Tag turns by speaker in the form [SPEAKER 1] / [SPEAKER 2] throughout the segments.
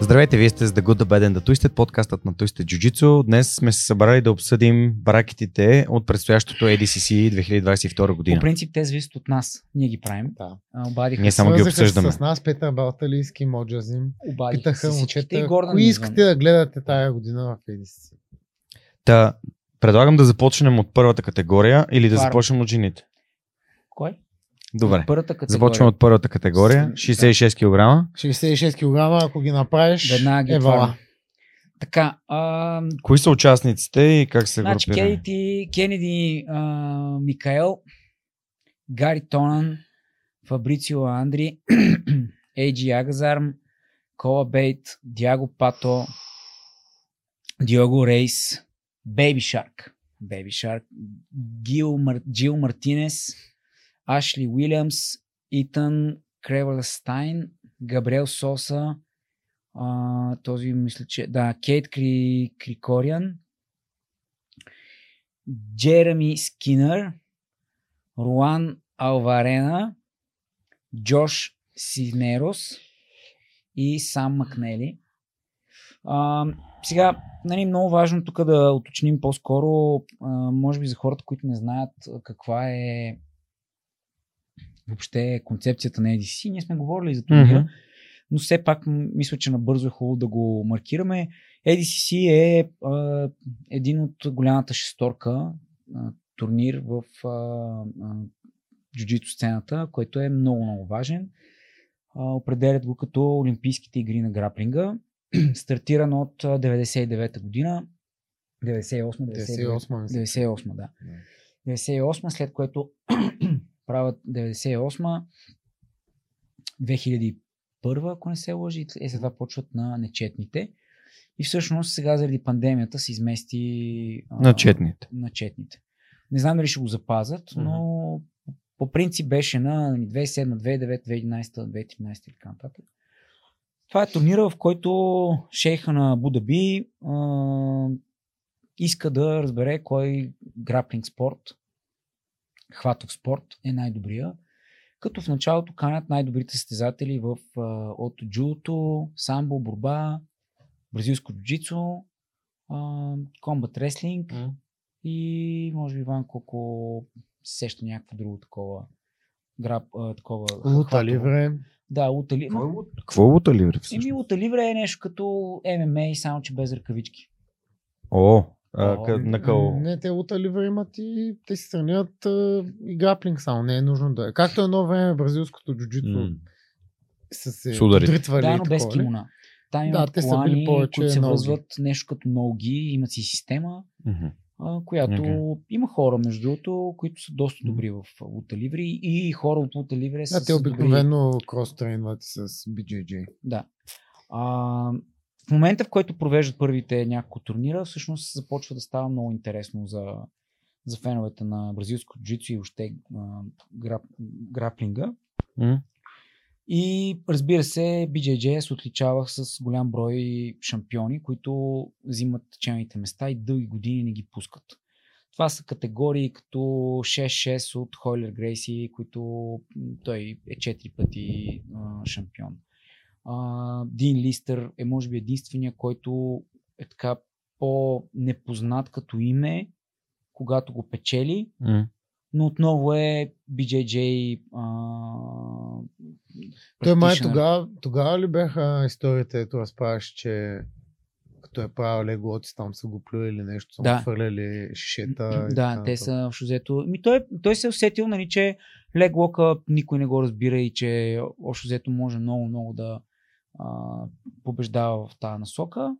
[SPEAKER 1] Здравейте, вие сте с The Good, The Bad and The Twisted, подкастът на Twisted Jiu-Jitsu. Днес сме се събрали да обсъдим бракетите от предстоящото ADCC 2022
[SPEAKER 2] По
[SPEAKER 1] година.
[SPEAKER 2] принцип те зависят от нас. Ние ги правим.
[SPEAKER 3] Да.
[SPEAKER 2] А, Обадиха,
[SPEAKER 1] Ние
[SPEAKER 2] се-
[SPEAKER 1] само ги
[SPEAKER 3] Свързаха се
[SPEAKER 1] обсъждаме.
[SPEAKER 3] С нас Петър Балталийски, Моджазим.
[SPEAKER 2] обадиха
[SPEAKER 3] Питаха
[SPEAKER 2] се всичките и
[SPEAKER 3] момчета,
[SPEAKER 2] Гордан
[SPEAKER 3] кои
[SPEAKER 2] ни е
[SPEAKER 3] искате
[SPEAKER 2] звъни.
[SPEAKER 3] да гледате тая година в Едис.
[SPEAKER 1] Та, предлагам да започнем от първата категория или да
[SPEAKER 2] Първа.
[SPEAKER 1] започнем от жените.
[SPEAKER 2] Кой?
[SPEAKER 1] Добре.
[SPEAKER 2] Първата категория.
[SPEAKER 1] Започваме от първата категория.
[SPEAKER 3] Да.
[SPEAKER 1] 66 кг.
[SPEAKER 3] 66 кг, ако ги направиш,
[SPEAKER 2] Веднага
[SPEAKER 3] е
[SPEAKER 2] ги
[SPEAKER 3] вала.
[SPEAKER 2] това. Така, а,
[SPEAKER 1] Кои са участниците и как се
[SPEAKER 2] значи
[SPEAKER 1] групират?
[SPEAKER 2] Кенеди, Кенеди а, Микаел, Гари Тонан, Фабрицио Андри, Ейджи Агазарм, Кола Бейт, Диаго Пато, Диого Рейс, Бейби Шарк, Бейби Шарк, Гил, Мар... Джил Мартинес, Ашли Уилямс, Итан Кревелстайн, Габриел Соса, а, този мисля, че... Да, Кейт Кри... Крикориан, Джереми Скинър, Руан Алварена, Джош Синерос и Сам Макнели. А, сега, нали, много важно тук да уточним по-скоро, а, може би за хората, които не знаят а, каква е въобще концепцията на EDC. Ние сме говорили за това,
[SPEAKER 1] Мгм.
[SPEAKER 2] mm-hmm. но все пак м, мисля, че набързо е хубаво да го маркираме. EDCC е а, един от голямата шесторка а, турнир в а, а, джуджито сцената, който е много, много важен. А, определят го като Олимпийските игри на граплинга. Стартиран от а, 99-та година. 98-99.
[SPEAKER 3] 98 мисля.
[SPEAKER 2] 98, да.
[SPEAKER 3] Да.
[SPEAKER 2] 98, след което правят 98, 2001, ако не се лъжи, е след това почват на нечетните. И всъщност сега заради пандемията се измести а,
[SPEAKER 1] На четните.
[SPEAKER 2] на четните. Не знам дали ще го запазят,
[SPEAKER 1] Мгм.
[SPEAKER 2] но по принцип беше на нали, 2007, 2009, 2011, 2013 и така нататък. Това е турнира, в който шейха на Будаби а, иска да разбере кой граплинг спорт, хватов спорт е най-добрия. Като в началото канят най-добрите състезатели в, а, от джуто, самбо, борба, бразилско джуджицу, а, комбат реслинг,
[SPEAKER 3] М.
[SPEAKER 2] и може би Иван Коко се сеща някакво друго такова. Граб, а, такова
[SPEAKER 3] Лута
[SPEAKER 2] хватово.
[SPEAKER 3] Ливре.
[SPEAKER 2] Да, лута ливре.
[SPEAKER 1] Какво е лута ливре всъщност?
[SPEAKER 2] Еми, лута ливре е нещо като ММА, само че без ръкавички.
[SPEAKER 1] О, а,
[SPEAKER 2] О,
[SPEAKER 1] къ- на къл.
[SPEAKER 3] Не, те Лута Ливре имат и те си тренират а, и гаплинг само. Не е нужно да е. Както едно време бразилското джуджито
[SPEAKER 1] М.
[SPEAKER 3] са се
[SPEAKER 1] С ударите.
[SPEAKER 3] подритвали
[SPEAKER 2] да,
[SPEAKER 3] и
[SPEAKER 2] но без
[SPEAKER 3] е такова, не?
[SPEAKER 2] кимона. Там
[SPEAKER 3] Да,
[SPEAKER 2] имат
[SPEAKER 3] те са били
[SPEAKER 2] колани,
[SPEAKER 3] повече
[SPEAKER 2] които се
[SPEAKER 3] ноги.
[SPEAKER 2] възват нещо като ноги, имат си система,
[SPEAKER 1] Мгм.
[SPEAKER 2] а, която
[SPEAKER 1] Окей.
[SPEAKER 2] има хора, между другото, които са доста добри в лута ливре и хора от лута ливре са
[SPEAKER 3] Да, те
[SPEAKER 2] с добри-
[SPEAKER 3] обикновено крос-тренват с BJJ.
[SPEAKER 2] Да. А, в момента, в който провеждат първите няколко турнира, всъщност започва да става много интересно за, за феновете на бразилско джицу и въобще а, грап, граплинга.
[SPEAKER 1] М.
[SPEAKER 2] И разбира се, BJJ се отличавах с голям брой шампиони, които взимат челните места и дълги години не ги пускат. Това са категории като 6-6 от Хойлер Грейси, които м, той е 4 пъти а, шампион. А, Дин Листър е може би единствения, който е така по-непознат като име, когато го печели,
[SPEAKER 1] М.
[SPEAKER 2] но отново е BJJ а,
[SPEAKER 3] Той е май
[SPEAKER 2] practitioner.
[SPEAKER 3] тогава, тогава ли бяха историите, ето разправяш, че като е правил леглоци, там са го плюели нещо, са
[SPEAKER 2] Да.
[SPEAKER 3] му хвърляли шишета.
[SPEAKER 2] Да,
[SPEAKER 3] и така
[SPEAKER 2] те
[SPEAKER 3] нататък.
[SPEAKER 2] са общо взето. Ми той, той се е усетил, нали, че лег лока никой не го разбира и че общо взето може много, много да а, побеждава в тази насока.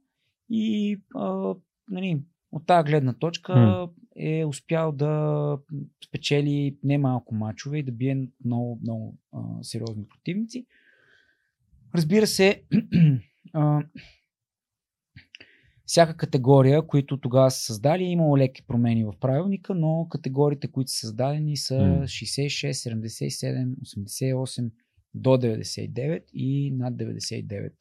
[SPEAKER 2] И а, нали, от тази гледна точка
[SPEAKER 1] Хм.
[SPEAKER 2] е успял да спечели немалко мачове и да бие много, много а, сериозни противници. Разбира се, а, всяка категория, които тогава са създали, е имало леки промени в правилника, но категориите, които са създадени са
[SPEAKER 1] М.
[SPEAKER 2] 66, 77, 88 до 99 и над 99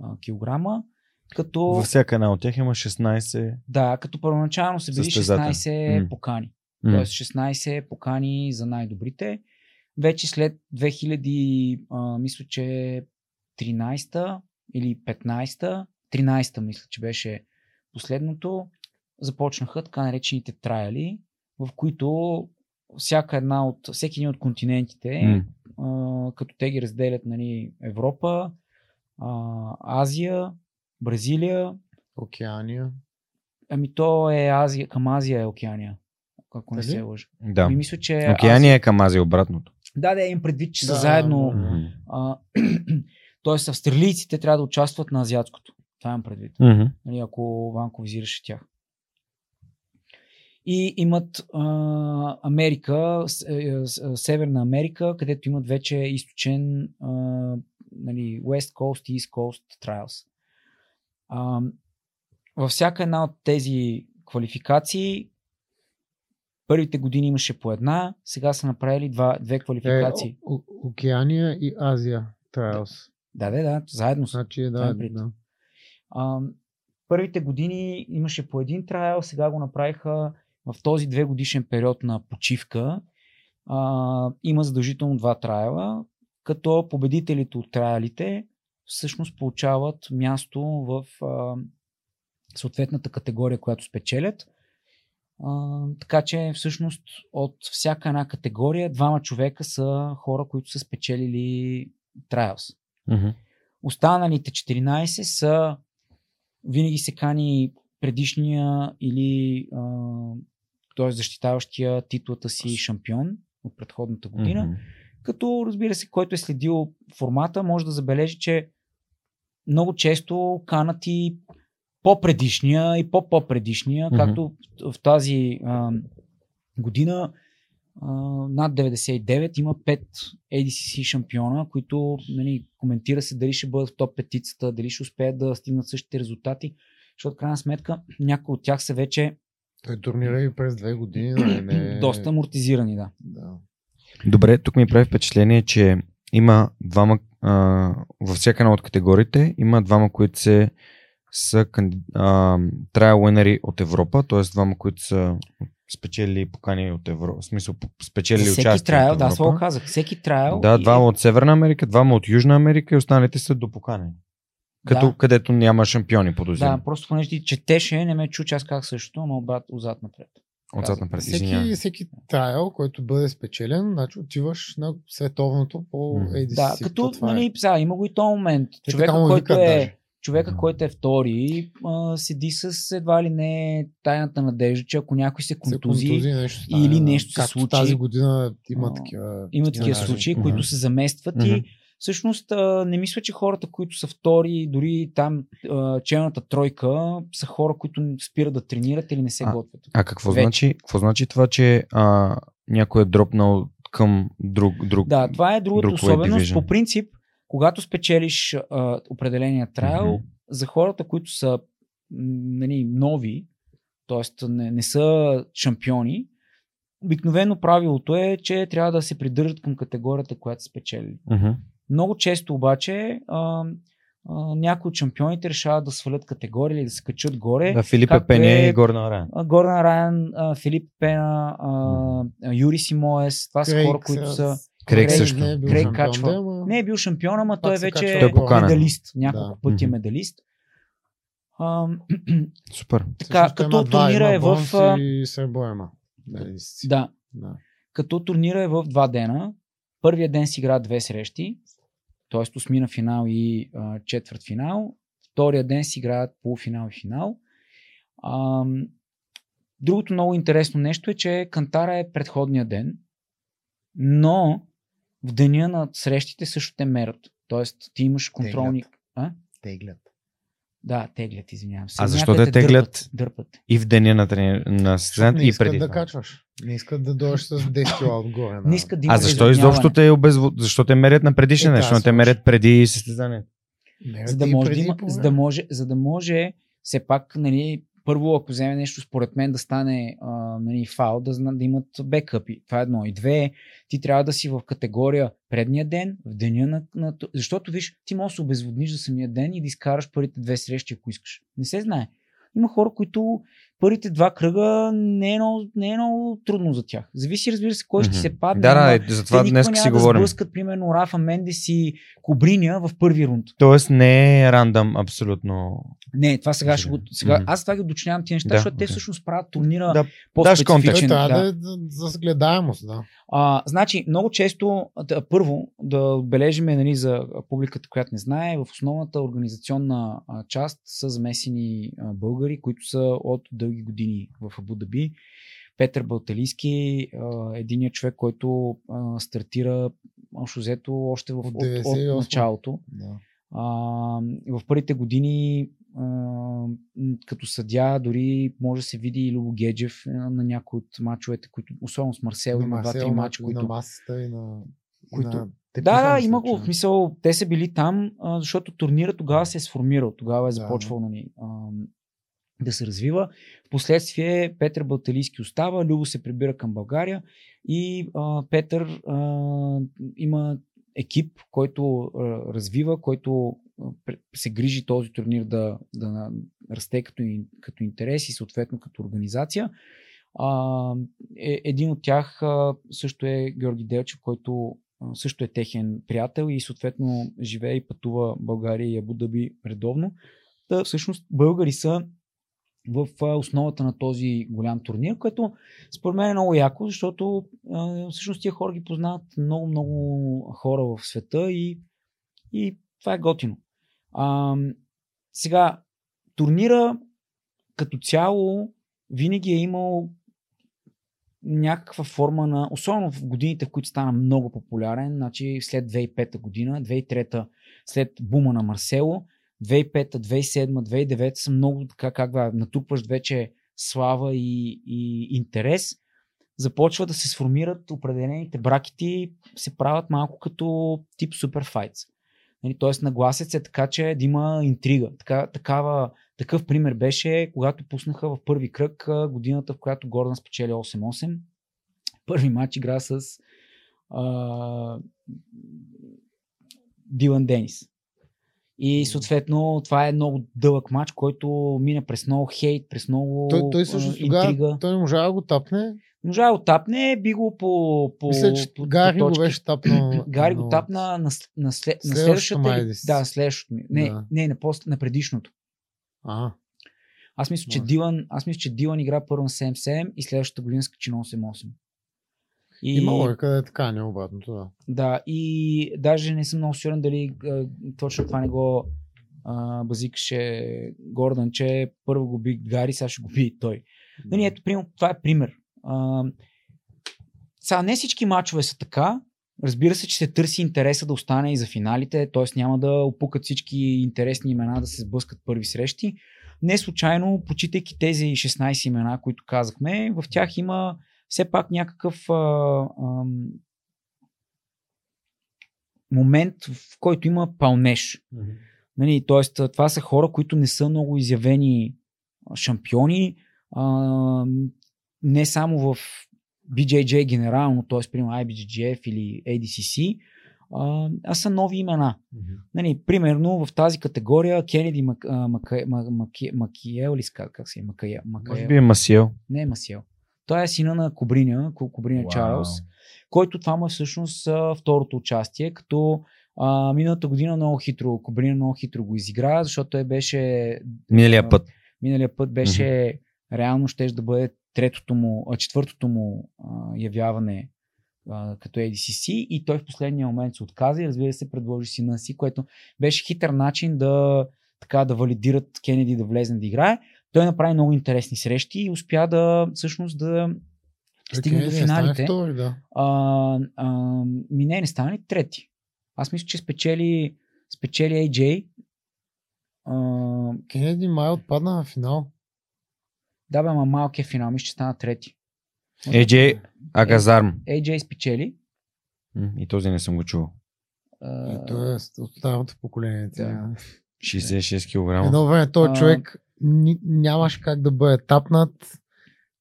[SPEAKER 2] а, килограма. Като,
[SPEAKER 1] Във всяка една от тях има 16.
[SPEAKER 2] да, като първоначално са били
[SPEAKER 1] Състезател.
[SPEAKER 2] 16
[SPEAKER 1] М.
[SPEAKER 2] покани.
[SPEAKER 1] М.
[SPEAKER 2] Тоест 16 покани за най-добрите. Вече след 2000, а, мисля, че 13-та или 15-та, 13-та мисля, че беше последното, започнаха така наречените трайали, в които всяка една от, всеки един от континентите,
[SPEAKER 1] М.
[SPEAKER 2] а, като те ги разделят нали, Европа, а, Азия, Бразилия,
[SPEAKER 3] Океания.
[SPEAKER 2] ами то е Азия, към Азия е Океания, ако не
[SPEAKER 3] Дали?
[SPEAKER 2] се лъжа.
[SPEAKER 1] Да.
[SPEAKER 2] Ами мисля, че е
[SPEAKER 1] Океания е към Азия обратното.
[SPEAKER 2] Азия. Да, да, им предвид, че
[SPEAKER 3] Да,
[SPEAKER 2] са заедно.
[SPEAKER 3] да, да.
[SPEAKER 1] Мгм.
[SPEAKER 2] А, Тоест, австралийците трябва да участват на азиатското. Това имам предвид.
[SPEAKER 1] Мгм.
[SPEAKER 2] нали, ако Ванко визираше тях. И имат а, Америка, с- е, с- е, Северна Америка, където имат вече източен а, нали, West Coast и East Coast Trials. А, във всяка една от тези квалификации първите години имаше по една, сега са направили два, две
[SPEAKER 3] Е,
[SPEAKER 2] квалификации.
[SPEAKER 3] О- О- Океания и Азия. Trials.
[SPEAKER 2] Да, да, да, заедно са.
[SPEAKER 3] Значи,
[SPEAKER 2] Това
[SPEAKER 3] да,
[SPEAKER 2] е брит.
[SPEAKER 3] да.
[SPEAKER 2] А, първите години имаше по един трайл, сега го направиха в този две годишен период на почивка. А, има задължително два трайла, като победителите от трайлите всъщност получават място в а, съответната категория, която спечелят. А, така че всъщност от всяка една категория двама човека са хора, които са спечелили трайлс.
[SPEAKER 1] Мгм.
[SPEAKER 2] Останалите 14 са винаги се кани предишния или а, т.е. защитаващия титлата си шампион от предходната година.
[SPEAKER 1] Мгм.
[SPEAKER 2] Като разбира се, който е следил формата, може да забележи, че много често канат и по-предишния и по-по-предишния,
[SPEAKER 1] Мгм.
[SPEAKER 2] както в в тази а, година а, над 99 има 5 ADCC шампиона, които нали, коментира се дали ще бъдат в топ петицата, дали ще успеят да стигнат същите резултати, защото в крайна сметка някои от тях са вече
[SPEAKER 3] Той турнира и през две години, нали?
[SPEAKER 1] Е.
[SPEAKER 3] Не...
[SPEAKER 2] доста амортизирани. Да.
[SPEAKER 3] Да.
[SPEAKER 1] Добре, тук ми прави впечатление, че има двама, а, във всяка една от категориите, има двама, които се са канди- а, trial winner от Европа, т.е. двама, които са спечели покани от Европа, в смисъл по- спечели
[SPEAKER 2] За
[SPEAKER 1] участие
[SPEAKER 2] всеки трайл,
[SPEAKER 1] от
[SPEAKER 2] да, това го
[SPEAKER 1] Европа.
[SPEAKER 2] казах, всеки трайл.
[SPEAKER 1] Да,
[SPEAKER 2] и- е-
[SPEAKER 1] двама от Северна Америка, двама от Южна Америка и останалите са до покани. Като,
[SPEAKER 2] Да.
[SPEAKER 1] Където няма шампиони, подозирам.
[SPEAKER 2] Да, просто понеже ти четеше, не ме чу, че аз казах също, но обрат, отзад напред.
[SPEAKER 1] Отзад напред, извинявай.
[SPEAKER 3] Всеки, всеки трайл, който бъде спечелен, значи отиваш на световното по
[SPEAKER 1] М.
[SPEAKER 3] ADCC.
[SPEAKER 2] Да,
[SPEAKER 3] То
[SPEAKER 2] като,
[SPEAKER 3] това е.
[SPEAKER 2] нали, сега, има го и този момент.
[SPEAKER 3] Те
[SPEAKER 2] Човека,
[SPEAKER 3] така му
[SPEAKER 2] който
[SPEAKER 3] викат
[SPEAKER 2] е,
[SPEAKER 3] даже.
[SPEAKER 2] човека,
[SPEAKER 1] Мгм.
[SPEAKER 2] който е втори, а, седи с едва ли не тайната надежда, че ако някой се
[SPEAKER 3] Се
[SPEAKER 2] контузи,
[SPEAKER 3] контузи, нещо
[SPEAKER 2] или
[SPEAKER 3] стане, да.
[SPEAKER 2] нещо се
[SPEAKER 3] Както
[SPEAKER 2] случи.
[SPEAKER 3] Тази година има
[SPEAKER 2] А,
[SPEAKER 3] такива.
[SPEAKER 2] има такива
[SPEAKER 3] сценарии.
[SPEAKER 2] случаи,
[SPEAKER 1] Мгм.
[SPEAKER 2] които се заместват
[SPEAKER 1] Мгм.
[SPEAKER 2] и всъщност а, не мисля, че хората, които са втори, дори там а, челната тройка, са хора, които спират да тренират или не се
[SPEAKER 1] А,
[SPEAKER 2] готвят.
[SPEAKER 1] А какво
[SPEAKER 2] Вече.
[SPEAKER 1] значи, какво значи това, че а, някой е дропнал към друг, друг
[SPEAKER 2] Да, това е другата
[SPEAKER 1] Друг Web
[SPEAKER 2] особеност.
[SPEAKER 1] Division.
[SPEAKER 2] По принцип, когато спечелиш а, определения трайл,
[SPEAKER 1] Мгм.
[SPEAKER 2] за хората, които са м, нали, нови, т.е. Не, не са шампиони, обикновено правилото е, че трябва да се придържат към категорията, която са спечелили.
[SPEAKER 1] Мгм.
[SPEAKER 2] Много често обаче а, а, някои от шампионите решават да свалят категория или да се качат горе.
[SPEAKER 1] Да, Филип
[SPEAKER 2] както
[SPEAKER 1] Пеня
[SPEAKER 2] е-
[SPEAKER 1] и Горна Рая.
[SPEAKER 2] А, Гордан Райан, а, Филип Пена, а, Юри Симоес, това са
[SPEAKER 3] Крейг
[SPEAKER 2] хора, които са...
[SPEAKER 1] Крейг
[SPEAKER 2] Крейг
[SPEAKER 1] също.
[SPEAKER 3] не е бил
[SPEAKER 2] Крейг
[SPEAKER 3] шампион,
[SPEAKER 2] качва.
[SPEAKER 3] да, ама-
[SPEAKER 2] Не е бил шампион, ама
[SPEAKER 3] Пак
[SPEAKER 2] той
[SPEAKER 3] се
[SPEAKER 2] вече
[SPEAKER 3] качва
[SPEAKER 2] е
[SPEAKER 1] Той е поканен.
[SPEAKER 2] медалист. Няколко
[SPEAKER 3] Да.
[SPEAKER 2] пъти е
[SPEAKER 1] Мгм.
[SPEAKER 2] медалист. А,
[SPEAKER 1] Супер.
[SPEAKER 2] така,
[SPEAKER 3] Всъщност той
[SPEAKER 2] като
[SPEAKER 3] има два,
[SPEAKER 2] турнира
[SPEAKER 3] има
[SPEAKER 2] е в...
[SPEAKER 3] бронз
[SPEAKER 2] а,
[SPEAKER 3] И сребро има. Да, нали, си-
[SPEAKER 2] Да,
[SPEAKER 3] да.
[SPEAKER 2] като турнира е в два дена. Първия ден си играят две срещи, т.е. осмина финал и а, четвърт финал. Втория ден си играят полуфинал и финал. А, другото много интересно нещо е, че Кантара е предходния ден, но в деня на срещите също те мерят. Тоест ти имаш контролни... А?
[SPEAKER 3] Теглят.
[SPEAKER 2] Да, теглят, извинявам се.
[SPEAKER 1] А защо
[SPEAKER 2] Някъде
[SPEAKER 1] те теглят?
[SPEAKER 2] Дърпат, дърпат.
[SPEAKER 1] И в деня на, трени... на състезанието
[SPEAKER 3] Не
[SPEAKER 1] и
[SPEAKER 3] искат
[SPEAKER 1] преди.
[SPEAKER 3] да
[SPEAKER 1] това.
[SPEAKER 3] качваш. Не искат да дойдеш с 10 кила отгоре. на-
[SPEAKER 2] Не искат да има
[SPEAKER 1] А защо
[SPEAKER 2] изравняване.
[SPEAKER 1] изобщо те, обезво... защо те мерят на предишни е,
[SPEAKER 3] Е, да,
[SPEAKER 1] неща, но те
[SPEAKER 3] слушай.
[SPEAKER 1] мерят преди състезанието?
[SPEAKER 3] Не,
[SPEAKER 2] за да,
[SPEAKER 3] Е, ти
[SPEAKER 2] може да
[SPEAKER 3] преди
[SPEAKER 2] има,
[SPEAKER 3] по
[SPEAKER 2] за, да
[SPEAKER 3] време.
[SPEAKER 2] може, за да може все пак, нали, първо, ако вземе нещо, според мен, да стане а, нали, фаул, да, зна- да имат бекъпи. Това е едно. И две, ти трябва да си в категория предния ден, в деня на... на... ту- Защото, виж, ти можеш да се обезводниш за самия ден и да изкараш първите две срещи, ако искаш. Не се знае. Има хора, които първите два кръга не е много, не е много трудно за тях. Зависи, разбира се, кой ще
[SPEAKER 1] Мгм.
[SPEAKER 2] се падне. ама
[SPEAKER 1] Да, да, затова
[SPEAKER 2] те
[SPEAKER 1] днес
[SPEAKER 2] никога
[SPEAKER 1] си
[SPEAKER 2] няма
[SPEAKER 1] говорим.
[SPEAKER 2] Да сблъскат, примерно, Рафа Мендес и Кобриня в първи рунд.
[SPEAKER 1] Тоест не е рандъм абсолютно.
[SPEAKER 2] Не, това сега ще го. Сега,
[SPEAKER 1] Мгм.
[SPEAKER 2] аз това ги уточнявам тези неща,
[SPEAKER 1] Да,
[SPEAKER 2] защото те
[SPEAKER 1] окей.
[SPEAKER 2] всъщност правят турнира
[SPEAKER 1] Да,
[SPEAKER 2] по-специфичен.
[SPEAKER 1] контекст.
[SPEAKER 3] Той трябва
[SPEAKER 2] да.
[SPEAKER 3] да, е за гледаемост, да.
[SPEAKER 2] А, значи, много често, да, първо, да отбележиме нали, за публиката, която не знае, в основната организационна а, част са замесени а, българи, които са от дълги години в Абу-Даби. Петър Балталийски, а, единият човек, който а, стартира общо взето още в,
[SPEAKER 3] От
[SPEAKER 2] от, от,
[SPEAKER 3] 98.
[SPEAKER 2] от началото.
[SPEAKER 3] да.
[SPEAKER 2] А, в първите години а, м, като съдя дори може да се види и Любо Геджев а, на някои от мачовете, които, особено с Марсел,
[SPEAKER 3] На
[SPEAKER 2] има
[SPEAKER 3] Марсел,
[SPEAKER 2] два-три мача,
[SPEAKER 3] на,
[SPEAKER 2] които...
[SPEAKER 3] на масата и на...
[SPEAKER 2] които-
[SPEAKER 3] и на тепиха,
[SPEAKER 2] Да, да,
[SPEAKER 3] мисля,
[SPEAKER 2] има
[SPEAKER 3] че.
[SPEAKER 2] го. В смисъл, те са били там, а, защото турнира тогава се е сформирал, тогава е започвал нали, а, да се развива. Впоследствие Петър Балталийски остава, Любо се прибира към България и а, Петър а, има екип, който а, развива, който а, пр- се грижи този турнир да, да на- расте като, ин- като интерес и съответно като организация. А, е, един от тях а, също е Георги Делчев, който а, също е техен приятел и съответно живее и пътува България и Абу-Даби редовно. Та, всъщност българи са в а, основата на този голям турнир, което според мен е много яко, защото а, всъщност тия хора ги познават много-много хора в света и, и това е готино. А, сега, турнира като цяло винаги е имал някаква форма на, особено в годините, в които стана много популярен, значи след 2005 година, 2003 след бума на Марсело, 2005, 2007, 2009 са много така, как да натрупваш вече слава и, и интерес, започва да се сформират определените бракети, се правят малко като тип суперфайтс. Нали, Тоест нагласят се така, че да има интрига. Така, такава, такъв пример беше, когато пуснаха в първи кръг а, годината, в която Гордан спечели 8-8. Първи матч игра с а, Дилан Денис. И съответно това е много дълъг матч, който мина през много хейт, през много
[SPEAKER 3] Той, той
[SPEAKER 2] а,
[SPEAKER 3] също
[SPEAKER 2] интрига.
[SPEAKER 3] тогава, той не можа да го тапне.
[SPEAKER 2] Можа да тапне, би го по, по
[SPEAKER 3] Мисля, че
[SPEAKER 2] по,
[SPEAKER 3] Гари
[SPEAKER 2] по
[SPEAKER 3] го
[SPEAKER 2] точки.
[SPEAKER 3] беше тапнал.
[SPEAKER 2] Гари
[SPEAKER 3] но-
[SPEAKER 2] го тапна на, след- на, след, на
[SPEAKER 3] Следващото
[SPEAKER 2] следващата.
[SPEAKER 3] май
[SPEAKER 2] или-
[SPEAKER 3] да си.
[SPEAKER 2] Да, следващото. ми. Не,
[SPEAKER 3] Да.
[SPEAKER 2] не, на, пост, на предишното.
[SPEAKER 3] А,
[SPEAKER 2] Аз мисля, че
[SPEAKER 3] Може.
[SPEAKER 2] Дилан, аз мисля, че Дилан игра първо на 7-7 и следващата година скачи на 8-8. И,
[SPEAKER 3] има логика да е така, не обратното, да.
[SPEAKER 2] да, и даже не съм много сигурен дали а, точно това не го а, базикаше Гордан, че първо го би Гари, сега ще го би и той. Нали, ето, примерно, това е пример. А, сега не всички матчове са така. Разбира се, че се търси интереса да остане и за финалите, т.е. няма да опукат всички интересни имена да се сблъскат първи срещи. Не случайно, почитайки тези 16 имена, които казахме, в тях има все пак някакъв а, ам, момент, в който има пълнеж.
[SPEAKER 3] Мгм.
[SPEAKER 2] Нали, тоест, а, това са хора, които не са много изявени а, шампиони. А, не само в BJJ генерално, т.е. примерно IBJJF или ADCC, а, а са нови имена.
[SPEAKER 3] Мгм.
[SPEAKER 2] Нали, примерно в тази категория Кенеди Мак, а, Мака, Ма- Маки- Макиел, или как, как се е? Макаел,
[SPEAKER 1] Може
[SPEAKER 2] Макаел.
[SPEAKER 1] би е Масиел.
[SPEAKER 2] Не е Масиел. Той е сина на Кобриня, Ко- Кобриня
[SPEAKER 4] Уау.
[SPEAKER 2] Чарлз който това му е всъщност а, второто участие, като а, миналата година много хитро, Кобрина много хитро го изигра, защото той беше, Е.
[SPEAKER 1] Миналия път.
[SPEAKER 2] миналия път беше, реално щеше да бъде третото му, а, четвъртото му а, явяване а, като ADCC и той в последния момент се отказа и разбира се предложи сина си, което беше хитър начин да така да валидират Кенеди да влезе да играе. Той направи много интересни срещи и успя да всъщност да стигне
[SPEAKER 3] Окей,
[SPEAKER 2] до
[SPEAKER 3] да стане
[SPEAKER 2] финалите.
[SPEAKER 3] Е, Втори, да.
[SPEAKER 2] А, а, ми не, не стана ли трети? Аз мисля, че спечели, спечели AJ. А,
[SPEAKER 3] Кенеди май отпадна на финал.
[SPEAKER 2] да, бе, ама малкия финал, мисля, че стана трети.
[SPEAKER 1] AJ
[SPEAKER 2] Е.
[SPEAKER 1] Агазарм.
[SPEAKER 2] AJ спечели.
[SPEAKER 1] М, И този не съм го чувал.
[SPEAKER 2] А,
[SPEAKER 3] Е, той е от старото поколение.
[SPEAKER 2] да.
[SPEAKER 3] Да.
[SPEAKER 2] Е.
[SPEAKER 1] 66 кг.
[SPEAKER 3] Едно време този
[SPEAKER 2] А,
[SPEAKER 3] човек ни, нямаше как да бъде тапнат.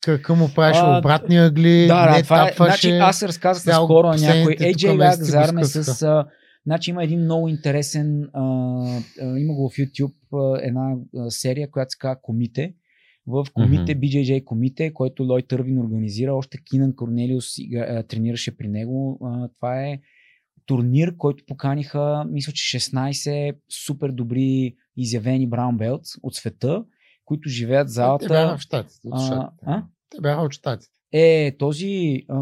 [SPEAKER 3] Кръка му правеше
[SPEAKER 2] А,
[SPEAKER 3] обратни ъгли,
[SPEAKER 2] да,
[SPEAKER 3] не
[SPEAKER 2] да, това е,
[SPEAKER 3] тапваше.
[SPEAKER 2] значи, аз се разказах
[SPEAKER 3] Сега
[SPEAKER 2] скоро на
[SPEAKER 3] последните
[SPEAKER 2] някой. Е
[SPEAKER 3] тук
[SPEAKER 2] AJ
[SPEAKER 3] месеци го
[SPEAKER 2] Лакзарме с...
[SPEAKER 3] скъсаха.
[SPEAKER 2] А, значи има един много интересен, а, а, има го в YouTube а, една а, серия, която се казва Комите, в комите, BJJ комите, който Лой Тървин организира. Още Кинан Корнелиус игра- а, тренираше при него. А, Това е турнир, който поканиха, мисля, че 16 супер добри изявени браунбелт от света, които живеят в
[SPEAKER 3] Те бяха
[SPEAKER 2] залата.
[SPEAKER 3] в щатите. От
[SPEAKER 2] А,
[SPEAKER 3] щатите.
[SPEAKER 2] а?
[SPEAKER 3] Те бяха от щатите.
[SPEAKER 2] Е, този а,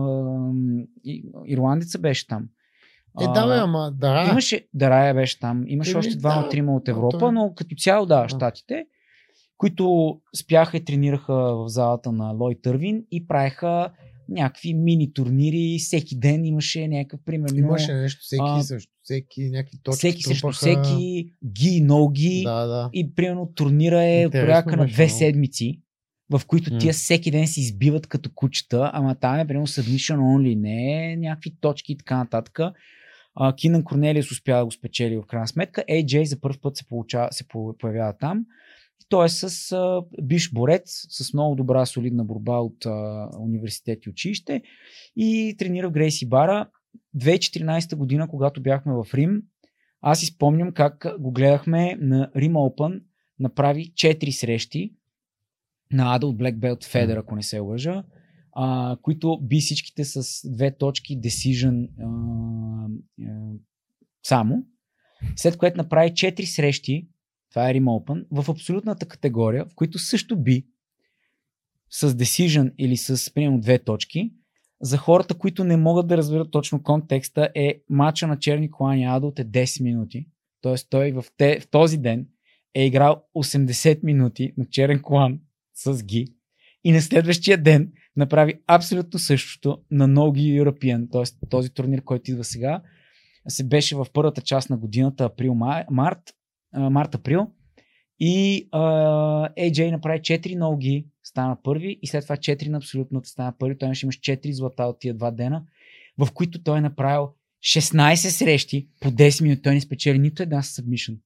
[SPEAKER 2] и- ирландеца беше там.
[SPEAKER 3] Е,
[SPEAKER 2] А,
[SPEAKER 3] да, бе, ама да.
[SPEAKER 2] Имаше, Дарая беше там, имаше
[SPEAKER 3] Еми,
[SPEAKER 2] още двама,
[SPEAKER 3] да,
[SPEAKER 2] трима от
[SPEAKER 3] да,
[SPEAKER 2] Европа,
[SPEAKER 3] той-
[SPEAKER 2] но като цяло да,
[SPEAKER 3] Да.
[SPEAKER 2] щатите, които спяха и тренираха в залата на Лой Тървин и правеха някакви мини турнири, всеки ден имаше някакъв, примерно,
[SPEAKER 3] Имаше нещо, всеки
[SPEAKER 2] а,
[SPEAKER 3] също, всеки някакви точки.
[SPEAKER 2] всеки срещу
[SPEAKER 3] трупаха.
[SPEAKER 2] всеки, ги, но ги
[SPEAKER 3] Да, да.
[SPEAKER 2] и примерно турнира е от
[SPEAKER 3] Интересно
[SPEAKER 2] порядъка на
[SPEAKER 3] беше
[SPEAKER 2] две
[SPEAKER 3] много.
[SPEAKER 2] седмици, в които
[SPEAKER 1] М.
[SPEAKER 2] тия всеки ден се избиват като кучета, ама там е примерно submission only, не е някакви точки и така нататък. А, Кинан Корнелиус успя да го спечели в крайна сметка. AJ за първ път се, получава, се по- появява там. И Той е с а, биш борец, с много добра солидна борба от а, университет и училище и тренира в Грейси Бара. 2014 година, когато бяхме в Рим, аз си спомням как го гледахме на Рим Open, направи 4 срещи на Adult Black Belt Feder, ако не се лъжа, а, които би всичките с две точки Decision а, а, само, след което направи 4 срещи, това е Рим Open, в абсолютната категория, в които също би с Decision или с примерно две точки, за хората, които не могат да разберат точно контекста, е матча на Черни Колани Адолт е 10 минути. Тоест той в, те, в този ден е играл 80 минути на Черен Колан с Ги и на следващия ден направи абсолютно същото на Ноги European, т.е. този турнир, който идва сега, се беше в първата част на годината, април, май- март, а, март-април и а, AJ направи 4 ноги, стана първи и след това 4 на абсолютната стана първи. Той имаше имаш 4 злата от тия два дена, в които той е направил 16 срещи по 10 минути. Той не спечели нито една събмишън.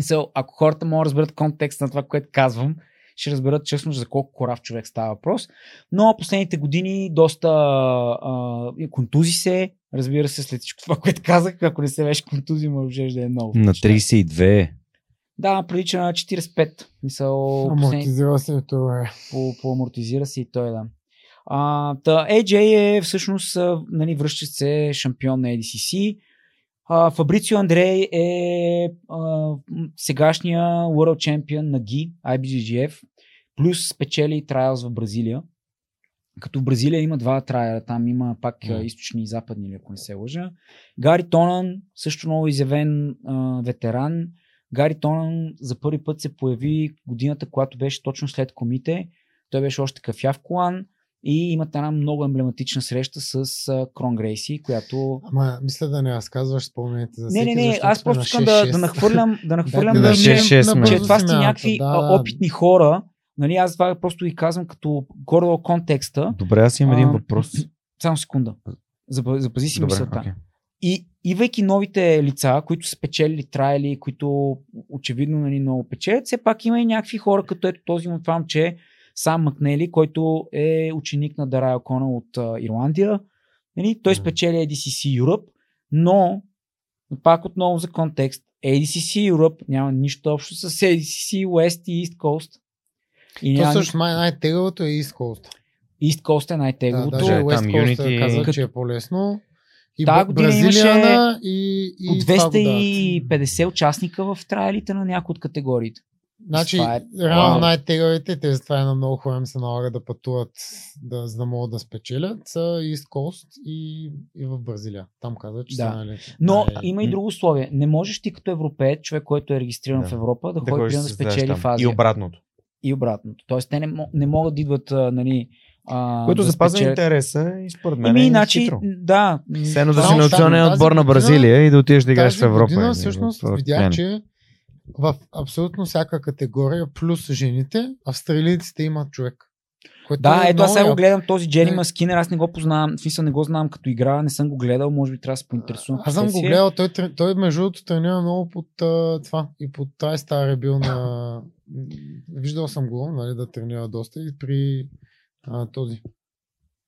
[SPEAKER 2] So, ако хората могат да разберат контекст на това, което казвам, ще разберат честно за колко корав човек става въпрос. Но последните години доста а, и контузи се, разбира се, след всичко това, което казах, ако не се беше контузи, може да е много.
[SPEAKER 1] На
[SPEAKER 2] впечатляващо.
[SPEAKER 1] 32.
[SPEAKER 2] Да, прилича на 45. Мисъл, последни-
[SPEAKER 3] Амортизира се това.
[SPEAKER 2] по, по амортизира се и той, да. А, та, AJ е всъщност, а, нали, връща се шампион на ADCC. А, Фабрицио Андрей е а, м, сегашния World Champion на GI, IBGGF, плюс спечели Trials в Бразилия. Като в Бразилия има два трайера, там има пак а,
[SPEAKER 1] Мгм.
[SPEAKER 2] източни и западни, или ако не се лъжа. Гари Тонан, също много изявен а, ветеран. Гари Тонан за първи път се появи годината, когато беше точно след комите. Той беше още кафяв колан и имат една много емблематична среща с а, Крон Грейси, която...
[SPEAKER 3] Ама, мисля да не разказваш спомените за
[SPEAKER 2] Не,
[SPEAKER 3] всеки,
[SPEAKER 2] не, не,
[SPEAKER 3] защото
[SPEAKER 2] аз
[SPEAKER 3] сме на
[SPEAKER 2] просто искам да,
[SPEAKER 3] 6-6.
[SPEAKER 2] да нахвърлям, да
[SPEAKER 3] Да,
[SPEAKER 2] нахвърлям
[SPEAKER 3] да,
[SPEAKER 1] на
[SPEAKER 2] да,
[SPEAKER 1] шест-
[SPEAKER 2] че,
[SPEAKER 1] шест сме.
[SPEAKER 2] че
[SPEAKER 3] набързо
[SPEAKER 2] това сте
[SPEAKER 3] смяната,
[SPEAKER 2] някакви
[SPEAKER 3] да,
[SPEAKER 2] а,
[SPEAKER 3] да.
[SPEAKER 2] опитни хора. Нали, аз това просто ви казвам като горло контекста.
[SPEAKER 1] Добре, аз имам един
[SPEAKER 2] А,
[SPEAKER 1] въпрос.
[SPEAKER 2] Само секунда. Запа- Запази си
[SPEAKER 1] Добре,
[SPEAKER 2] мисълта.
[SPEAKER 1] окей.
[SPEAKER 2] И идвайки новите лица, които са печели трайли, които очевидно нали, много печелят, все пак има и някакви хора, като ето този му това момче, Сам Макнели, който е ученик на Дарай Окона от а, Ирландия. Нали, той
[SPEAKER 1] Мгм.
[SPEAKER 2] спечели ADCC Europe, но пак отново за контекст, ADCC Europe няма нищо общо с ADCC West и East Coast. И
[SPEAKER 3] То
[SPEAKER 2] няма...
[SPEAKER 3] също май най-тегавото е East Coast.
[SPEAKER 2] East Coast е
[SPEAKER 3] Да,
[SPEAKER 2] най-теговото.
[SPEAKER 3] даже
[SPEAKER 1] Е, там
[SPEAKER 3] West Coast
[SPEAKER 1] Unity-
[SPEAKER 3] каза,
[SPEAKER 2] Като-
[SPEAKER 3] че е по-лесно. И
[SPEAKER 2] Та
[SPEAKER 3] Бра-
[SPEAKER 2] година
[SPEAKER 3] Бразилиана и, Е, и
[SPEAKER 2] по
[SPEAKER 3] това го дават.
[SPEAKER 2] 250 участника в трайлите на някои от категориите.
[SPEAKER 3] Значи,
[SPEAKER 2] Това е-
[SPEAKER 3] реално
[SPEAKER 1] Вау.
[SPEAKER 3] най-тегавите, те затова е на много хора им се налага да пътуват, да, за да могат да спечелят, са East Coast и, и в Бразилия. Там каза, че
[SPEAKER 2] Да.
[SPEAKER 3] са нали,
[SPEAKER 2] Но
[SPEAKER 1] е,
[SPEAKER 3] най-
[SPEAKER 2] има и друго условие. Не можеш ти като европеец, човек, който е регистриран
[SPEAKER 1] Да.
[SPEAKER 2] в Европа,
[SPEAKER 1] Да
[SPEAKER 2] да, ходи
[SPEAKER 1] ходиш
[SPEAKER 2] да, да
[SPEAKER 1] да състезаваш
[SPEAKER 2] спечели
[SPEAKER 1] там.
[SPEAKER 2] в Азия.
[SPEAKER 1] И обратното.
[SPEAKER 2] И обратното. Тоест, те не, мо- не могат да идват, а, нали. А,
[SPEAKER 1] Което
[SPEAKER 2] да Ами, значи,
[SPEAKER 1] запазва
[SPEAKER 2] спечелят.
[SPEAKER 1] интереса и според мен
[SPEAKER 2] Еми,
[SPEAKER 1] е
[SPEAKER 2] иначе,
[SPEAKER 1] хитро.
[SPEAKER 2] да. м,
[SPEAKER 1] Все едно да
[SPEAKER 3] Само
[SPEAKER 1] си
[SPEAKER 3] там,
[SPEAKER 1] национален
[SPEAKER 3] тази
[SPEAKER 1] отбор на
[SPEAKER 3] година-
[SPEAKER 1] Бразилия и да отидеш да играеш
[SPEAKER 3] тази
[SPEAKER 1] в Европа.
[SPEAKER 3] Година,
[SPEAKER 1] Е,
[SPEAKER 3] всъщност
[SPEAKER 1] това е
[SPEAKER 3] видях,
[SPEAKER 1] крайно.
[SPEAKER 3] че в абсолютно всяка категория, плюс жените, австралийците имат човек. Което
[SPEAKER 2] Да,
[SPEAKER 3] е
[SPEAKER 2] ето аз
[SPEAKER 3] много
[SPEAKER 2] сега го
[SPEAKER 3] яко.
[SPEAKER 2] гледам този Джери
[SPEAKER 3] Не.
[SPEAKER 2] Маскинер, аз не го познавам, в смисъл не го знам като игра, не съм го гледал, може би трябва да се поинтересувам. е.
[SPEAKER 3] Аз съм го
[SPEAKER 2] впоследствие.
[SPEAKER 3] гледал, той, тре- той между другото тренира много под а, това и под TriStar е бил на... Виждал съм го, нали, да тренира доста и при а, този.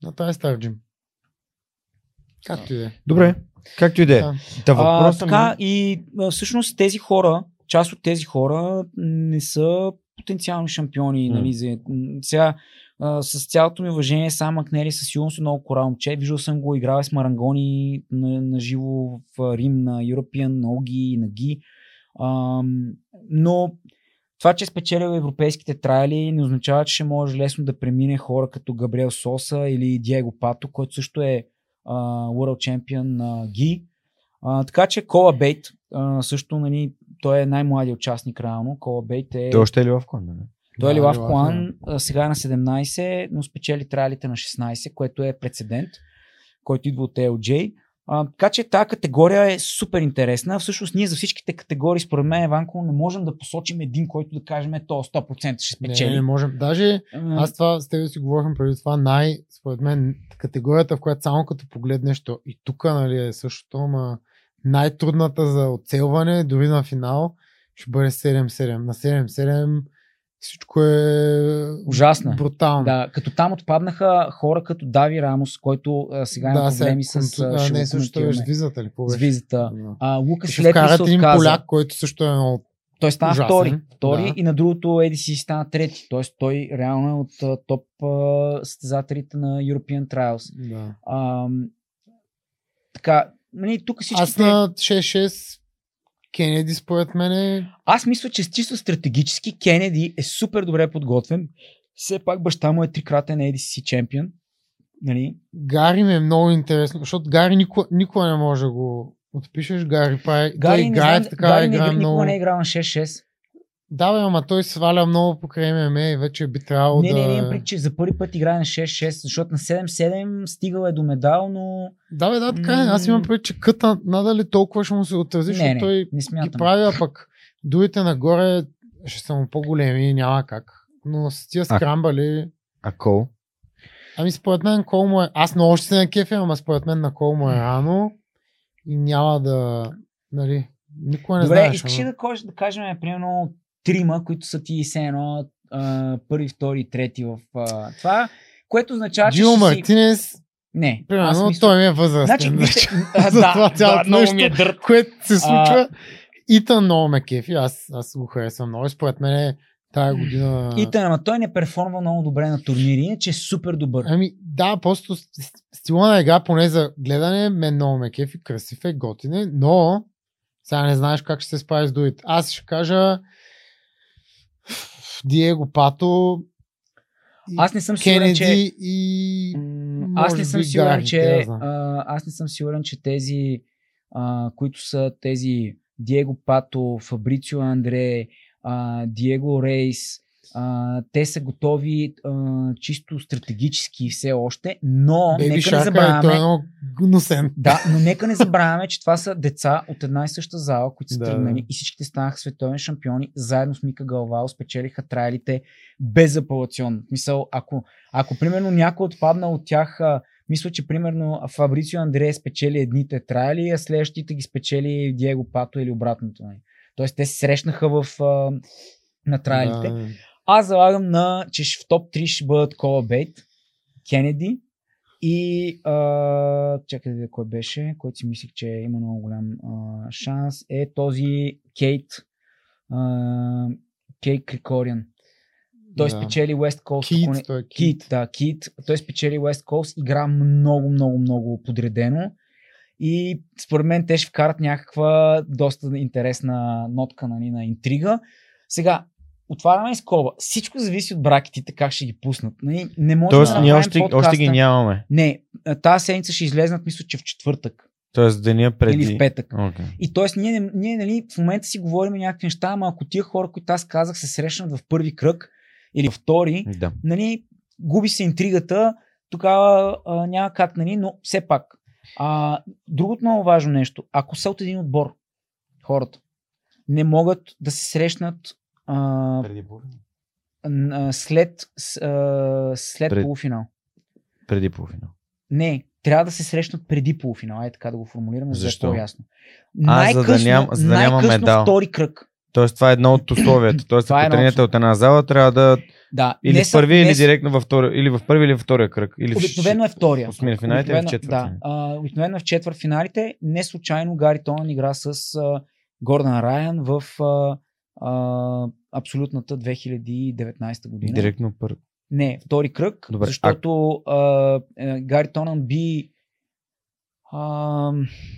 [SPEAKER 3] На TriStar Gym. Както и да е.
[SPEAKER 1] Добре, както и да е.
[SPEAKER 3] Да.
[SPEAKER 1] Та
[SPEAKER 2] А,
[SPEAKER 1] въпросът ми... е-
[SPEAKER 2] така, и а, всъщност тези хора, част от тези хора не са потенциални шампиони.
[SPEAKER 1] М.
[SPEAKER 2] Нали, за... м, Сега, а, с цялото ми уважение, сам Макнери със сигурност е много кора момче. Виждал съм го, играл е с Марангони на, на живо в Рим, на European, на Оги и на Ги. А, но това, че е спечелил европейските трайли, не означава, че ще може лесно да премине хора като Габриел Соса или Диего Пато, който също е а, World Champion на Ги. А, така че Кола Бейт а, също, нали, той е най-младият участник реално. Кола Бейт е...
[SPEAKER 1] Той още е ли в кон? нали?
[SPEAKER 2] Той е
[SPEAKER 3] Да,
[SPEAKER 2] Лилав
[SPEAKER 3] Лилав,
[SPEAKER 2] Колан, а, сега е на 17, но спечели трайлите на 16, което е прецедент, който идва от LJ. А, така че тази категория е супер интересна. Всъщност ние за всичките категории, според мен, Еванко, не можем да посочим един, който да кажем, е, то 100% ще
[SPEAKER 3] Не,
[SPEAKER 2] спечели.
[SPEAKER 3] не можем. Даже
[SPEAKER 2] А,
[SPEAKER 3] аз това с теб си говорихме преди това. Най, според мен, категорията, в която само като погледнеш то и тук нали, е същото, ама най-трудната за оцелване, дори на финал, ще бъде 7-7. На 7-7 всичко е
[SPEAKER 2] Ужасно.
[SPEAKER 3] брутално.
[SPEAKER 2] Да, като там отпаднаха хора като Дави Рамос, който а, сега има проблеми
[SPEAKER 3] сега е
[SPEAKER 2] с...
[SPEAKER 3] конту-
[SPEAKER 2] а,
[SPEAKER 3] а,
[SPEAKER 2] ще
[SPEAKER 3] не,
[SPEAKER 2] го
[SPEAKER 3] също е
[SPEAKER 2] коментираме.
[SPEAKER 3] с визата ли? какво
[SPEAKER 2] с
[SPEAKER 3] беше?
[SPEAKER 2] визата.
[SPEAKER 3] Да.
[SPEAKER 2] А, Лукас
[SPEAKER 3] Ще
[SPEAKER 2] Лепи се
[SPEAKER 3] вкарат един
[SPEAKER 2] отказа.
[SPEAKER 3] поляк, който също е много...
[SPEAKER 2] Той стана
[SPEAKER 3] Ужасен,
[SPEAKER 2] втори, втори
[SPEAKER 3] да.
[SPEAKER 2] и на другото Еди си стана трети. Тоест той реално е от а, топ а, състезателите на European Trials.
[SPEAKER 3] Да.
[SPEAKER 2] А, така, нали, тук всички.
[SPEAKER 3] Аз на 6-6 Кенеди според мен е...
[SPEAKER 2] Аз мисля, че чисто стратегически Кенеди е супер добре подготвен. Все пак баща му е трикратен ADCC чемпион. Нали?
[SPEAKER 3] Гари ми е много интересно, защото Гари никога, никога не може да го отпишеш. Гари прави... Гари,
[SPEAKER 2] Гари,
[SPEAKER 3] той
[SPEAKER 2] не знам,
[SPEAKER 3] играе в така Гари
[SPEAKER 2] не,
[SPEAKER 3] игра
[SPEAKER 2] игра-
[SPEAKER 3] много...
[SPEAKER 2] никога не е играл на 6-6.
[SPEAKER 3] Да, бе, ама той сваля много покрай ММА и вече би трябвало
[SPEAKER 2] не,
[SPEAKER 3] да...
[SPEAKER 2] не, не, имам предвид, че за първи път играе на 6-6, защото на 7-7 стигал е до медал, но...
[SPEAKER 3] Да, бе, да, така е. Аз имам
[SPEAKER 2] М.
[SPEAKER 3] предвид, че къта надали толкова ще му се отрази, защото
[SPEAKER 2] не, не,
[SPEAKER 3] той
[SPEAKER 2] не
[SPEAKER 3] ги
[SPEAKER 2] смятам.
[SPEAKER 3] прави, а пък дуите нагоре ще са му по-големи и няма как. Но с тия
[SPEAKER 1] А.
[SPEAKER 3] скрамбали...
[SPEAKER 1] А Кол?
[SPEAKER 3] Ами според мен кол му е... Аз много още се на кефя, ама според мен на кол му е рано и няма да... Нали, никога не
[SPEAKER 2] Добре,
[SPEAKER 3] знаеш.
[SPEAKER 2] искаш ли
[SPEAKER 3] ама.
[SPEAKER 2] да, кож, да кажем, примерно, трима, които са ти все едно а, първи, втори, и трети в а, това, което означава, че
[SPEAKER 3] Джил
[SPEAKER 2] ще си...
[SPEAKER 3] Мартинес,
[SPEAKER 2] Не, аз
[SPEAKER 3] примерно,
[SPEAKER 2] мисля...
[SPEAKER 3] той ми е възрастен.
[SPEAKER 2] Значи, вижте, а,
[SPEAKER 3] за това
[SPEAKER 2] да,
[SPEAKER 3] цялото
[SPEAKER 2] да, много
[SPEAKER 3] нещо.
[SPEAKER 2] ми е дърт.
[SPEAKER 3] което се случва. Итан много ме кефи, аз, аз го харесвам много. Според мен е тая година...
[SPEAKER 2] Итан, ама той не перформа много добре на турнири, иначе е супер добър.
[SPEAKER 3] Ами да, просто с- с- стила на игра, поне за гледане, мен много ме кефи, красив е, готин е, но сега не знаеш как ще се справи с другите. Аз ще кажа Диего Пато, и
[SPEAKER 2] Аз не съм сигурен,
[SPEAKER 3] Кенеди
[SPEAKER 2] че...
[SPEAKER 3] и...
[SPEAKER 2] М,
[SPEAKER 3] Може
[SPEAKER 2] Аз не съм
[SPEAKER 3] би
[SPEAKER 2] сигурен,
[SPEAKER 3] Гари, те
[SPEAKER 2] че
[SPEAKER 3] да знам.
[SPEAKER 2] а, аз не съм сигурен, че тези, а, които са тези Диего Пато, Фабрицио Андре, а, Диего Рейс, а, те са готови а, чисто стратегически все още, но
[SPEAKER 3] Бейби
[SPEAKER 2] нека не
[SPEAKER 3] Шака е,
[SPEAKER 2] забравяме.
[SPEAKER 3] той е много гнусен.
[SPEAKER 2] Да, но нека не забравяме, че това са деца от една и съща зала, които са
[SPEAKER 3] Да,
[SPEAKER 2] тръгнали
[SPEAKER 3] да.
[SPEAKER 2] и всичките станаха световни шампиони, заедно с Мика Галвао спечелиха трайлите безапелационно. В Мисъл, ако, ако примерно някой отпадна от тях, а, мисля, че примерно Фабрицио Андрея спечели едните трайли, а следващите ги спечели Диего Пато или обратното. нали. Тоест те се срещнаха в, а, на трайлите.
[SPEAKER 3] Да.
[SPEAKER 2] Аз залагам на, че ще- в топ 3 ще бъдат Кола Бейт, Кенеди и а, чакай да видя кой беше, който си мислих, че има много голям а, шанс, е този Кейт а, Кейт Крикориан. Той
[SPEAKER 3] Да.
[SPEAKER 2] спечели West Coast. ако не-
[SPEAKER 3] Кит, той е Кит.
[SPEAKER 2] Кит, да, Кит. Той спечели West Coast, игра много, много, много подредено. И според мен те ще вкарат някаква доста интересна нотка нали, на интрига. Сега, отваряме скоба. Всичко зависи от бракетите, как ще ги пуснат. Нали, не може
[SPEAKER 1] Тоест,
[SPEAKER 2] да
[SPEAKER 1] ние
[SPEAKER 2] направим
[SPEAKER 1] още,
[SPEAKER 2] подкаста.
[SPEAKER 1] още ги нямаме.
[SPEAKER 2] Не, тази седмица ще излезнат, мисля, че в четвъртък
[SPEAKER 1] Тоест, деня преди.
[SPEAKER 2] или в петък.
[SPEAKER 1] Okay.
[SPEAKER 2] И т.е. ние, не- ние нали, в момента си говорим някакви неща, ама ако тия хора, които аз казах, се срещнат в първи кръг или във втори,
[SPEAKER 1] Да.
[SPEAKER 2] нали, губи се интригата, тогава а, няма как, нали, но все пак. А, другото много важно нещо, ако са от един отбор, хората не могат да се срещнат а,
[SPEAKER 1] Преди,
[SPEAKER 2] н- а, след, с- а, след
[SPEAKER 1] Пред-
[SPEAKER 2] полуфинал.
[SPEAKER 1] преди полуфинал.
[SPEAKER 2] Не, трябва да се срещнат преди полуфинал. Е така да го формулираме, за
[SPEAKER 1] Защо?
[SPEAKER 2] да е по-ясно.
[SPEAKER 1] А, за да няма- за да няма
[SPEAKER 2] най-късно
[SPEAKER 1] медал.
[SPEAKER 2] втори кръг.
[SPEAKER 1] Тоест, това е едно от условията. Тоест,
[SPEAKER 2] Това е
[SPEAKER 1] ако
[SPEAKER 2] едно
[SPEAKER 1] тренирате от една зала, трябва да.
[SPEAKER 2] Да,
[SPEAKER 1] Или
[SPEAKER 2] не
[SPEAKER 1] в
[SPEAKER 2] са-
[SPEAKER 1] първи,
[SPEAKER 2] не
[SPEAKER 1] или
[SPEAKER 2] са-
[SPEAKER 1] директно във втори, или в първи, или във втория кръг. Или в
[SPEAKER 2] Обикновено е втория.
[SPEAKER 1] осмина финалите или в
[SPEAKER 2] Обикновено- е,
[SPEAKER 1] четвърт
[SPEAKER 2] Да,
[SPEAKER 1] финалите?
[SPEAKER 2] а, обикновено е в четвърт финалите. Не случайно Гари Тонан игра с а, Гордан Райан в а, а, абсолютната 2019 година.
[SPEAKER 1] Директно първо.
[SPEAKER 2] Не, втори кръг,
[SPEAKER 1] Добре,
[SPEAKER 2] Добре, защото а... а, Гари Тонан би а,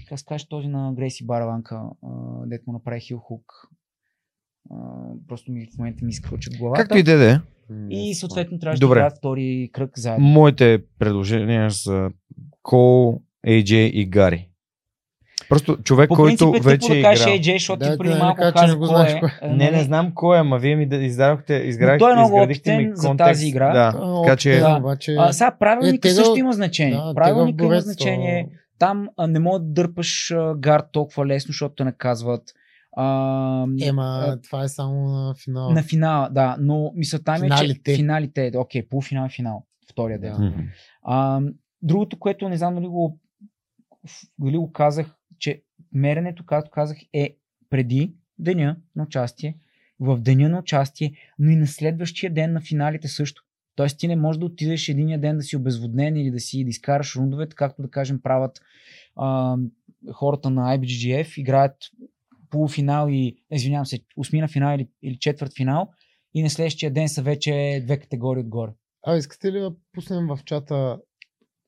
[SPEAKER 2] как се каже този на Греси Бараванка, а, дет му направи Хил Хук. А, просто ми в момента ми изкълчи от главата.
[SPEAKER 1] Както и да е,
[SPEAKER 2] И съответно трябваше
[SPEAKER 1] Добре.
[SPEAKER 2] да играят втори кръг заедно.
[SPEAKER 1] моите предложения са Кол, AJ и Гари. Просто човек,
[SPEAKER 2] По
[SPEAKER 1] който
[SPEAKER 2] принцип е
[SPEAKER 1] вече
[SPEAKER 2] тъпо
[SPEAKER 1] е
[SPEAKER 2] да кажеш
[SPEAKER 1] играл.
[SPEAKER 2] AJ, защото
[SPEAKER 3] Да,
[SPEAKER 2] ти преди
[SPEAKER 3] да,
[SPEAKER 2] малко
[SPEAKER 3] така, че
[SPEAKER 2] каза
[SPEAKER 3] не го
[SPEAKER 2] кой
[SPEAKER 3] знаеш
[SPEAKER 2] е.
[SPEAKER 3] кой
[SPEAKER 2] А,
[SPEAKER 1] Не, не знам кой е, ма вие ми да- издадохте, изградихте,
[SPEAKER 2] той е много
[SPEAKER 1] изградихте ми
[SPEAKER 2] опитен за
[SPEAKER 1] контекст.
[SPEAKER 2] тази игра.
[SPEAKER 1] Да,
[SPEAKER 3] Той е
[SPEAKER 1] така че
[SPEAKER 3] опитен,
[SPEAKER 2] Да.
[SPEAKER 3] обаче...
[SPEAKER 2] А, сега правилника
[SPEAKER 3] Е,
[SPEAKER 2] е,
[SPEAKER 3] тега-
[SPEAKER 2] също има значение.
[SPEAKER 3] тега в
[SPEAKER 2] Да, правилника има
[SPEAKER 3] борец, то-
[SPEAKER 2] значение. Там а, не мога да дърпаш а, гард толкова лесно, защото те наказват. А,
[SPEAKER 3] Ема, това е само на финал.
[SPEAKER 2] на финала, да, но мисълта ми е,
[SPEAKER 3] Финалите.
[SPEAKER 2] че финалите, окей, полуфинал и финал, втория ден.
[SPEAKER 3] Да.
[SPEAKER 1] Мгм.
[SPEAKER 2] А, другото, което не знам дали го, дали го казах, че меренето, както казах, е преди деня на участие, в деня на участие, но и на следващия ден на финалите също. Тоест ти не можеш да отидеш единия ден да си обезводнен или да си да изкараш рундовете, както да кажем правят а, хората на IBGGF, играят полуфинал и, извинявам се, осмина финал или, или четвърт финал и на следващия ден са вече две категории отгоре.
[SPEAKER 3] А, искате ли да пуснем в чата,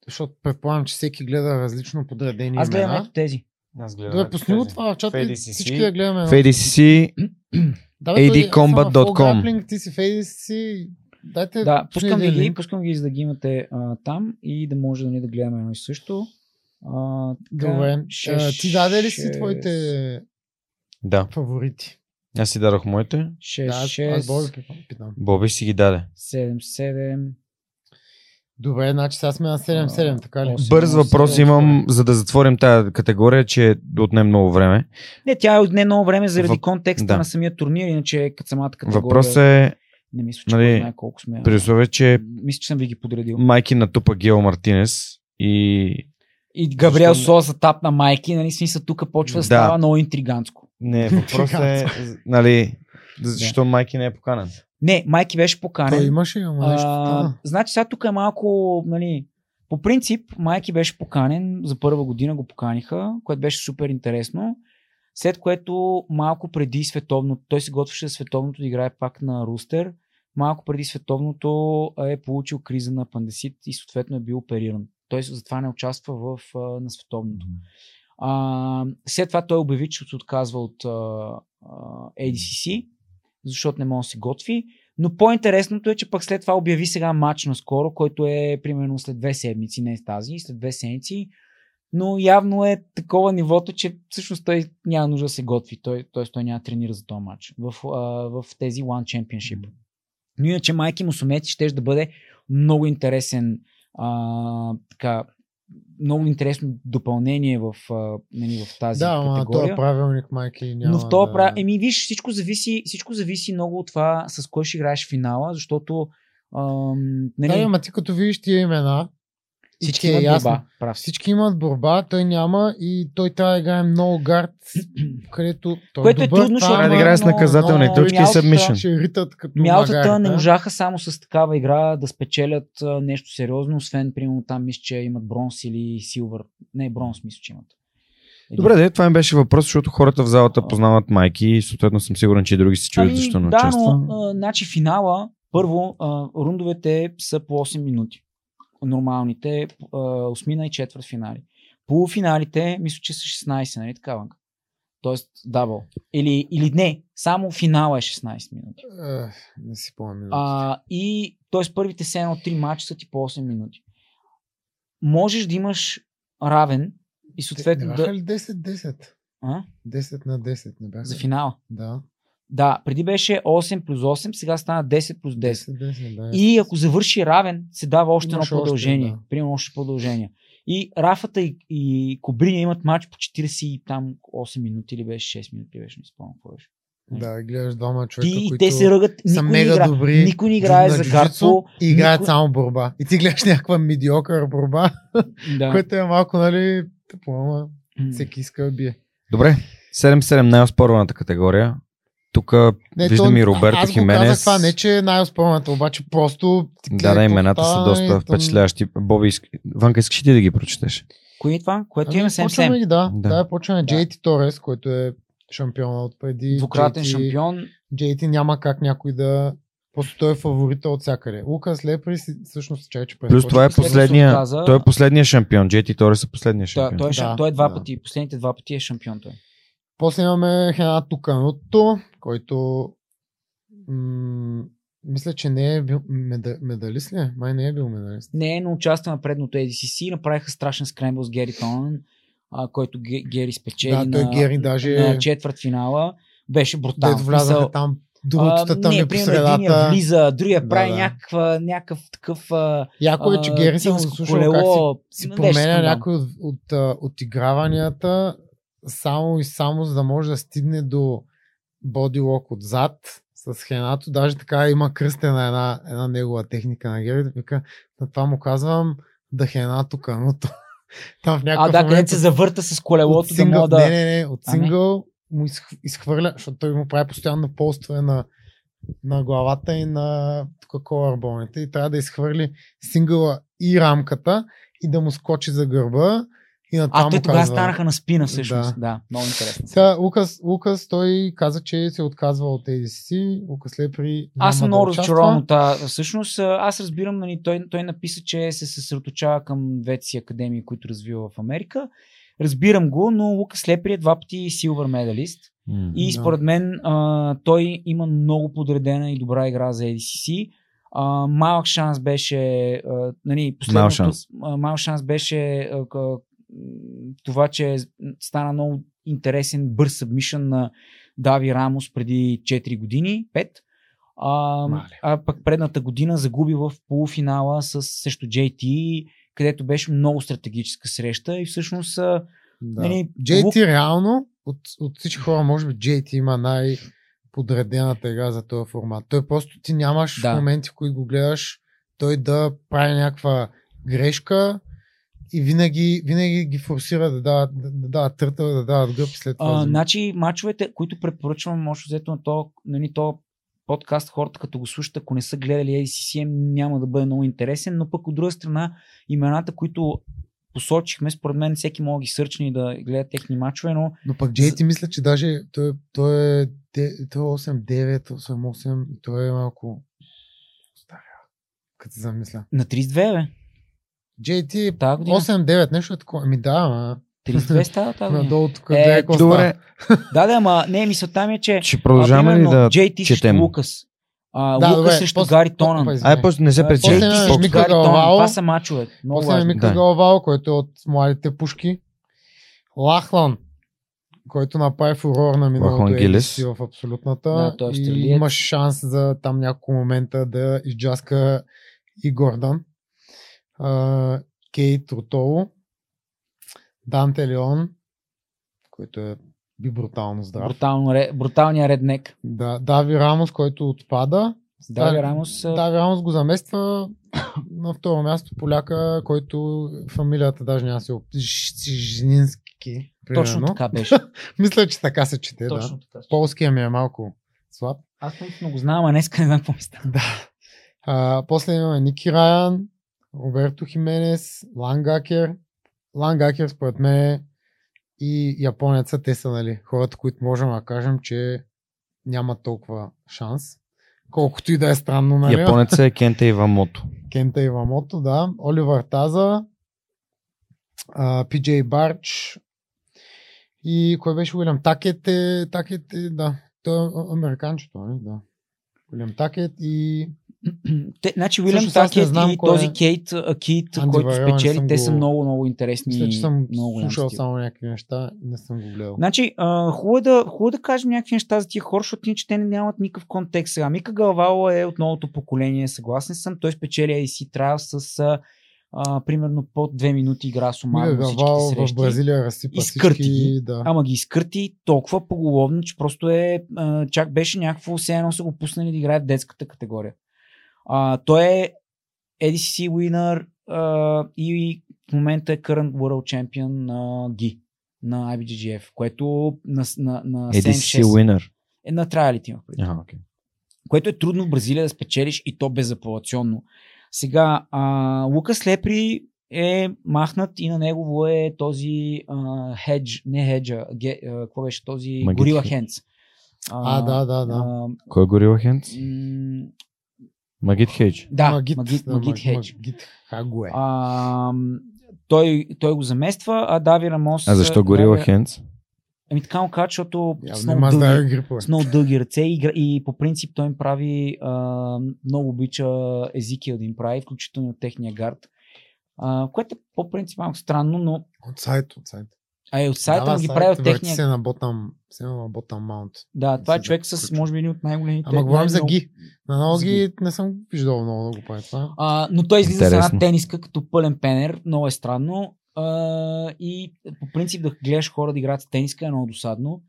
[SPEAKER 3] защото предполагам, че всеки глед различно подредени
[SPEAKER 2] Аз гледам ето
[SPEAKER 3] имена.
[SPEAKER 2] тези.
[SPEAKER 1] Аз гледам.
[SPEAKER 3] Добре, пусни го това в чата и
[SPEAKER 1] FADCC.
[SPEAKER 3] всички да гледаме.
[SPEAKER 1] В ADCC
[SPEAKER 3] Да, бе, той е-
[SPEAKER 1] adcombat.com.
[SPEAKER 3] само в Grappling, Ти си FADCC. Дайте
[SPEAKER 2] Да,
[SPEAKER 3] пусни
[SPEAKER 2] пускам ви
[SPEAKER 3] един
[SPEAKER 2] ги,
[SPEAKER 3] линк.
[SPEAKER 2] пускам ги, за да ги имате а, там и да може да ни да гледаме едно и също. А, така,
[SPEAKER 3] Добре.
[SPEAKER 2] ще-
[SPEAKER 3] А, ти даде ли си
[SPEAKER 2] ще-
[SPEAKER 3] твоите
[SPEAKER 1] Да,
[SPEAKER 3] фаворити?
[SPEAKER 1] аз си дадох моите.
[SPEAKER 2] ще-
[SPEAKER 3] да, аз-
[SPEAKER 2] шест,
[SPEAKER 3] аз Боби питам- питам.
[SPEAKER 1] Боби си ги даде.
[SPEAKER 2] седем, седем.
[SPEAKER 3] Добре, значи сега сме на 7-7, така ли?
[SPEAKER 2] Осем.
[SPEAKER 1] Бърз
[SPEAKER 2] Сигурно
[SPEAKER 1] въпрос
[SPEAKER 2] си отворен.
[SPEAKER 1] имам, за да затворим тази категория, че отне много време.
[SPEAKER 2] Не, тя е отне много време заради
[SPEAKER 1] Въп-
[SPEAKER 2] контекста
[SPEAKER 1] да.
[SPEAKER 2] на самия турнир, иначе като самата категория.
[SPEAKER 1] Въпросът е,
[SPEAKER 2] Не мисля, че
[SPEAKER 1] нали,
[SPEAKER 2] нали, знае колко сме.
[SPEAKER 1] при условие, че
[SPEAKER 2] Мисля, че съм ви ги подредил.
[SPEAKER 1] майки натупа Гео Мартинес и
[SPEAKER 2] И Габриел
[SPEAKER 1] Защо не?
[SPEAKER 2] Сола за тап на майки, нали, смисъл тук почва да
[SPEAKER 1] Да.
[SPEAKER 2] става много интригантско.
[SPEAKER 1] не, въпросът е, нали, защо майки не е поканен.
[SPEAKER 2] Не, майки беше поканен.
[SPEAKER 3] Той имаше, ама нещо.
[SPEAKER 2] А,
[SPEAKER 3] стана.
[SPEAKER 2] значи сега тук е малко, нали, по принцип, майки беше поканен, за първа година го поканиха, което беше супер интересно. След което малко преди световното, той се готвеше за световното да играе пак на Рустер, малко преди световното е получил криза на пандесит и съответно е бил опериран. Той затова не участва в, а, на световното. А, след това той обяви, че се отказва от а, а, ADCC, защото не може да се готви. Но по-интересното е, че пък след това обяви сега матч наскоро, който е примерно след две седмици, не тази, след две седмици. Но явно е такова нивото, че всъщност той няма нужда да се готви. Той, т.е. той няма да тренира за този матч в, а, в тези One Championship. Но иначе Майки Мусумети ще да бъде много интересен а, така, много интересно допълнение в, а, нали, в тази
[SPEAKER 3] Да, ама
[SPEAKER 2] категория.
[SPEAKER 3] той е правилник, майки. Няма
[SPEAKER 2] Но в този
[SPEAKER 3] да...
[SPEAKER 2] прав... Еми, виж, всичко зависи, всичко зависи много от това с кой ще играеш в финала, защото ам, нали,
[SPEAKER 3] Да, ама ти като видиш тия имена, и
[SPEAKER 2] всички
[SPEAKER 3] ти е
[SPEAKER 2] имат
[SPEAKER 3] ясно.
[SPEAKER 2] борба. Прав си.
[SPEAKER 3] Всички имат борба, той няма и той трябва да играе много гард, където той
[SPEAKER 2] Което е
[SPEAKER 3] добър,
[SPEAKER 2] трудно,
[SPEAKER 3] това,
[SPEAKER 2] защото-
[SPEAKER 1] Трябва да
[SPEAKER 3] ама
[SPEAKER 1] играе с
[SPEAKER 3] много,
[SPEAKER 1] наказателни
[SPEAKER 3] много
[SPEAKER 1] точки и
[SPEAKER 2] мялката-
[SPEAKER 1] събмишен.
[SPEAKER 3] Ще ритат като
[SPEAKER 2] Мялтата
[SPEAKER 3] магарета.
[SPEAKER 2] не можаха само с такава игра да спечелят а, нещо сериозно, освен, примерно, там мисля, че имат бронз или силвър. Не, бронз мисля, че имат. Един.
[SPEAKER 1] Добре, де, това ми беше въпрос, защото хората в залата познават майки и съответно съм сигурен, че и други се чуят
[SPEAKER 2] Ами,
[SPEAKER 1] защо не
[SPEAKER 2] да,
[SPEAKER 1] участва.
[SPEAKER 2] но, а, значи финала, първо, а, рундовете са по 8 минути. Нормалните, а, осмина и четвърт финали. Полуфиналите, мисля, че са 16, нали така, Ванка? Тоест, дабл. Или, или не, само финала е 16 минути.
[SPEAKER 3] Ех, Не си помня.
[SPEAKER 2] А, и, т.е. първите 7 от 3 матча са ти по 8 минути. Можеш да имаш равен и съответно
[SPEAKER 3] да...
[SPEAKER 2] да...
[SPEAKER 3] ли 10-10?
[SPEAKER 2] А?
[SPEAKER 3] 10 на 10 не бяха.
[SPEAKER 2] За
[SPEAKER 3] ли?
[SPEAKER 2] финала.
[SPEAKER 3] Да.
[SPEAKER 2] Да, преди беше 8 плюс 8, сега стана 10 плюс 10.
[SPEAKER 3] 10-10, да.
[SPEAKER 2] И ако завърши равен, се дава още едно
[SPEAKER 3] Имаш още,
[SPEAKER 2] продължение.
[SPEAKER 3] да.
[SPEAKER 2] Примерно още продължение. И Рафата и, и Кобриня имат матч по 40 и там 8 минути или беше 6 минути, беше не спомням какво беше.
[SPEAKER 3] Да, гледаш двама човека,
[SPEAKER 2] Ти, и
[SPEAKER 3] които
[SPEAKER 2] те се ръгат, никой
[SPEAKER 3] са
[SPEAKER 2] не,
[SPEAKER 3] мега
[SPEAKER 2] игра,
[SPEAKER 3] добри.
[SPEAKER 2] никой не играе
[SPEAKER 3] на
[SPEAKER 2] за
[SPEAKER 3] джуджицу
[SPEAKER 2] гарпо.
[SPEAKER 3] И играят
[SPEAKER 2] никой-
[SPEAKER 3] само борба. И ти гледаш някаква медиокър борба,
[SPEAKER 2] Да.
[SPEAKER 3] което е малко, нали, тъпо, ама
[SPEAKER 2] М.
[SPEAKER 3] всеки иска да бие.
[SPEAKER 1] Добре, 7-7 най-оспорваната категория. Тук
[SPEAKER 3] Не,
[SPEAKER 1] виждам
[SPEAKER 3] то-
[SPEAKER 1] и Роберто
[SPEAKER 3] Аз го
[SPEAKER 1] Хименес.
[SPEAKER 3] казах това, не че е най-оспорната, обаче просто...
[SPEAKER 2] е,
[SPEAKER 1] Да, да, имената са доста впечатляващи. Боби, иск- Ванка, искаш ли ти да ги прочетеш?
[SPEAKER 2] Кои е това? Което
[SPEAKER 3] Ами,
[SPEAKER 2] има 7
[SPEAKER 3] почваме ги, да.
[SPEAKER 1] Да.
[SPEAKER 3] Да, почваме
[SPEAKER 2] Да.
[SPEAKER 3] JT Торес, който е шампиона от преди.
[SPEAKER 2] Двукратен
[SPEAKER 3] JT
[SPEAKER 2] шампион.
[SPEAKER 3] JT няма как някой да... Просто той е фаворита от всякъде. Лукас Лепри си- всъщност чай, че
[SPEAKER 1] Плюс това е
[SPEAKER 3] прескочи.
[SPEAKER 1] последния,
[SPEAKER 2] се отказа.
[SPEAKER 1] той е последния шампион. JT Торес е последния
[SPEAKER 2] Той,
[SPEAKER 1] шампион.
[SPEAKER 2] той, е,
[SPEAKER 3] Да,
[SPEAKER 2] да, той е два
[SPEAKER 3] да.
[SPEAKER 2] да. пъти, последните два пъти е шампион той.
[SPEAKER 3] После имаме Хена Туканото, който м- мисля, че не е бил меда- медалист ли? е? Май не е бил медалист.
[SPEAKER 2] Не е, но участва на предното ADCC и направиха страшен скрембъл с Гери Тонан, а, който Ге- Гери спечели
[SPEAKER 3] да, той
[SPEAKER 2] на,
[SPEAKER 3] Гери даже
[SPEAKER 2] на четвърт финала. Беше брутално.
[SPEAKER 3] дето влязаха
[SPEAKER 2] Мисъл,
[SPEAKER 3] там другото там
[SPEAKER 2] не,
[SPEAKER 3] е по
[SPEAKER 2] примерно единия
[SPEAKER 3] средата.
[SPEAKER 2] влиза, другия
[SPEAKER 3] Да,
[SPEAKER 2] прави
[SPEAKER 3] да.
[SPEAKER 2] някаква, някакъв такъв а,
[SPEAKER 3] Яко е, че
[SPEAKER 2] а,
[SPEAKER 3] Гери съм
[SPEAKER 2] циганско
[SPEAKER 3] слушал как си, си
[SPEAKER 2] Беше
[SPEAKER 3] променя
[SPEAKER 2] скандал.
[SPEAKER 3] някои от, от, а, отиграванията само и само за да може да стигне до бодилок отзад с Хенато. Даже така има кръстена една, една негова техника на Гери. Вика, на това му казвам да Хенато каното. Там в
[SPEAKER 2] А,
[SPEAKER 3] някакъв
[SPEAKER 2] да,
[SPEAKER 3] момент
[SPEAKER 2] където се завърта с
[SPEAKER 3] от
[SPEAKER 2] колелото, да Ами?
[SPEAKER 3] сингъл,
[SPEAKER 2] мога
[SPEAKER 3] не,
[SPEAKER 2] да...
[SPEAKER 3] не, не, от
[SPEAKER 2] А, не?
[SPEAKER 3] сингъл му изх- изхвърля, защото той му прави постоянно полстване на, на главата и на тук коларбоните и трябва да изхвърли сингъла и рамката и да му скочи за гърба и на това
[SPEAKER 2] А, те
[SPEAKER 3] му
[SPEAKER 2] тогава
[SPEAKER 3] казва.
[SPEAKER 2] станаха на спина всъщност.
[SPEAKER 3] Да.
[SPEAKER 2] Да, много интересно.
[SPEAKER 3] Сега, Лукас, Лукас, той каза, че се отказва от ADC. Лукас Лепри няма
[SPEAKER 2] Аз съм
[SPEAKER 3] да
[SPEAKER 2] много
[SPEAKER 3] участва.
[SPEAKER 2] разочарован от тази. Всъщност, а, аз разбирам, нали, той, той написа, че се съсредоточава към двете си академии, които развива в Америка. Разбирам го, но Лукас Лепри е два пъти силвър медалист.
[SPEAKER 1] М.
[SPEAKER 2] И
[SPEAKER 3] Да.
[SPEAKER 2] според мен а, той има много подредена и добра игра за ADCC. А, малък шанс беше. А, нали, последното-
[SPEAKER 1] Малък шанс.
[SPEAKER 2] А, малък шанс беше а, к- м, това, че стана много интересен бърз събмишън на Дави Рамос преди 4 години, 5. А,
[SPEAKER 3] Мале.
[SPEAKER 2] а пък предната година загуби в полуфинала с, срещу JT, където беше много стратегическа среща и всъщност а,
[SPEAKER 3] Да.
[SPEAKER 2] Нали,
[SPEAKER 3] JT
[SPEAKER 2] Лук-
[SPEAKER 3] реално, от, от всички хора, може би JT има най- подредената игра за този формат. Той просто ти нямаш да.
[SPEAKER 2] Да.
[SPEAKER 3] моменти, в които го гледаш, той да прави някаква грешка и винаги, винаги ги форсира да дават, да, да дават търтъл, да дават гъб и след това.
[SPEAKER 2] А,
[SPEAKER 3] взима.
[SPEAKER 2] значи, мачовете, които препоръчвам, може взето на то, нали, то подкаст, хората като го слушат, ако не са гледали ADCC, няма да бъде много интересен, но пък от друга страна, имената, които посочихме, според мен всеки може да ги сърчне и да гледа техни мачове, но
[SPEAKER 3] Но пък JT мисля, че даже той, той, е, де- той е 8-9, 8-8 и той е малко старя, като се замисля.
[SPEAKER 2] на 32, бе.
[SPEAKER 3] JT
[SPEAKER 2] Тая година.
[SPEAKER 3] 8-9, нещо е такова. Ами да, ама
[SPEAKER 2] 32 става тази година.
[SPEAKER 3] надолу тук.
[SPEAKER 2] Е,
[SPEAKER 3] гледай какво
[SPEAKER 1] Добре,
[SPEAKER 2] Да, да, ама не, мисълта ми е, че
[SPEAKER 1] ще продължаваме
[SPEAKER 2] а,
[SPEAKER 1] ли
[SPEAKER 2] примерно,
[SPEAKER 1] да...
[SPEAKER 2] JT
[SPEAKER 1] четем?
[SPEAKER 2] срещу Лукас, а,
[SPEAKER 3] Да,
[SPEAKER 2] Лукас
[SPEAKER 3] добре,
[SPEAKER 2] срещу
[SPEAKER 3] после-
[SPEAKER 2] Гари
[SPEAKER 3] става.
[SPEAKER 2] Тонан,
[SPEAKER 3] Опа, извинявай.
[SPEAKER 1] Ай, после не се
[SPEAKER 2] а,
[SPEAKER 1] пречи.
[SPEAKER 3] после
[SPEAKER 2] JT
[SPEAKER 3] имаме
[SPEAKER 1] Спокойно.
[SPEAKER 2] срещу
[SPEAKER 3] Мика
[SPEAKER 2] Гари Тонан,
[SPEAKER 3] Галвао.
[SPEAKER 2] това са мачове. Много
[SPEAKER 3] После е
[SPEAKER 2] важно.
[SPEAKER 3] Мика
[SPEAKER 1] Да.
[SPEAKER 3] Галвал, който е от младите пушки. Лахлан, който направи фурор на миналото
[SPEAKER 1] Лахлан Гилес.
[SPEAKER 3] ADC в абсолютната.
[SPEAKER 2] Да, той е
[SPEAKER 3] и
[SPEAKER 2] австралиец.
[SPEAKER 3] имаш шанс за там няколко момента да изджаска и Гордан. А, Кейт Ротоло. Данте Леон, който е би брутално здрав.
[SPEAKER 2] Брутално ре- бруталният реднек.
[SPEAKER 3] Да, Дави Рамос, който отпада.
[SPEAKER 2] Дави
[SPEAKER 3] Да,
[SPEAKER 2] Рамос. а,
[SPEAKER 3] Дави Рамос го замества на второ място поляка, който фамилията даже няма да си оп- Ж- си Женински. Примерно.
[SPEAKER 2] Точно така беше.
[SPEAKER 3] Мисля, че така се чете,
[SPEAKER 2] Точно
[SPEAKER 3] да.
[SPEAKER 2] така.
[SPEAKER 3] Полския ми е малко слаб.
[SPEAKER 2] Аз наистина го знам, а днеска не знам какво ми стана.
[SPEAKER 3] Да. А, после имаме Ники Райан, Роберто Хименес, Лангакер. Лангакер според мен и японеца, те са нали, хората, които можем да кажем, че няма толкова шанс. Колкото и да е странно, нали?
[SPEAKER 1] Японеца е Кента Ивамото.
[SPEAKER 3] Кента Ивамото, да. Оливър Таза, а, Пиджей Барч и кой беше Уилям Такет е, Такет е, да. Той е а- американчето, нали? Да. Уилям Такет и
[SPEAKER 2] Те, значи Уилям
[SPEAKER 3] Всъщност аз не
[SPEAKER 2] Такет
[SPEAKER 3] знам
[SPEAKER 2] и
[SPEAKER 3] кой е.
[SPEAKER 2] този Кейт, а, Кейт
[SPEAKER 3] Анди
[SPEAKER 2] който
[SPEAKER 3] Варелан не съм
[SPEAKER 2] спечели, те
[SPEAKER 3] го-
[SPEAKER 2] са много, много интересни.
[SPEAKER 3] мисля, че съм
[SPEAKER 2] много голям
[SPEAKER 3] слушал
[SPEAKER 2] стил.
[SPEAKER 3] само някакви неща и не съм го гледал.
[SPEAKER 2] Значи, а, хубаво е да, хубаво е да кажем някакви неща за тия хора, защото иначе те не нямат никакъв контекст. Сега Мика Галвало е от новото поколение, съгласен съм. Той спечели AC Trial с а, а, примерно под 2 минути игра
[SPEAKER 3] Мига
[SPEAKER 2] сумарно на
[SPEAKER 3] Гавал
[SPEAKER 2] всичките
[SPEAKER 3] в
[SPEAKER 2] срещи.
[SPEAKER 3] Бразилия разсипа
[SPEAKER 2] Изкърти
[SPEAKER 3] всички.
[SPEAKER 2] ги.
[SPEAKER 3] Да.
[SPEAKER 2] Ама ги изкърти толкова поголовно, че просто е. А, чак беше някакво, все едно са го пуснали да играе в детската категория. А, той е ADCC winner а, и в момента е current world champion на Ги, на IBGGF, което на, на, на
[SPEAKER 1] ADC
[SPEAKER 2] 7-6
[SPEAKER 1] Winner.
[SPEAKER 2] е на траялите има преди.
[SPEAKER 1] Аха, окей.
[SPEAKER 2] Което е трудно в Бразилия да спечелиш и то безапелационно. Сега, а, Лукас Лепри е махнат и на негово е този а, хедж, не хеджа, ге, а, какво беше този
[SPEAKER 1] Магически.
[SPEAKER 2] Горила Хендс.
[SPEAKER 3] А, да, да, да.
[SPEAKER 2] А,
[SPEAKER 1] Кой е Горила Хендс?
[SPEAKER 2] м,
[SPEAKER 1] Магит Хейдж.
[SPEAKER 2] да,
[SPEAKER 3] Магит,
[SPEAKER 2] Магит, Магит,
[SPEAKER 3] да,
[SPEAKER 2] Магит
[SPEAKER 3] Маг-
[SPEAKER 2] Хедж.
[SPEAKER 3] Магит Хагуе.
[SPEAKER 2] А, м, той, той го замества, а Дави Рамос...
[SPEAKER 1] А защо Горила
[SPEAKER 3] Е,
[SPEAKER 2] Дави-
[SPEAKER 1] Хендс?
[SPEAKER 2] Ами така му кажа, защото е с много
[SPEAKER 3] Явно има
[SPEAKER 2] дълги-
[SPEAKER 3] здрави грипове.
[SPEAKER 2] с много дълги ръце и, игра- и по принцип той им прави а, много обича Езикия да им прави, включително и от техния гард. А, което е по принцип малко странно, но
[SPEAKER 3] От сайт, от сайт.
[SPEAKER 2] а и от сайта
[SPEAKER 3] Да, е
[SPEAKER 2] да, ги
[SPEAKER 3] сайт,
[SPEAKER 2] прави от
[SPEAKER 3] върти
[SPEAKER 2] техния.
[SPEAKER 3] Се на ботам, се на ботам маунт.
[SPEAKER 2] Да, това е
[SPEAKER 3] се
[SPEAKER 2] човек с,
[SPEAKER 3] заключва.
[SPEAKER 2] може би, един от най-големите.
[SPEAKER 3] Ама говорим за
[SPEAKER 2] най-много-
[SPEAKER 3] ги. На е много
[SPEAKER 2] За
[SPEAKER 3] ги не съм виждал много да го прави това.
[SPEAKER 2] А, но той излиза с
[SPEAKER 1] Интересно.
[SPEAKER 2] една тениска като пълен пенер, много е странно. А, и по принцип да гледаш хора да играят с тениска е много досадно.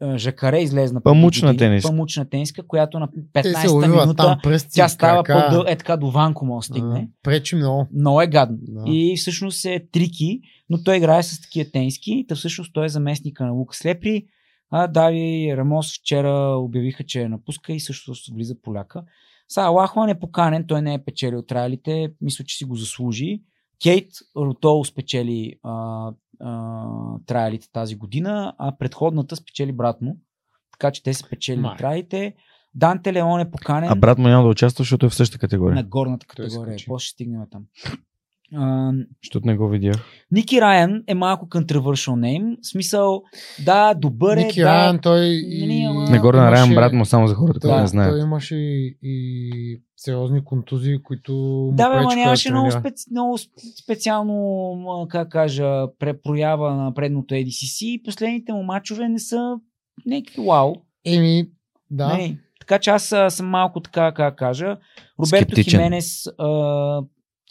[SPEAKER 2] А, Жакаре излезна.
[SPEAKER 1] Памучна тениска.
[SPEAKER 2] Памучна тениска, която на
[SPEAKER 3] Те се
[SPEAKER 2] 15-та
[SPEAKER 3] увиват
[SPEAKER 2] минута
[SPEAKER 3] там през
[SPEAKER 2] тя става по-дъл, е така до ванко му стигне.
[SPEAKER 3] Пречи много.
[SPEAKER 2] Много е гадно.
[SPEAKER 3] Да.
[SPEAKER 2] И всъщност е трики, но той играе с такива тениски. Та всъщност той е заместника на Лука Слепри. А Дави Рамос вчера обявиха, че я напуска и също влиза поляка. Сега Лахлан е поканен, той не е печелил трайлите, мисля, че си го заслужи. Кейт Ротол спечели а, а, трайлите тази година, а предходната спечели брат му. Така че те са печели
[SPEAKER 3] Май.
[SPEAKER 2] трайлите. Данте Леон е поканен
[SPEAKER 1] А брат му няма да участва, защото е в същата
[SPEAKER 2] на
[SPEAKER 1] категория.
[SPEAKER 2] горната
[SPEAKER 3] Той
[SPEAKER 2] категория.
[SPEAKER 3] скочи.
[SPEAKER 2] После ще стигнем там. А,
[SPEAKER 1] Защото не го видях.
[SPEAKER 2] Ники Райан е малко controversial name. В смисъл, да, добър е,
[SPEAKER 3] Ники
[SPEAKER 2] да,
[SPEAKER 3] Райан, той
[SPEAKER 2] Нали,
[SPEAKER 3] и...
[SPEAKER 2] ама-
[SPEAKER 1] На Горна
[SPEAKER 3] имаше-
[SPEAKER 1] Райан брат му само за хората, които
[SPEAKER 3] Той,
[SPEAKER 1] не знаят.
[SPEAKER 3] той имаше и, и сериозни контузии, които му
[SPEAKER 2] Да, бе, ма
[SPEAKER 3] пречеха
[SPEAKER 2] нямаше много,
[SPEAKER 3] тренира.
[SPEAKER 2] специ... много сп- специално, м, как кажа, препроява на предното ADCC и последните му мачове не са някакви вау.
[SPEAKER 3] Еми, да.
[SPEAKER 2] Нали? Така че аз а, съм малко така, как кажа. Роберто
[SPEAKER 1] Скептичен.
[SPEAKER 2] Хименес а,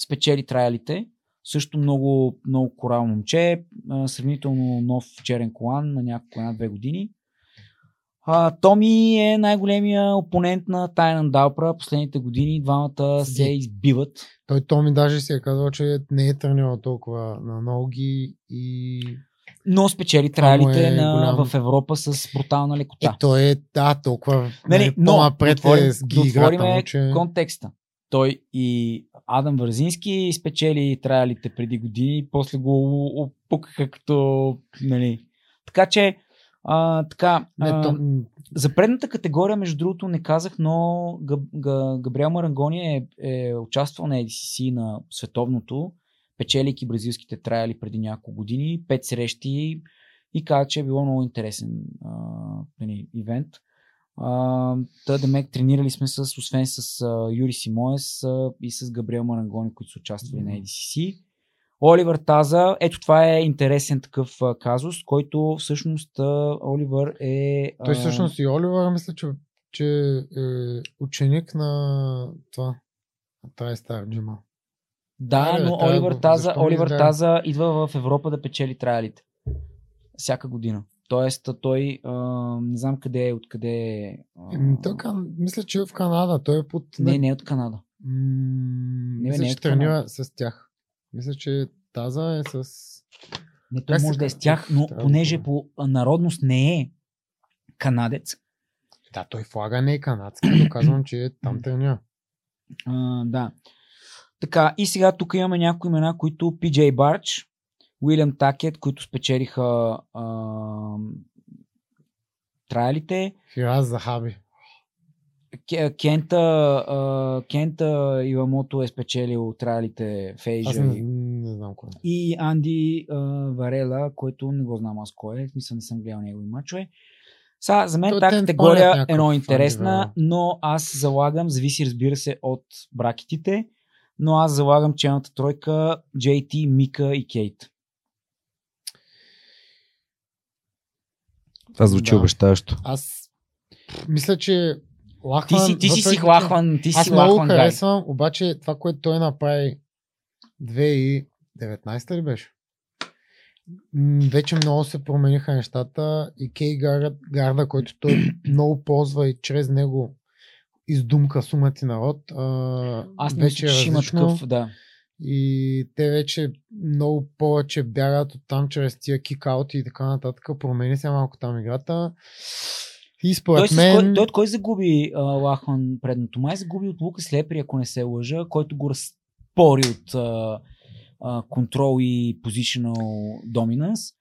[SPEAKER 2] спечели трайлите. Също много, много корал момче. А, сравнително нов черен колан на няколко една-две години. А, Томи е най-големия опонент на Тайнан Далпра. Последните години двамата се
[SPEAKER 3] Ди.
[SPEAKER 2] избиват.
[SPEAKER 3] Той Томи даже си е казал, че не е тренирал толкова на ноги и...
[SPEAKER 2] Но спечели
[SPEAKER 3] му е
[SPEAKER 2] трайлите на,
[SPEAKER 3] голям-
[SPEAKER 2] в Европа с брутална
[SPEAKER 3] Да. Е,
[SPEAKER 2] лекота.
[SPEAKER 3] той е, да, толкова
[SPEAKER 2] Нали,
[SPEAKER 3] нали,
[SPEAKER 2] но
[SPEAKER 3] по-напред
[SPEAKER 2] да отворим-
[SPEAKER 3] е с ги играта му,
[SPEAKER 2] отвориме
[SPEAKER 3] че...
[SPEAKER 2] контекста. Той и Адам Вързински спечели трайлите преди години, после го опукаха като... Нали. Така че, а, така,
[SPEAKER 3] Не,
[SPEAKER 2] а,
[SPEAKER 3] то, м,
[SPEAKER 2] за предната категория, между другото, не казах, но Габ, Га- Габриел Марангони е, е участвал на ADCC на световното, печелейки бразилските трайали преди няколко години, пет срещи и каза, че е било много интересен а, нали, ивент. А, та, Демек, тренирали сме с, освен с а, Юри Симоес а, и с Габриел Марангони, които са участвали на ADCC. Оливър Таза, ето това е интересен такъв а, казус, който всъщност а, Оливър е... а,
[SPEAKER 3] Той всъщност и Оливър, мисля, че, че е ученик на това. Тай Стар Джима.
[SPEAKER 2] Да,
[SPEAKER 3] Аре,
[SPEAKER 2] но
[SPEAKER 3] трябва
[SPEAKER 2] Оливър
[SPEAKER 3] да го-
[SPEAKER 2] Таза,
[SPEAKER 3] защо ми
[SPEAKER 2] Оливър
[SPEAKER 3] издаде?
[SPEAKER 2] Таза идва в Европа да печели трайлите. Всяка година. Тоест, а, той а, не знам къде е, откъде е. а,
[SPEAKER 3] М, Ами, Той, кан... мисля, че е в Канада. Той е под...
[SPEAKER 2] Не, не е от Канада.
[SPEAKER 3] М,
[SPEAKER 2] не,
[SPEAKER 3] мисля,
[SPEAKER 2] не е
[SPEAKER 3] че
[SPEAKER 2] от Канада.
[SPEAKER 3] тренира с тях. Мисля, че Таза е с...
[SPEAKER 2] Не, той
[SPEAKER 3] Как се
[SPEAKER 2] може да е с
[SPEAKER 3] казва?
[SPEAKER 2] тях, но
[SPEAKER 3] Трябва да
[SPEAKER 2] понеже
[SPEAKER 3] го-
[SPEAKER 2] по народност не е канадец,
[SPEAKER 3] Да, той флага не е канадски, но казвам, че е там тренира.
[SPEAKER 2] А, да. Така, и сега тук имаме някои имена, които PJ Барч, Уилям Такет, които спечелиха а, трайлите,
[SPEAKER 3] Хираз Захаби.
[SPEAKER 2] Ке- Кента, а, Кента Иламото е спечелил трайлите в
[SPEAKER 3] Аз
[SPEAKER 2] Asia
[SPEAKER 3] не, не знам кой. е.
[SPEAKER 2] и Анди а, Варела, който не го знам аз кой е, в смисъл не съм гледал негови мачове. Са, за мен
[SPEAKER 3] Той
[SPEAKER 2] тази
[SPEAKER 3] тен палят
[SPEAKER 2] категория е
[SPEAKER 3] някакъв
[SPEAKER 2] много
[SPEAKER 3] Анди
[SPEAKER 2] интересна,
[SPEAKER 3] Варела.
[SPEAKER 2] но аз залагам, зависи разбира се от бракетите, но аз залагам челната тройка JT, Мика и Кейт.
[SPEAKER 1] Това звучи
[SPEAKER 3] Да.
[SPEAKER 1] обещаващо.
[SPEAKER 3] Аз пф, мисля, че
[SPEAKER 2] Ти
[SPEAKER 3] Лахман...
[SPEAKER 2] си, ти си,
[SPEAKER 3] въпреки,
[SPEAKER 2] си
[SPEAKER 3] че-
[SPEAKER 2] хлахван, ти
[SPEAKER 3] Аз
[SPEAKER 2] си
[SPEAKER 3] много
[SPEAKER 2] хлахван гай.
[SPEAKER 3] харесвам, обаче това, което той направи 2019 ли беше? М, Вече много се промениха нещата и Кей Гарда, Гарда който той много ползва и чрез него издумка сумати народ. А,
[SPEAKER 2] Аз не
[SPEAKER 3] вече
[SPEAKER 2] мисля,
[SPEAKER 3] е
[SPEAKER 2] че ще има
[SPEAKER 3] различно
[SPEAKER 2] такъв, да.
[SPEAKER 3] И те вече много повече бягат от там чрез тия кикаути и така нататък. Промени се малко там играта. И
[SPEAKER 2] Той,
[SPEAKER 3] според
[SPEAKER 2] с
[SPEAKER 3] мен...
[SPEAKER 2] кой, той от кой загуби а, Лахман предното? Май загуби от Лукас Лепри, ако не се лъжа, който го разпори от а, а, значи- контрол и positional dominance.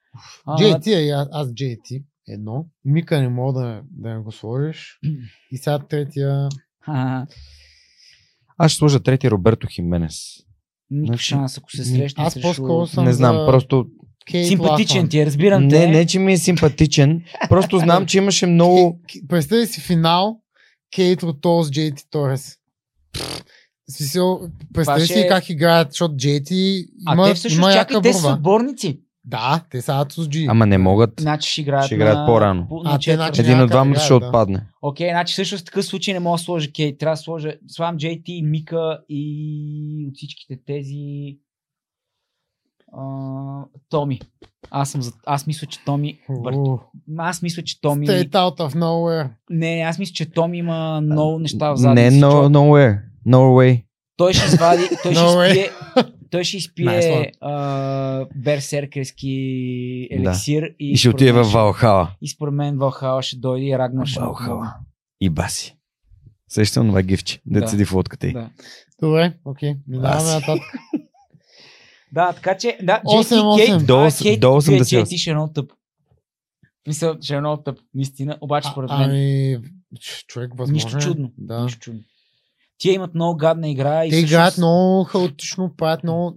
[SPEAKER 2] А,
[SPEAKER 3] JT, е, а, аз JT. едно. Мика не мога да, да не го сложиш. И сега третия.
[SPEAKER 2] Ха-ха.
[SPEAKER 1] Аз ще сложа трети Роберто Хименес.
[SPEAKER 2] Никакъв
[SPEAKER 1] Значи,
[SPEAKER 2] шанс, ако се
[SPEAKER 1] м,
[SPEAKER 2] срещнеш.
[SPEAKER 3] аз
[SPEAKER 2] срещу-
[SPEAKER 3] по-скоро съм-
[SPEAKER 1] Не знам,
[SPEAKER 3] за-
[SPEAKER 1] просто
[SPEAKER 3] Кейт
[SPEAKER 2] Симпатичен
[SPEAKER 3] Лахман.
[SPEAKER 2] ти е, разбирам
[SPEAKER 1] не,
[SPEAKER 2] те.
[SPEAKER 1] не, че ми е симпатичен. Просто знам, че имаше много...
[SPEAKER 3] Ки- ки- Представи си финал Кейт Ротол с Джейти Торес. В смисъл, представи
[SPEAKER 2] ще
[SPEAKER 3] си
[SPEAKER 2] е-
[SPEAKER 3] как играят, защото Джейти
[SPEAKER 2] а
[SPEAKER 3] има,
[SPEAKER 2] те всъщност,
[SPEAKER 3] има
[SPEAKER 2] чакай,
[SPEAKER 3] яка
[SPEAKER 2] те са
[SPEAKER 3] борба.
[SPEAKER 2] отборници.
[SPEAKER 3] Да, те са Ацус Джи.
[SPEAKER 1] Ама не могат.
[SPEAKER 2] Значи ще играят,
[SPEAKER 1] Ще играят
[SPEAKER 2] на...
[SPEAKER 1] по-рано.
[SPEAKER 2] по-
[SPEAKER 3] А,
[SPEAKER 2] на
[SPEAKER 3] те,
[SPEAKER 2] четвърт.
[SPEAKER 3] значи,
[SPEAKER 1] Един
[SPEAKER 3] няма
[SPEAKER 1] от
[SPEAKER 3] как да
[SPEAKER 1] двамата
[SPEAKER 3] играят,
[SPEAKER 1] ще
[SPEAKER 3] да.
[SPEAKER 1] отпадне.
[SPEAKER 2] Окей, значи всъщност в такъв случай не мога да сложа Кей. Трябва да сложа Слам JT, Мика и от всичките тези а, Томи. Аз, съм за... аз мисля, че Томи... Бър...
[SPEAKER 3] Уу.
[SPEAKER 2] Аз мисля, че Томи...
[SPEAKER 3] State out of nowhere.
[SPEAKER 2] Не, аз мисля, че Томи има много неща в
[SPEAKER 1] Не,
[SPEAKER 2] задница.
[SPEAKER 1] no,
[SPEAKER 2] човек.
[SPEAKER 1] nowhere. No way.
[SPEAKER 2] Той ще извади... Той ще
[SPEAKER 3] No way.
[SPEAKER 2] изпие... Той ще изпие
[SPEAKER 3] Най-слаб.
[SPEAKER 2] а, берсеркерски еликсир. Да.
[SPEAKER 1] И ще отиде в
[SPEAKER 2] мен ще-
[SPEAKER 1] Валхала.
[SPEAKER 2] И според мен Валхала ще дойде и Рагнар ще...
[SPEAKER 1] Валхала. И баси. Сещам това гифче, да,
[SPEAKER 2] Да.
[SPEAKER 1] седи в лодката й.
[SPEAKER 2] Да.
[SPEAKER 3] Добре, окей. Минаваме
[SPEAKER 1] Аз.
[SPEAKER 3] нататък.
[SPEAKER 2] Да, така че, да,
[SPEAKER 3] Осем,
[SPEAKER 2] JT
[SPEAKER 3] осем.
[SPEAKER 2] Кейт,
[SPEAKER 1] До
[SPEAKER 2] а,
[SPEAKER 1] осем-
[SPEAKER 2] Кейт
[SPEAKER 1] до осем
[SPEAKER 2] Кейт
[SPEAKER 1] да си
[SPEAKER 2] JT
[SPEAKER 1] осем.
[SPEAKER 2] ще е много тъп. Мисля, ще е много тъп, наистина, обаче
[SPEAKER 3] А-
[SPEAKER 2] според мен
[SPEAKER 3] Ами, ч- човек, възможно
[SPEAKER 2] Нищо
[SPEAKER 3] е.
[SPEAKER 2] чудно.
[SPEAKER 3] Да.
[SPEAKER 2] нищо чудно. Тия имат много гадна игра и
[SPEAKER 3] Те
[SPEAKER 2] всъщност-
[SPEAKER 3] играят много хаотично, правят много...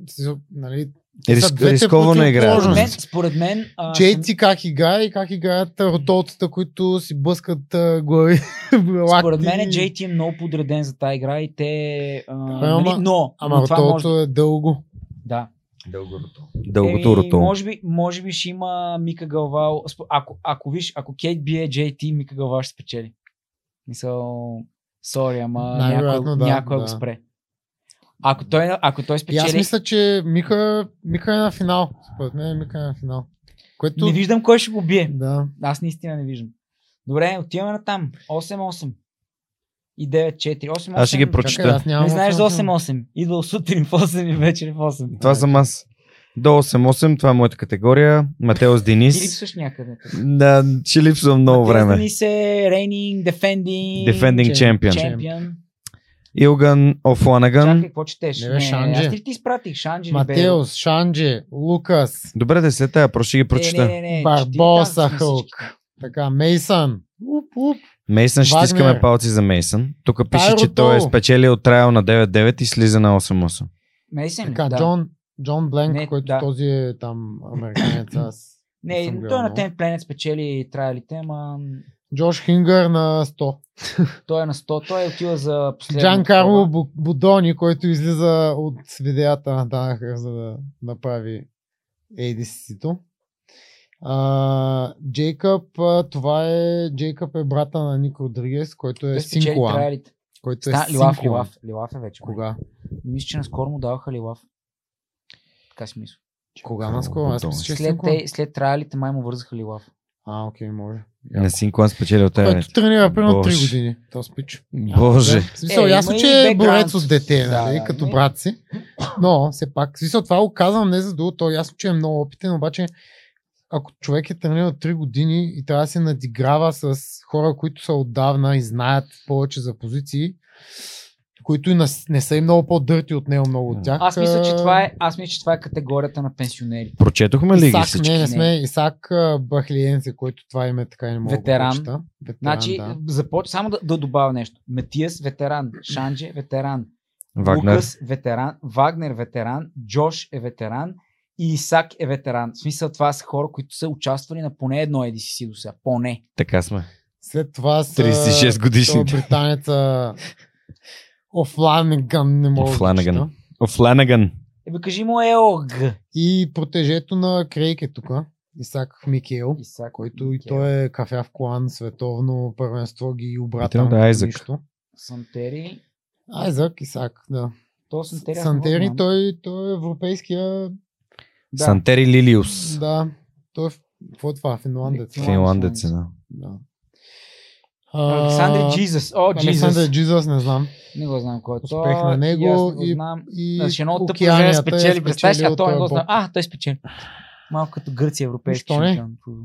[SPEAKER 3] Нали,
[SPEAKER 1] Рис,
[SPEAKER 3] Са двете
[SPEAKER 1] рисковано игра.
[SPEAKER 2] Според мен,
[SPEAKER 3] сложности.
[SPEAKER 2] според мен а,
[SPEAKER 3] Джейти как играе и как играят а, ротолцата, които си бъскат а, глави.
[SPEAKER 2] съм,
[SPEAKER 3] белакти.
[SPEAKER 2] според мен е, JT е много подреден за тази игра и те... А,
[SPEAKER 3] Ама-
[SPEAKER 2] нали, но,
[SPEAKER 3] Ама
[SPEAKER 2] но това може...
[SPEAKER 3] ротолото е дълго.
[SPEAKER 2] Да.
[SPEAKER 1] Дългото
[SPEAKER 2] Еми,
[SPEAKER 1] рото.
[SPEAKER 2] може, би, може би ще има Мика Галвал. Спо- Ако, ако, виж, ако Кейт бие JT, Мика Галвал ще спечели. Мисъл, сори, ама
[SPEAKER 3] Най-вероятно
[SPEAKER 2] някой, да,
[SPEAKER 3] да,
[SPEAKER 2] някой да.
[SPEAKER 3] да.
[SPEAKER 2] го спре. Ако той, ако той
[SPEAKER 3] И аз
[SPEAKER 2] спечели,
[SPEAKER 3] мисля, че Мика, Мика е на финал. Според мен е Мика е на финал. Което...
[SPEAKER 2] не виждам кой ще го бие.
[SPEAKER 3] Да.
[SPEAKER 2] Аз наистина не виждам. Добре, отиваме на там. 8-8 и 9-4. 8-8.
[SPEAKER 1] Аз ще ги прочета.
[SPEAKER 3] Чакай, е, аз нямам
[SPEAKER 2] Не знаеш за
[SPEAKER 3] оценка.
[SPEAKER 2] 8-8. Идва сутрин в 8 и вечер в 8.
[SPEAKER 1] Това съм аз. До 8-8, това е моята категория. Матеос
[SPEAKER 2] Ти
[SPEAKER 1] Денис.
[SPEAKER 2] липсваш някъде.
[SPEAKER 1] Да, ще липсвам много време.
[SPEAKER 2] Ни се reigning, defending,
[SPEAKER 1] Defending champion.
[SPEAKER 2] champion.
[SPEAKER 1] Илган Офланаган.
[SPEAKER 2] Чакай, какво четеш?
[SPEAKER 3] Не,
[SPEAKER 2] Не,
[SPEAKER 3] бе,
[SPEAKER 2] не,
[SPEAKER 3] Шанджи.
[SPEAKER 2] Аз ли ти изпратих? Шанджи ли бе?
[SPEAKER 3] Матеос, Шанджи, Лукас,
[SPEAKER 1] Добре, десета, я просто ще ги
[SPEAKER 2] Е,
[SPEAKER 1] прочета.
[SPEAKER 2] не, не, не, ще ти
[SPEAKER 3] Барбоса,
[SPEAKER 2] казвам
[SPEAKER 3] Хълк.
[SPEAKER 2] всички.
[SPEAKER 3] Така, Мейсън. Уп, уп.
[SPEAKER 1] Мейсън ще
[SPEAKER 3] Вагнер.
[SPEAKER 1] искаме палци за Мейсън. Тук пише,
[SPEAKER 3] Тайро
[SPEAKER 1] че той е
[SPEAKER 3] Долу.
[SPEAKER 1] спечелил от трайл на 9-9 и слиза на 8-8.
[SPEAKER 2] Мейсън ли?
[SPEAKER 3] Така,
[SPEAKER 2] Да.
[SPEAKER 3] Джон, Джон Бленк,
[SPEAKER 2] Не,
[SPEAKER 3] който
[SPEAKER 2] да.
[SPEAKER 3] този е там американец. Аз
[SPEAKER 2] Не,
[SPEAKER 3] съм
[SPEAKER 2] той е
[SPEAKER 3] гледал
[SPEAKER 2] на
[SPEAKER 3] много.
[SPEAKER 2] Тен Пленец печели трайлите, ама
[SPEAKER 3] Джош Хингър на 100.
[SPEAKER 2] той е на 100, той е отива за последно.
[SPEAKER 3] Джан Карло
[SPEAKER 2] такова.
[SPEAKER 3] Бу- Будони, който излиза от видеята на Данахър, за да направи ADC-то. А, Джейкъб, а, това е Джейкъб е брата на Ник Родригес, който
[SPEAKER 2] Той
[SPEAKER 3] е
[SPEAKER 2] спечели
[SPEAKER 3] Синкуан.
[SPEAKER 2] трайлите.
[SPEAKER 3] Който е
[SPEAKER 2] Ста, лилав,
[SPEAKER 3] Синкуан.
[SPEAKER 2] лилав, лилав е вече.
[SPEAKER 3] Кога?
[SPEAKER 2] Мисля, че наскоро му даваха лилав. Така си мисля.
[SPEAKER 3] Кога наскоро? Аз мисля, че е
[SPEAKER 2] След,
[SPEAKER 3] Синкуан.
[SPEAKER 2] те, след трайлите май му вързаха лилав.
[SPEAKER 3] А, окей, може.
[SPEAKER 1] На Синклан спечелил от трайл.
[SPEAKER 3] Който тренира примерно 3
[SPEAKER 1] Боже.
[SPEAKER 3] години. То спич.
[SPEAKER 1] Боже.
[SPEAKER 3] В смисъл,
[SPEAKER 2] Е,
[SPEAKER 3] е, ясно,
[SPEAKER 2] има и
[SPEAKER 3] че е
[SPEAKER 2] бекграунд.
[SPEAKER 3] борец от дете,
[SPEAKER 2] Да,
[SPEAKER 3] нали,
[SPEAKER 2] да, ами.
[SPEAKER 3] като
[SPEAKER 2] има и-
[SPEAKER 3] брат си. Но, все пак, в смисъл, това го казвам не за друго, то е ясно, че е много опитен, обаче ако човек е тренирал 3 години и трябва да се надиграва с хора, които са отдавна и знаят повече за позиции, които и нас- не са и много по-дърти от него много от тях.
[SPEAKER 2] Аз мисля, че това е, аз мисля, че това е категорията на пенсионери.
[SPEAKER 1] Прочетохме ли ги
[SPEAKER 3] Исак,
[SPEAKER 1] всички?
[SPEAKER 3] не, не
[SPEAKER 2] Не.
[SPEAKER 3] сме. Исак а, Бахлиенце, който това име така и не мога
[SPEAKER 2] Ветеран.
[SPEAKER 3] да го прочета. Ветеран,
[SPEAKER 2] Значи,
[SPEAKER 3] да.
[SPEAKER 2] започ... само да, да добавя нещо. Матиас, ветеран. Шанже, ветеран.
[SPEAKER 1] Вагнер.
[SPEAKER 2] Лукас, ветеран. Вагнер, ветеран. Джош е ветеран. И Исак е ветеран. В смисъл, това са хора, които са участвали на поне едно EDCC до сега. Поне.
[SPEAKER 1] Така сме.
[SPEAKER 3] След това са...
[SPEAKER 1] 36
[SPEAKER 3] Той
[SPEAKER 1] годишните.
[SPEAKER 3] британеца Офланеган не мога
[SPEAKER 1] Офланеган.
[SPEAKER 3] да чета.
[SPEAKER 1] Офланаган.
[SPEAKER 2] Ебе, Е, кажи му ЕОГ.
[SPEAKER 3] И протежето на Крейг е тук. Исак Микел,
[SPEAKER 2] Исак,
[SPEAKER 3] който и той е кафя в колан, световно първенство ги обрата.
[SPEAKER 1] Питам да е Айзък.
[SPEAKER 3] Нищо.
[SPEAKER 2] Сантери.
[SPEAKER 3] Айзак, Исак, да.
[SPEAKER 2] То Сантери. аз не го
[SPEAKER 3] Сантери,
[SPEAKER 2] знам.
[SPEAKER 3] той, той е европейския,
[SPEAKER 2] Да.
[SPEAKER 1] Сантери Лилиус.
[SPEAKER 3] да, той е, в- какво е това, финландец?
[SPEAKER 1] Финландец е, да.
[SPEAKER 3] Да.
[SPEAKER 2] Александър Джизъс. О,
[SPEAKER 3] е- Александър
[SPEAKER 2] Джизъс.
[SPEAKER 3] Джизъс, не знам.
[SPEAKER 2] Не го знам кой е.
[SPEAKER 3] Успех на
[SPEAKER 2] той,
[SPEAKER 3] него
[SPEAKER 2] и аз не го
[SPEAKER 3] и-
[SPEAKER 2] знам.
[SPEAKER 3] И
[SPEAKER 2] Значи едно от тъпо
[SPEAKER 3] Океанията
[SPEAKER 2] време
[SPEAKER 3] е
[SPEAKER 2] спечели, представяш, ли, а
[SPEAKER 3] спечелил
[SPEAKER 2] той не го
[SPEAKER 3] този
[SPEAKER 2] знам.
[SPEAKER 3] боб.
[SPEAKER 2] А, той спечели. Малко като Гърция европейски
[SPEAKER 3] Защо не?
[SPEAKER 2] шампион.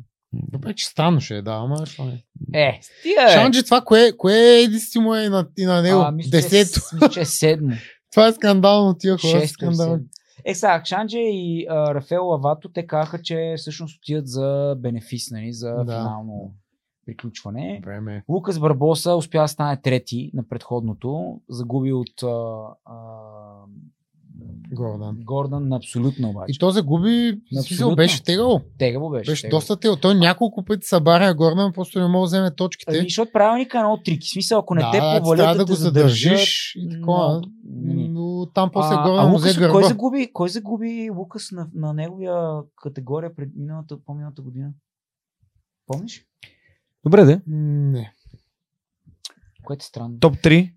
[SPEAKER 3] Въпреки, че странно ще е, да, ама що не.
[SPEAKER 2] Е, стига е.
[SPEAKER 3] Шанджи, това кое, кое е единствено му е и на, и на него?
[SPEAKER 2] А, мисля, че е
[SPEAKER 3] Десето.
[SPEAKER 2] с- Мисля, че е седмо.
[SPEAKER 3] Това е скандално, тия хора
[SPEAKER 2] Шесто
[SPEAKER 3] са
[SPEAKER 2] или
[SPEAKER 3] скандално.
[SPEAKER 2] седмо. Е, сега, Акшанджи и а, Рафаел Лавато, те казаха, че всъщност отиват за бенефис, нали, за
[SPEAKER 3] Да.
[SPEAKER 2] финално приключване.
[SPEAKER 3] Време. е.
[SPEAKER 2] Лукас Барбоса успя да стане трети на предходното, загуби от а, а,
[SPEAKER 3] Гордан.
[SPEAKER 2] Гордан на абсолютно
[SPEAKER 3] И
[SPEAKER 2] обаче.
[SPEAKER 3] то загуби, в смисъл
[SPEAKER 2] Абсолютно.
[SPEAKER 3] беше тегъл.
[SPEAKER 2] Тега го беше.
[SPEAKER 3] Беше
[SPEAKER 2] тегаво.
[SPEAKER 3] доста тегъл. Той няколко пъти събаря Гордан, просто не мога да вземе точките.
[SPEAKER 2] Ами, защото правилника е много трики. В смисъл, ако не
[SPEAKER 3] да,
[SPEAKER 2] те
[SPEAKER 3] ти
[SPEAKER 2] повалят,
[SPEAKER 3] трябва
[SPEAKER 2] да,
[SPEAKER 3] да
[SPEAKER 2] те
[SPEAKER 3] го задържиш и такова.
[SPEAKER 2] но- нали.
[SPEAKER 3] Но там после
[SPEAKER 2] А,
[SPEAKER 3] Гордан
[SPEAKER 2] а
[SPEAKER 3] му взе
[SPEAKER 2] Лукас, кой,
[SPEAKER 3] гърба.
[SPEAKER 2] загуби, кой загуби Лукас на, на неговия категория пред миналата, по-миналата година? Помниш?
[SPEAKER 1] Добре, де.
[SPEAKER 3] Не.
[SPEAKER 2] Което е странно.
[SPEAKER 1] Топ 3.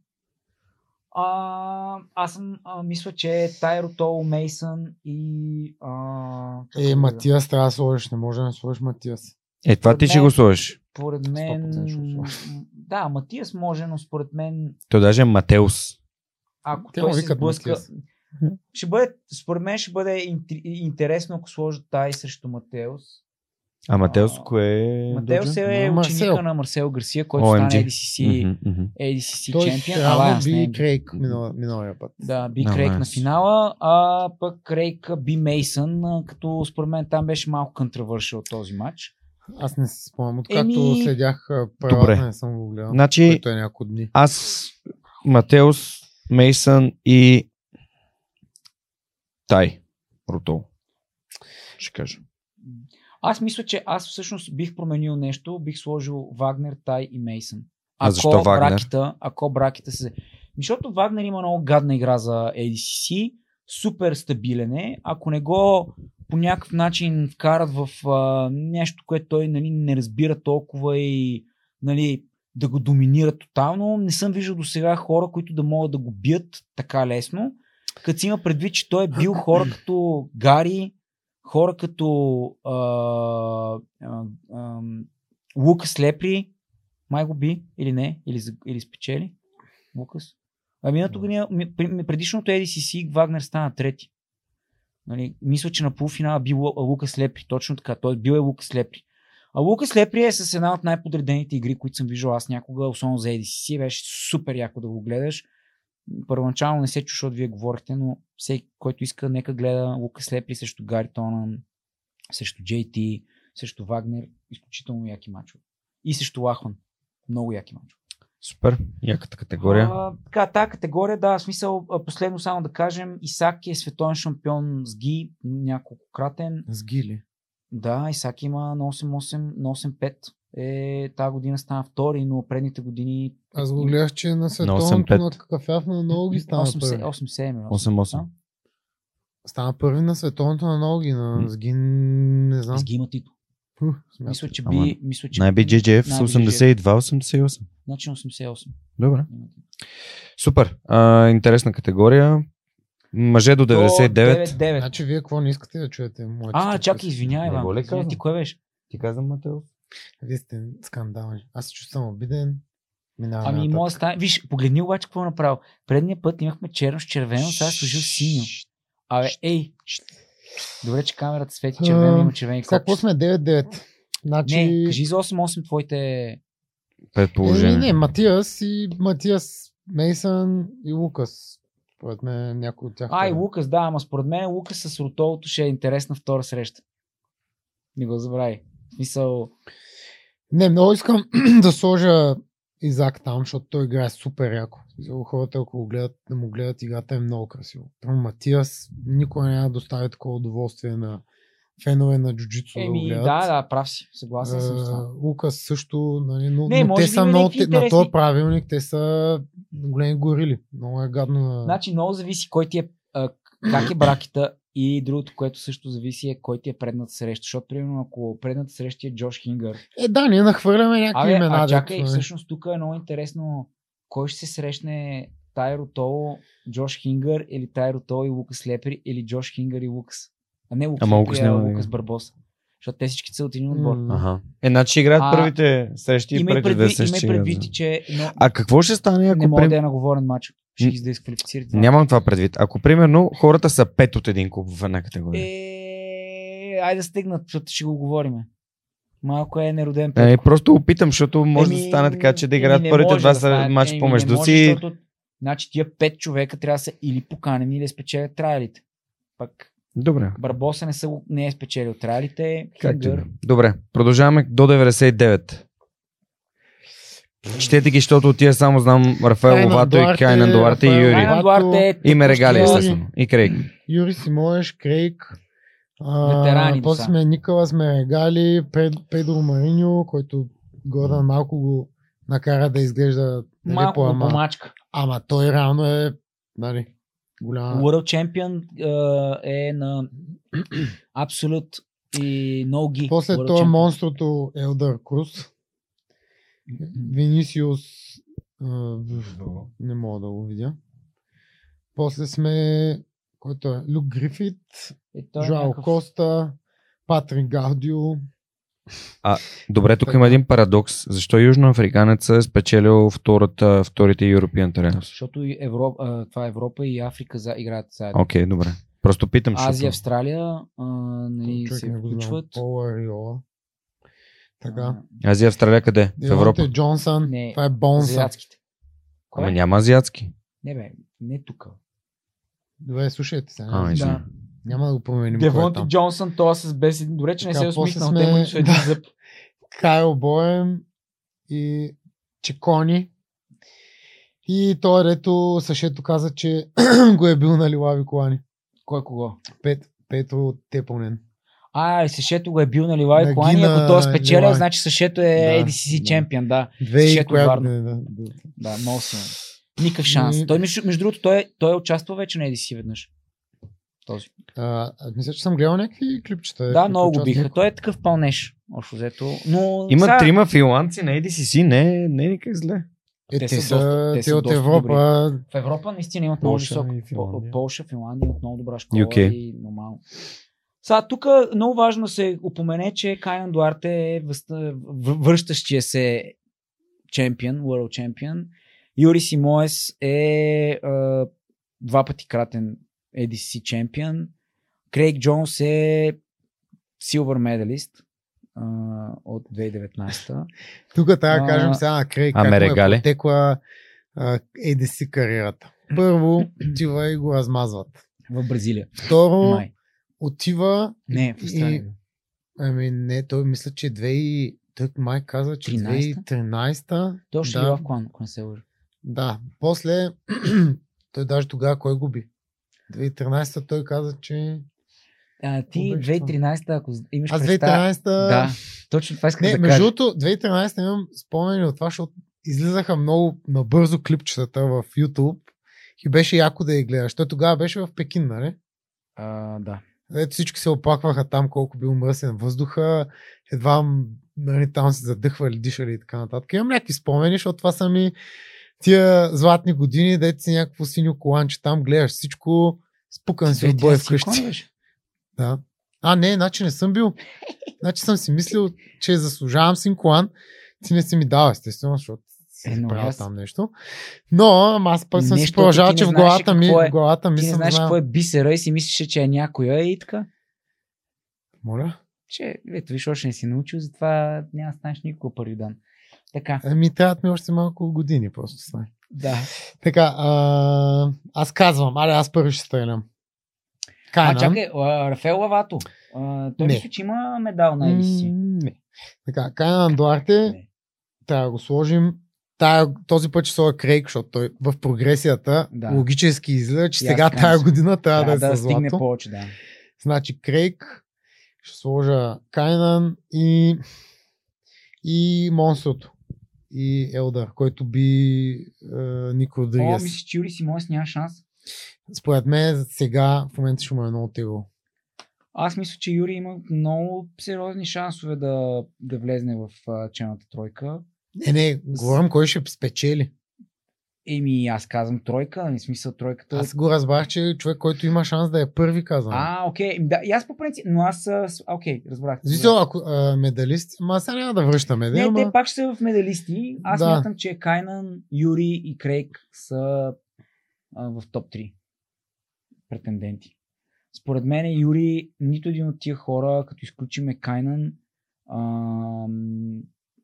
[SPEAKER 2] А, аз съм, а, мисля, че Тайро Тол, Мейсън и... А,
[SPEAKER 3] Е, Матиас трябва да сложиш, не може да не сложиш Матиас.
[SPEAKER 1] Е, това ти
[SPEAKER 2] Добре.
[SPEAKER 1] ще го сложиш.
[SPEAKER 2] Според мен...
[SPEAKER 3] 100% ще го
[SPEAKER 2] Да, Матиас може, но според мен,
[SPEAKER 1] Той даже е Матеус.
[SPEAKER 2] ако
[SPEAKER 3] Те
[SPEAKER 2] Те
[SPEAKER 3] му
[SPEAKER 2] той се
[SPEAKER 3] викат
[SPEAKER 2] сблъска...
[SPEAKER 3] Матиас.
[SPEAKER 2] Ще бъде, според мен ще бъде интри- интересно, ако сложат Тай срещу Матеус.
[SPEAKER 1] А Матеус
[SPEAKER 2] А,
[SPEAKER 1] кое е?
[SPEAKER 2] Матеус е
[SPEAKER 3] На
[SPEAKER 2] ученика
[SPEAKER 3] Марсел.
[SPEAKER 2] на Марсел Гарсия, който
[SPEAKER 1] OMG.
[SPEAKER 2] стана ADCC,
[SPEAKER 1] Мгм, мгм.
[SPEAKER 2] ADCC
[SPEAKER 3] Той
[SPEAKER 2] чемпион.
[SPEAKER 3] трябва
[SPEAKER 2] Алайанс, не е
[SPEAKER 3] би
[SPEAKER 2] ADCC.
[SPEAKER 3] Крейг минал- миналия път.
[SPEAKER 2] Да, би
[SPEAKER 1] Да,
[SPEAKER 2] Крейг на
[SPEAKER 1] Лайанс.
[SPEAKER 2] финала, а пък Крейг би Мейсън, а, като според мен там беше малко контравършил този матч.
[SPEAKER 3] Аз не си спомням, откакто
[SPEAKER 2] Еми-
[SPEAKER 3] следях а, правилата,
[SPEAKER 1] Добре.
[SPEAKER 3] не съм го гледал.
[SPEAKER 1] Значи,
[SPEAKER 3] Което е няколко дни.
[SPEAKER 1] аз, Матеус, Мейсън и Тай. Рутол. Ще кажа.
[SPEAKER 2] Аз мисля, че аз всъщност бих променил нещо, бих сложил Вагнер, Тай и Мейсън.
[SPEAKER 1] А защо Вагнер?
[SPEAKER 2] Бракета, ако бракета се... Защото Вагнер има много гадна игра за ADCC, супер стабилен е. Ако не го по някакъв начин вкарат в а, нещо, което той нали, не разбира толкова и нали, да го доминира тотално, не съм виждал до сега хора, които да могат да го бият така лесно. Като си има предвид, че той е бил хора като Гари, хора като а, а, а, Лукас Лепри, май го би или не, или, за- или спечели Лукас. А миналото година, ми- при- предишното ADCC Вагнер стана трети. Нали, мисля, че на полуфинала бил Лу- Лукас Лепри, точно така, той бил е Лукас Лепри. А Лукас Лепри е с една от най-подредените игри, които съм виждал аз някога, особено за ADCC, беше супер яко да го гледаш. Първоначално не се чу, защото вие говорихте, но всеки, който иска, нека гледа Лукас Лепри срещу Гари Тонан, срещу JT, срещу Вагнер, изключително яки мачове. И срещу Лахман, много яки мачове.
[SPEAKER 1] Супер. Яката категория.
[SPEAKER 2] А, така, тази категория, да, в смисъл, а, последно само да кажем, Исаки е световен шампион с ги, няколкократен.
[SPEAKER 3] С Гили.
[SPEAKER 2] Да, Исаки има на 8-8, на 8-5. Е, тази година стана втори, но предните години
[SPEAKER 3] Аз го гледах, че е на световното
[SPEAKER 1] 8-5.
[SPEAKER 3] на кафяв на много ги стана първи.
[SPEAKER 2] 8-7.
[SPEAKER 1] 8-8.
[SPEAKER 3] Стана първи на световното на ноги, на
[SPEAKER 1] М.
[SPEAKER 3] Сгин, не знам.
[SPEAKER 2] С ги има титул.
[SPEAKER 3] Фу, смятам.
[SPEAKER 2] Мисля, че
[SPEAKER 1] Ама,
[SPEAKER 2] би... Мисля, че
[SPEAKER 1] Най-би JJF с
[SPEAKER 2] най-би
[SPEAKER 1] 82-88.
[SPEAKER 2] Значи 88.
[SPEAKER 1] Добре. Супер. А, интересна категория. Мъже до 99.
[SPEAKER 2] 9
[SPEAKER 3] Значи е вие какво не искате да чуете? Младите,
[SPEAKER 2] А, чакай,
[SPEAKER 3] които-
[SPEAKER 2] извинявай,
[SPEAKER 1] Не
[SPEAKER 2] Иван.
[SPEAKER 1] го ли
[SPEAKER 2] Извинявай, Ти
[SPEAKER 1] казвам?
[SPEAKER 2] кое беше?
[SPEAKER 1] Ти казвам, Матеус.
[SPEAKER 3] Вие сте скандални. Аз се чувствам обиден. Минаваме
[SPEAKER 2] Ами,
[SPEAKER 3] нататък.
[SPEAKER 2] може да стане. Виж, погледни обаче какво е направил. Предния път имахме черно с червено, сега е сложил синьо. Абе, ей! Добре, че камерата свети червено,
[SPEAKER 3] А,
[SPEAKER 2] има червени
[SPEAKER 3] Сега какво
[SPEAKER 2] копчета.
[SPEAKER 3] сме? 9-9. Значи...
[SPEAKER 2] Не, кажи за 8-8 твоите...
[SPEAKER 3] не, не,
[SPEAKER 1] Предположение.
[SPEAKER 3] Матиас и Матиас, Мейсън и Лукас. Според мен някой от тях.
[SPEAKER 2] А,
[SPEAKER 3] е.
[SPEAKER 2] и Лукас, да, ама според мен Лукас с Ротолото ще е интересна втора среща. Не го забравяй. В смисъл,
[SPEAKER 3] Не, много искам да сложа Изак там, защото той играе супер яко. За хората, ако го гледат, да му гледат играта е много красиво. Прямо Матиас никога няма да достави такова удоволствие на фенове на джуджицу да го
[SPEAKER 2] еми,
[SPEAKER 3] гледат.
[SPEAKER 2] да, да, прав си. Съгласен съм с това.
[SPEAKER 3] А, Лукас също, нали, но,
[SPEAKER 2] Не,
[SPEAKER 3] не, но
[SPEAKER 2] може
[SPEAKER 3] те
[SPEAKER 2] би
[SPEAKER 3] са
[SPEAKER 2] има
[SPEAKER 3] много,
[SPEAKER 2] някакви
[SPEAKER 3] те, на
[SPEAKER 2] интересни-
[SPEAKER 3] този правилник, те са големи горили. Много е гадно. Значи,
[SPEAKER 2] Значи много зависи кой ти е, а, как е бракета и другото, което също зависи е кой ти е предната среща. Защото, примерно, ако предната среща е Джош Хингър,
[SPEAKER 3] е, да, ние нахвърляме някакви
[SPEAKER 1] е
[SPEAKER 2] Абе,
[SPEAKER 3] имена.
[SPEAKER 2] а
[SPEAKER 3] дето,
[SPEAKER 2] чакай,
[SPEAKER 3] нали.
[SPEAKER 2] всъщност тук е много интересно кой ще се срещне Тайро Толо, Джош Хингър или Тайро Толо и Лукас Лепри или Джош Хингър и Лукас. А не Лукас,
[SPEAKER 1] Ама
[SPEAKER 2] Лепри,
[SPEAKER 1] Лукас
[SPEAKER 2] а
[SPEAKER 1] няма да
[SPEAKER 2] Лукас
[SPEAKER 1] има.
[SPEAKER 2] Барбоса. Защото те всички са от един отбор.
[SPEAKER 3] нали. М,
[SPEAKER 1] Аха. Е, значи играят
[SPEAKER 2] А,
[SPEAKER 1] първите срещи и
[SPEAKER 2] Имай
[SPEAKER 1] първите две
[SPEAKER 2] предвид,
[SPEAKER 1] срещи.
[SPEAKER 2] имай
[SPEAKER 1] ще играят, да.
[SPEAKER 2] предвид, че но,
[SPEAKER 1] А какво ще стане, ако
[SPEAKER 2] не мога
[SPEAKER 1] прем-
[SPEAKER 2] да е наговорен матч. Ще
[SPEAKER 1] М.
[SPEAKER 2] ги да изквалифицират.
[SPEAKER 1] Нямам това предвид. Ако примерно хората са пет от един клуб в една категория.
[SPEAKER 2] Е, айде да стигнат, защото ще го говорим. Малко е нероден
[SPEAKER 1] Е,
[SPEAKER 2] петко.
[SPEAKER 1] просто опитам, защото може да
[SPEAKER 2] Еми,
[SPEAKER 1] стане така, че да
[SPEAKER 2] еми,
[SPEAKER 1] играят
[SPEAKER 2] не
[SPEAKER 1] първите
[SPEAKER 2] може
[SPEAKER 1] два
[SPEAKER 2] да стане.
[SPEAKER 1] са матч
[SPEAKER 2] Еми, не
[SPEAKER 1] помежду
[SPEAKER 2] може,
[SPEAKER 1] си.
[SPEAKER 2] защото, Значи тия пет човека трябва да са или поканени, или да спечелят трайлите. Пък
[SPEAKER 1] Добре.
[SPEAKER 2] Барбоса не, са, го- не е спечелил тралите.
[SPEAKER 1] Както и да е.
[SPEAKER 2] Хингър.
[SPEAKER 1] Добре, продължаваме до 99. Четете ги, защото от тия само знам Рафаел
[SPEAKER 3] Кайнан
[SPEAKER 1] Ловато и
[SPEAKER 3] Дуарте,
[SPEAKER 1] Кайнан Дуарте и
[SPEAKER 3] Рафаел
[SPEAKER 1] Юри.
[SPEAKER 2] Райан Дуарте е
[SPEAKER 1] И Мерегали,
[SPEAKER 2] Юри.
[SPEAKER 1] естествено. И Крейг.
[SPEAKER 3] Юри Симоеш, Крейг, а,
[SPEAKER 2] Ветерани до
[SPEAKER 3] после
[SPEAKER 2] са.
[SPEAKER 3] сме Николас Мерегали, Пед, Педро Мариньо, който Гордан малко го накара да изглежда нали,
[SPEAKER 2] малко го
[SPEAKER 3] по-ама.
[SPEAKER 2] помачка.
[SPEAKER 3] Ама той реално е нали, голяма...
[SPEAKER 2] World Champion е, е на Absolute и No Gi.
[SPEAKER 3] После е
[SPEAKER 2] World
[SPEAKER 3] това
[SPEAKER 2] Champion.
[SPEAKER 3] монстрото Елдър Круз. Винисиус а, не мога да го видя. После сме който е Люк Грифит,
[SPEAKER 2] Е, той е
[SPEAKER 3] Жоао
[SPEAKER 2] някакъв-
[SPEAKER 3] Коста, Патрик Гаудио.
[SPEAKER 1] Добре, тук има един парадокс. Защо южноафриканецът е спечелил втората, вторите European Trials?
[SPEAKER 2] Защото и Европа, а, това е Европа и Африка за, играят заедно.
[SPEAKER 1] Окей, добре. Просто питам,
[SPEAKER 2] Азия,
[SPEAKER 1] защото...
[SPEAKER 2] Австралия а, нали,
[SPEAKER 3] човек
[SPEAKER 2] се
[SPEAKER 3] не го знам.
[SPEAKER 2] включват.
[SPEAKER 3] Пол Ариола. Така.
[SPEAKER 1] Азия, Австралия къде? В Европа.
[SPEAKER 3] Девонте Джонсън.
[SPEAKER 2] Не,
[SPEAKER 3] Това е
[SPEAKER 2] А,
[SPEAKER 3] Бонса.
[SPEAKER 2] азиатските. Кой?
[SPEAKER 1] Ама няма азиатски.
[SPEAKER 2] Не бе, не тук.
[SPEAKER 3] Добре, слушайте се.
[SPEAKER 1] А,
[SPEAKER 3] не?
[SPEAKER 1] извинявай.
[SPEAKER 2] Да.
[SPEAKER 3] Няма да го променим. кой е
[SPEAKER 2] Девонти
[SPEAKER 3] там.
[SPEAKER 2] Джонсън, това с без един. Добре, че не
[SPEAKER 3] Така,
[SPEAKER 2] се е
[SPEAKER 3] после
[SPEAKER 2] усмихнал.
[SPEAKER 3] сме-
[SPEAKER 2] Те му нисо един
[SPEAKER 3] Да.
[SPEAKER 2] зъб.
[SPEAKER 3] Кайл Боем и Чекони. И той, дето Сашето каза, че го е бил на Лилави Колани.
[SPEAKER 2] Кой кого?
[SPEAKER 3] Пет, Петро Тепонен.
[SPEAKER 2] А, и Сашето го е бил на Лилай
[SPEAKER 3] На
[SPEAKER 2] Колани.
[SPEAKER 3] Гина
[SPEAKER 2] Ако той е спечелил,
[SPEAKER 3] Лилай.
[SPEAKER 2] значи Сашето е
[SPEAKER 3] Да,
[SPEAKER 2] ADCC
[SPEAKER 3] да.
[SPEAKER 2] чемпион, да.
[SPEAKER 3] Две и
[SPEAKER 2] Сашето
[SPEAKER 3] коя...
[SPEAKER 2] Варна.
[SPEAKER 3] не, да, да.
[SPEAKER 2] Да, много силно. Никакъв шанс.
[SPEAKER 3] Ми-
[SPEAKER 2] Той, между, между другото, той, той е участвал вече на ADC веднъж. Този.
[SPEAKER 3] А, аз мисля, че съм гледал някакви клипчета.
[SPEAKER 2] да,
[SPEAKER 3] като
[SPEAKER 2] много го
[SPEAKER 3] участник.
[SPEAKER 2] биха. Той е такъв пълнеш. Общо взето. Но
[SPEAKER 1] Има
[SPEAKER 2] сега-
[SPEAKER 1] трима финландци на ADCC, не, не е никак зле.
[SPEAKER 3] Е,
[SPEAKER 2] Те
[SPEAKER 3] те,
[SPEAKER 2] са
[SPEAKER 3] те,
[SPEAKER 2] доста-
[SPEAKER 3] са,
[SPEAKER 2] те
[SPEAKER 3] те,
[SPEAKER 2] са
[SPEAKER 3] от
[SPEAKER 2] доста
[SPEAKER 3] Европа.
[SPEAKER 2] В Европа наистина имат много
[SPEAKER 3] Полша
[SPEAKER 2] висок.
[SPEAKER 3] и Финландия.
[SPEAKER 2] Пол- Полша, Финландия имат много добра школа
[SPEAKER 1] UK.
[SPEAKER 2] и нормално. Сега, тук много важно се упомене, че Кайнан Дуарте е въста- в- връщащия се чемпион, World Champion. Юри Симоес е, е два пъти кратен ADC чемпион. Крейг Джонс е силвър медалист е, от 2019.
[SPEAKER 3] Тук трябва
[SPEAKER 2] А,
[SPEAKER 3] да кажем сега, Крей,
[SPEAKER 1] а
[SPEAKER 3] как му
[SPEAKER 1] Мерегале?
[SPEAKER 3] е потекла а, ADC кариерата. Първо, отива и го размазват.
[SPEAKER 2] В Бразилия.
[SPEAKER 3] Второ,
[SPEAKER 2] Май.
[SPEAKER 3] отива
[SPEAKER 2] Не, в Австралия.
[SPEAKER 3] Ами не, той мисля, че 2 и... Той май каза, че
[SPEAKER 2] 13-та?
[SPEAKER 3] 2013-та.
[SPEAKER 2] Той ще
[SPEAKER 3] да,
[SPEAKER 2] да. в клан, ако не се лъжа.
[SPEAKER 3] да. После, той даже тогава кой губи? 2013-та той каза, че...
[SPEAKER 2] А, ти
[SPEAKER 3] Обещам.
[SPEAKER 2] 2013-та, ако з- имаш
[SPEAKER 3] Аз
[SPEAKER 2] представа...
[SPEAKER 3] 2013-та...
[SPEAKER 2] Да, точно това искам
[SPEAKER 3] Не,
[SPEAKER 2] да
[SPEAKER 3] между
[SPEAKER 2] кажа.
[SPEAKER 3] другото, 2013-та имам спомени от това, защото излизаха много набързо клипчетата в YouTube и беше яко да я гледаш. Той тогава беше в Пекин, нали?
[SPEAKER 2] А, да.
[SPEAKER 3] Ето всички се оплакваха там колко бил мръсен въздуха, едва м, нали, там се задъхвали, дишали и така нататък. Имам някакви спомени, защото това са ми тия златни години, дете си някакво синьо коланче там, гледаш всичко, спукан си от бой
[SPEAKER 2] 2013 клон
[SPEAKER 3] вкъщи.
[SPEAKER 2] беше.
[SPEAKER 3] Да. А, не, значи не съм бил. Значи съм си мислил, че заслужавам син колан. Ти не си ми дал, естествено, защото си
[SPEAKER 2] Е, но
[SPEAKER 3] правил
[SPEAKER 2] аз-
[SPEAKER 3] там нещо. Но ама аз пък съм
[SPEAKER 2] Не,
[SPEAKER 3] си
[SPEAKER 2] защото
[SPEAKER 3] продължавал,
[SPEAKER 2] ти
[SPEAKER 3] че
[SPEAKER 2] не
[SPEAKER 3] в
[SPEAKER 2] знаеш
[SPEAKER 3] главата ми,
[SPEAKER 2] какво е.
[SPEAKER 3] в главата ми
[SPEAKER 2] Ти не
[SPEAKER 3] съм
[SPEAKER 2] знаеш
[SPEAKER 3] знаел.
[SPEAKER 2] какво е бисера и си мислиш, че е някоя и така.
[SPEAKER 3] Моля?
[SPEAKER 2] Че, ето, виж, още не си научил, затова няма да станеш никога първи дан. Така,
[SPEAKER 3] Ами, трябват ми още малко години, просто знай.
[SPEAKER 2] да.
[SPEAKER 3] Така, а, аз казвам, аре, аз първи ще стрелям. Кайнан.
[SPEAKER 2] А, чакай, а, Рафаел Лавато. А, той
[SPEAKER 3] Не.
[SPEAKER 2] мисля, че има медал на
[SPEAKER 3] М,
[SPEAKER 2] ADC.
[SPEAKER 3] не. Така, Кайнан Дуарте,
[SPEAKER 2] Не.
[SPEAKER 3] трябва да го сложим. Тая, този път ще сложа Крейг, защото той в прогресията
[SPEAKER 2] Да.
[SPEAKER 3] логически излиза, че
[SPEAKER 2] И аз
[SPEAKER 3] сега
[SPEAKER 2] така
[SPEAKER 3] тая
[SPEAKER 2] мисля.
[SPEAKER 3] година трябва да,
[SPEAKER 2] Трябва
[SPEAKER 3] да, е
[SPEAKER 2] да
[SPEAKER 3] със
[SPEAKER 2] стигне
[SPEAKER 3] злато.
[SPEAKER 2] повече, да.
[SPEAKER 3] Значи Крейг, ще сложа Кайнан и, и Монстрото. И Елдър, който би е, Ник
[SPEAKER 2] О,
[SPEAKER 3] Родригес.
[SPEAKER 2] мисля, че Юри Симонс няма шанс.
[SPEAKER 3] Според мен сега в момента ще му е много тегло.
[SPEAKER 2] Аз мисля, че Юри има много сериозни шансове да, да влезне в а, челната тройка.
[SPEAKER 3] Не, не, говорим кой ще спечели.
[SPEAKER 2] Еми, аз казвам тройка, в смисъл тройката.
[SPEAKER 3] Аз го разбрах, че човек, който има шанс да е първи, казвам. А,
[SPEAKER 2] А, окей, Еми, да, и аз по принцип, но аз, а, с- а, окей, разбрах.
[SPEAKER 3] Зисо, ако а, медалист, ма сега няма да връщаме.
[SPEAKER 2] Не,
[SPEAKER 3] Не, ама...
[SPEAKER 2] те пак ще са в медалисти. Аз
[SPEAKER 3] Да.
[SPEAKER 2] смятам, че Кайнан, Юри и Крейг са а, в топ 3 претенденти. Според мен Юри, нито един от тия хора, като изключиме Кайнан, а,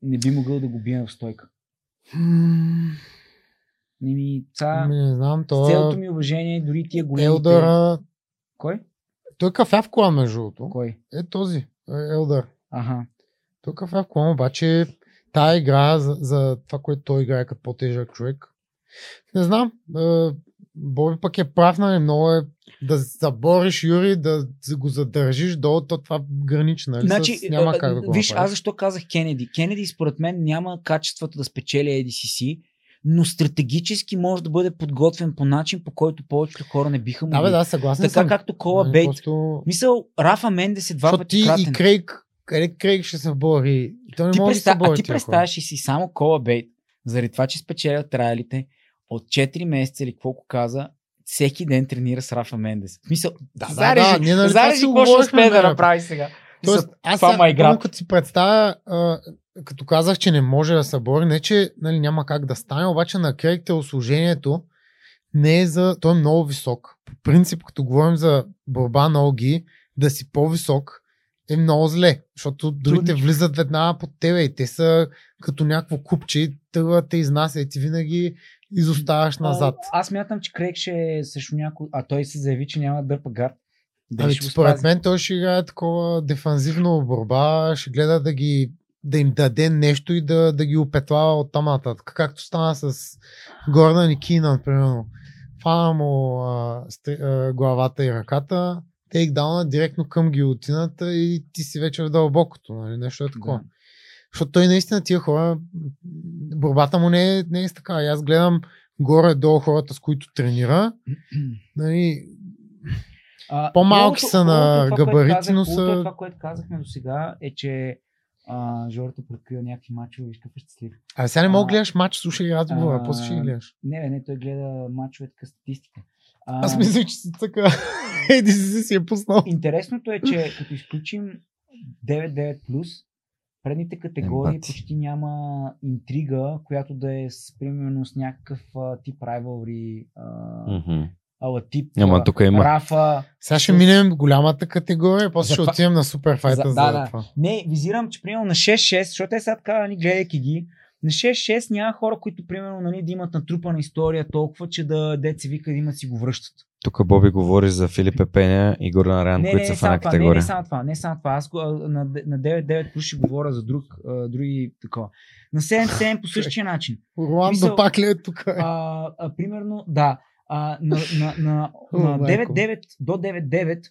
[SPEAKER 2] не би могъл да го бием в стойка.
[SPEAKER 3] М,
[SPEAKER 2] Не ми, ца,
[SPEAKER 3] ами Не знам, е
[SPEAKER 2] с цялото
[SPEAKER 3] то
[SPEAKER 2] ми уважение, дори тия големи.
[SPEAKER 3] Елдора,
[SPEAKER 2] Кой?
[SPEAKER 3] Той е кафяв колан, между другото.
[SPEAKER 2] Кой?
[SPEAKER 3] Е този, е Елдър.
[SPEAKER 2] Аха.
[SPEAKER 3] Той е кафяв колан, обаче тая игра за, за това, което той играе като по-тежък човек. Не знам. Е, Боби пък е прав, нали? Много е да забориш Юри, да го задържиш до то това гранична. Нали?
[SPEAKER 2] Значи,
[SPEAKER 3] С, няма
[SPEAKER 2] а,
[SPEAKER 3] как да го
[SPEAKER 2] виж, аз
[SPEAKER 3] направиш.
[SPEAKER 2] защо казах Кенеди. Кенеди според мен няма качеството да спечели ADCC, но стратегически може да бъде подготвен по начин, по който повечето хора не биха му.
[SPEAKER 3] Да, бе, да, съгласен
[SPEAKER 2] така
[SPEAKER 3] съм.
[SPEAKER 2] както Кола
[SPEAKER 3] Нали,
[SPEAKER 2] Бейт.
[SPEAKER 3] Просто...
[SPEAKER 2] Мисъл, Рафа Мендес е два
[SPEAKER 3] Защото ти
[SPEAKER 2] пъти кратен.
[SPEAKER 3] и Крейг, къде Крейг ще се бори? Той не
[SPEAKER 2] ти
[SPEAKER 3] може
[SPEAKER 2] преста...
[SPEAKER 3] да се бори.
[SPEAKER 2] А ти
[SPEAKER 3] тия хора.
[SPEAKER 2] представяш ли си само Кола Бейт, заради това, че спечеля трайлите от 4 месеца или какво го каза, всеки ден тренира с Рафа Мендес. В смисъл,
[SPEAKER 3] Да, да,
[SPEAKER 2] зарежи,
[SPEAKER 3] да, ние нали това
[SPEAKER 2] зарежи
[SPEAKER 3] си
[SPEAKER 2] какво ще
[SPEAKER 3] говорихме,
[SPEAKER 2] успее да
[SPEAKER 3] нали,
[SPEAKER 2] направи сега.
[SPEAKER 3] Тоест, аз
[SPEAKER 2] това е
[SPEAKER 3] сега,
[SPEAKER 2] ма игра.
[SPEAKER 3] първо като си представя, а, като казах, че не може да се бори, не че нали, няма как да стане, обаче на Крейгте осложението не е за... Той е много висок. По принцип, като говорим за борба на ОГИ, да си по-висок е много зле, защото другите
[SPEAKER 2] Трудничко.
[SPEAKER 3] влизат веднага под тебе и те са като някакво купче и тръгват те изнася и ти винаги изоставаш
[SPEAKER 2] Ами
[SPEAKER 3] назад.
[SPEAKER 2] А, аз мятам, че Крейг ще е също някой, а той се заяви, че няма да дърпа гард. Да,
[SPEAKER 3] Ами,
[SPEAKER 2] ще го
[SPEAKER 3] според
[SPEAKER 2] спази.
[SPEAKER 3] мен той ще играе такова дефанзивно борба, ще гледа да ги да им даде нещо и да, да ги опетлава от там нататък. Както стана с Гордан и Кинан, примерно. Фана му а, стри, а, главата и ръката, тейкдауна директно към гилотината и ти си вече в дълбокото, нали? Нещо е такова.
[SPEAKER 2] Да.
[SPEAKER 3] Защото той наистина тия хора, м, борбата му не е, не е с така. И аз гледам горе-долу хората, с които тренира. Нали,
[SPEAKER 2] А,
[SPEAKER 3] По-малки
[SPEAKER 2] хубавото-
[SPEAKER 3] са на
[SPEAKER 2] хубавото е това, което
[SPEAKER 3] габарити,
[SPEAKER 2] казах,
[SPEAKER 3] но
[SPEAKER 2] хубавото
[SPEAKER 3] са-
[SPEAKER 2] е Това, което казахме до сега е, че а, Жората предкрива някакви мачове и ще щастлив.
[SPEAKER 3] А сега не мога
[SPEAKER 2] А,
[SPEAKER 3] да гледаш матч, слушай разговора,
[SPEAKER 2] а,
[SPEAKER 3] а после ще ги гледаш.
[SPEAKER 2] Не, бе, не, той гледа мачове така статистика. А,
[SPEAKER 3] Аз мисля, че си така. Еди си си е пуснал.
[SPEAKER 2] Интересното е, че като изключим 9-9+, предните категории
[SPEAKER 1] Емпати.
[SPEAKER 2] почти няма интрига, която да е с, примерно с някакъв а, тип rivalry, а,
[SPEAKER 1] Мгм.
[SPEAKER 2] ала тип
[SPEAKER 1] Ама
[SPEAKER 2] а,
[SPEAKER 1] тук има.
[SPEAKER 2] Рафа.
[SPEAKER 3] Сега ще минем голямата категория, после
[SPEAKER 2] За
[SPEAKER 3] ще
[SPEAKER 2] това-
[SPEAKER 3] отидем на суперфайта
[SPEAKER 2] За-
[SPEAKER 3] за,
[SPEAKER 2] да, да.
[SPEAKER 3] това.
[SPEAKER 2] Не, визирам, че примерно на 6-6, защото те сега така, ни гледайки ги, на 6-6 няма хора, които примерно нали, да имат натрупана история толкова, че да деца вика да имат си го връщат.
[SPEAKER 1] Тук Боби говори за Филип Пеня и Горан Ран,
[SPEAKER 2] не, не,
[SPEAKER 1] които
[SPEAKER 2] не,
[SPEAKER 1] са в една
[SPEAKER 2] само това, не, не
[SPEAKER 1] категория.
[SPEAKER 2] само това, не само това. Аз го- а, на, де- на 9-9 плюс ще говоря за друг, а, други такова. На 7-7 по същия начин.
[SPEAKER 3] Орландо
[SPEAKER 2] Мисъл-
[SPEAKER 3] пак ли е тук? Е?
[SPEAKER 2] А, а, примерно, да, а, на, на, на,
[SPEAKER 3] О,
[SPEAKER 2] на
[SPEAKER 3] майко.
[SPEAKER 2] 9-9 до 9-9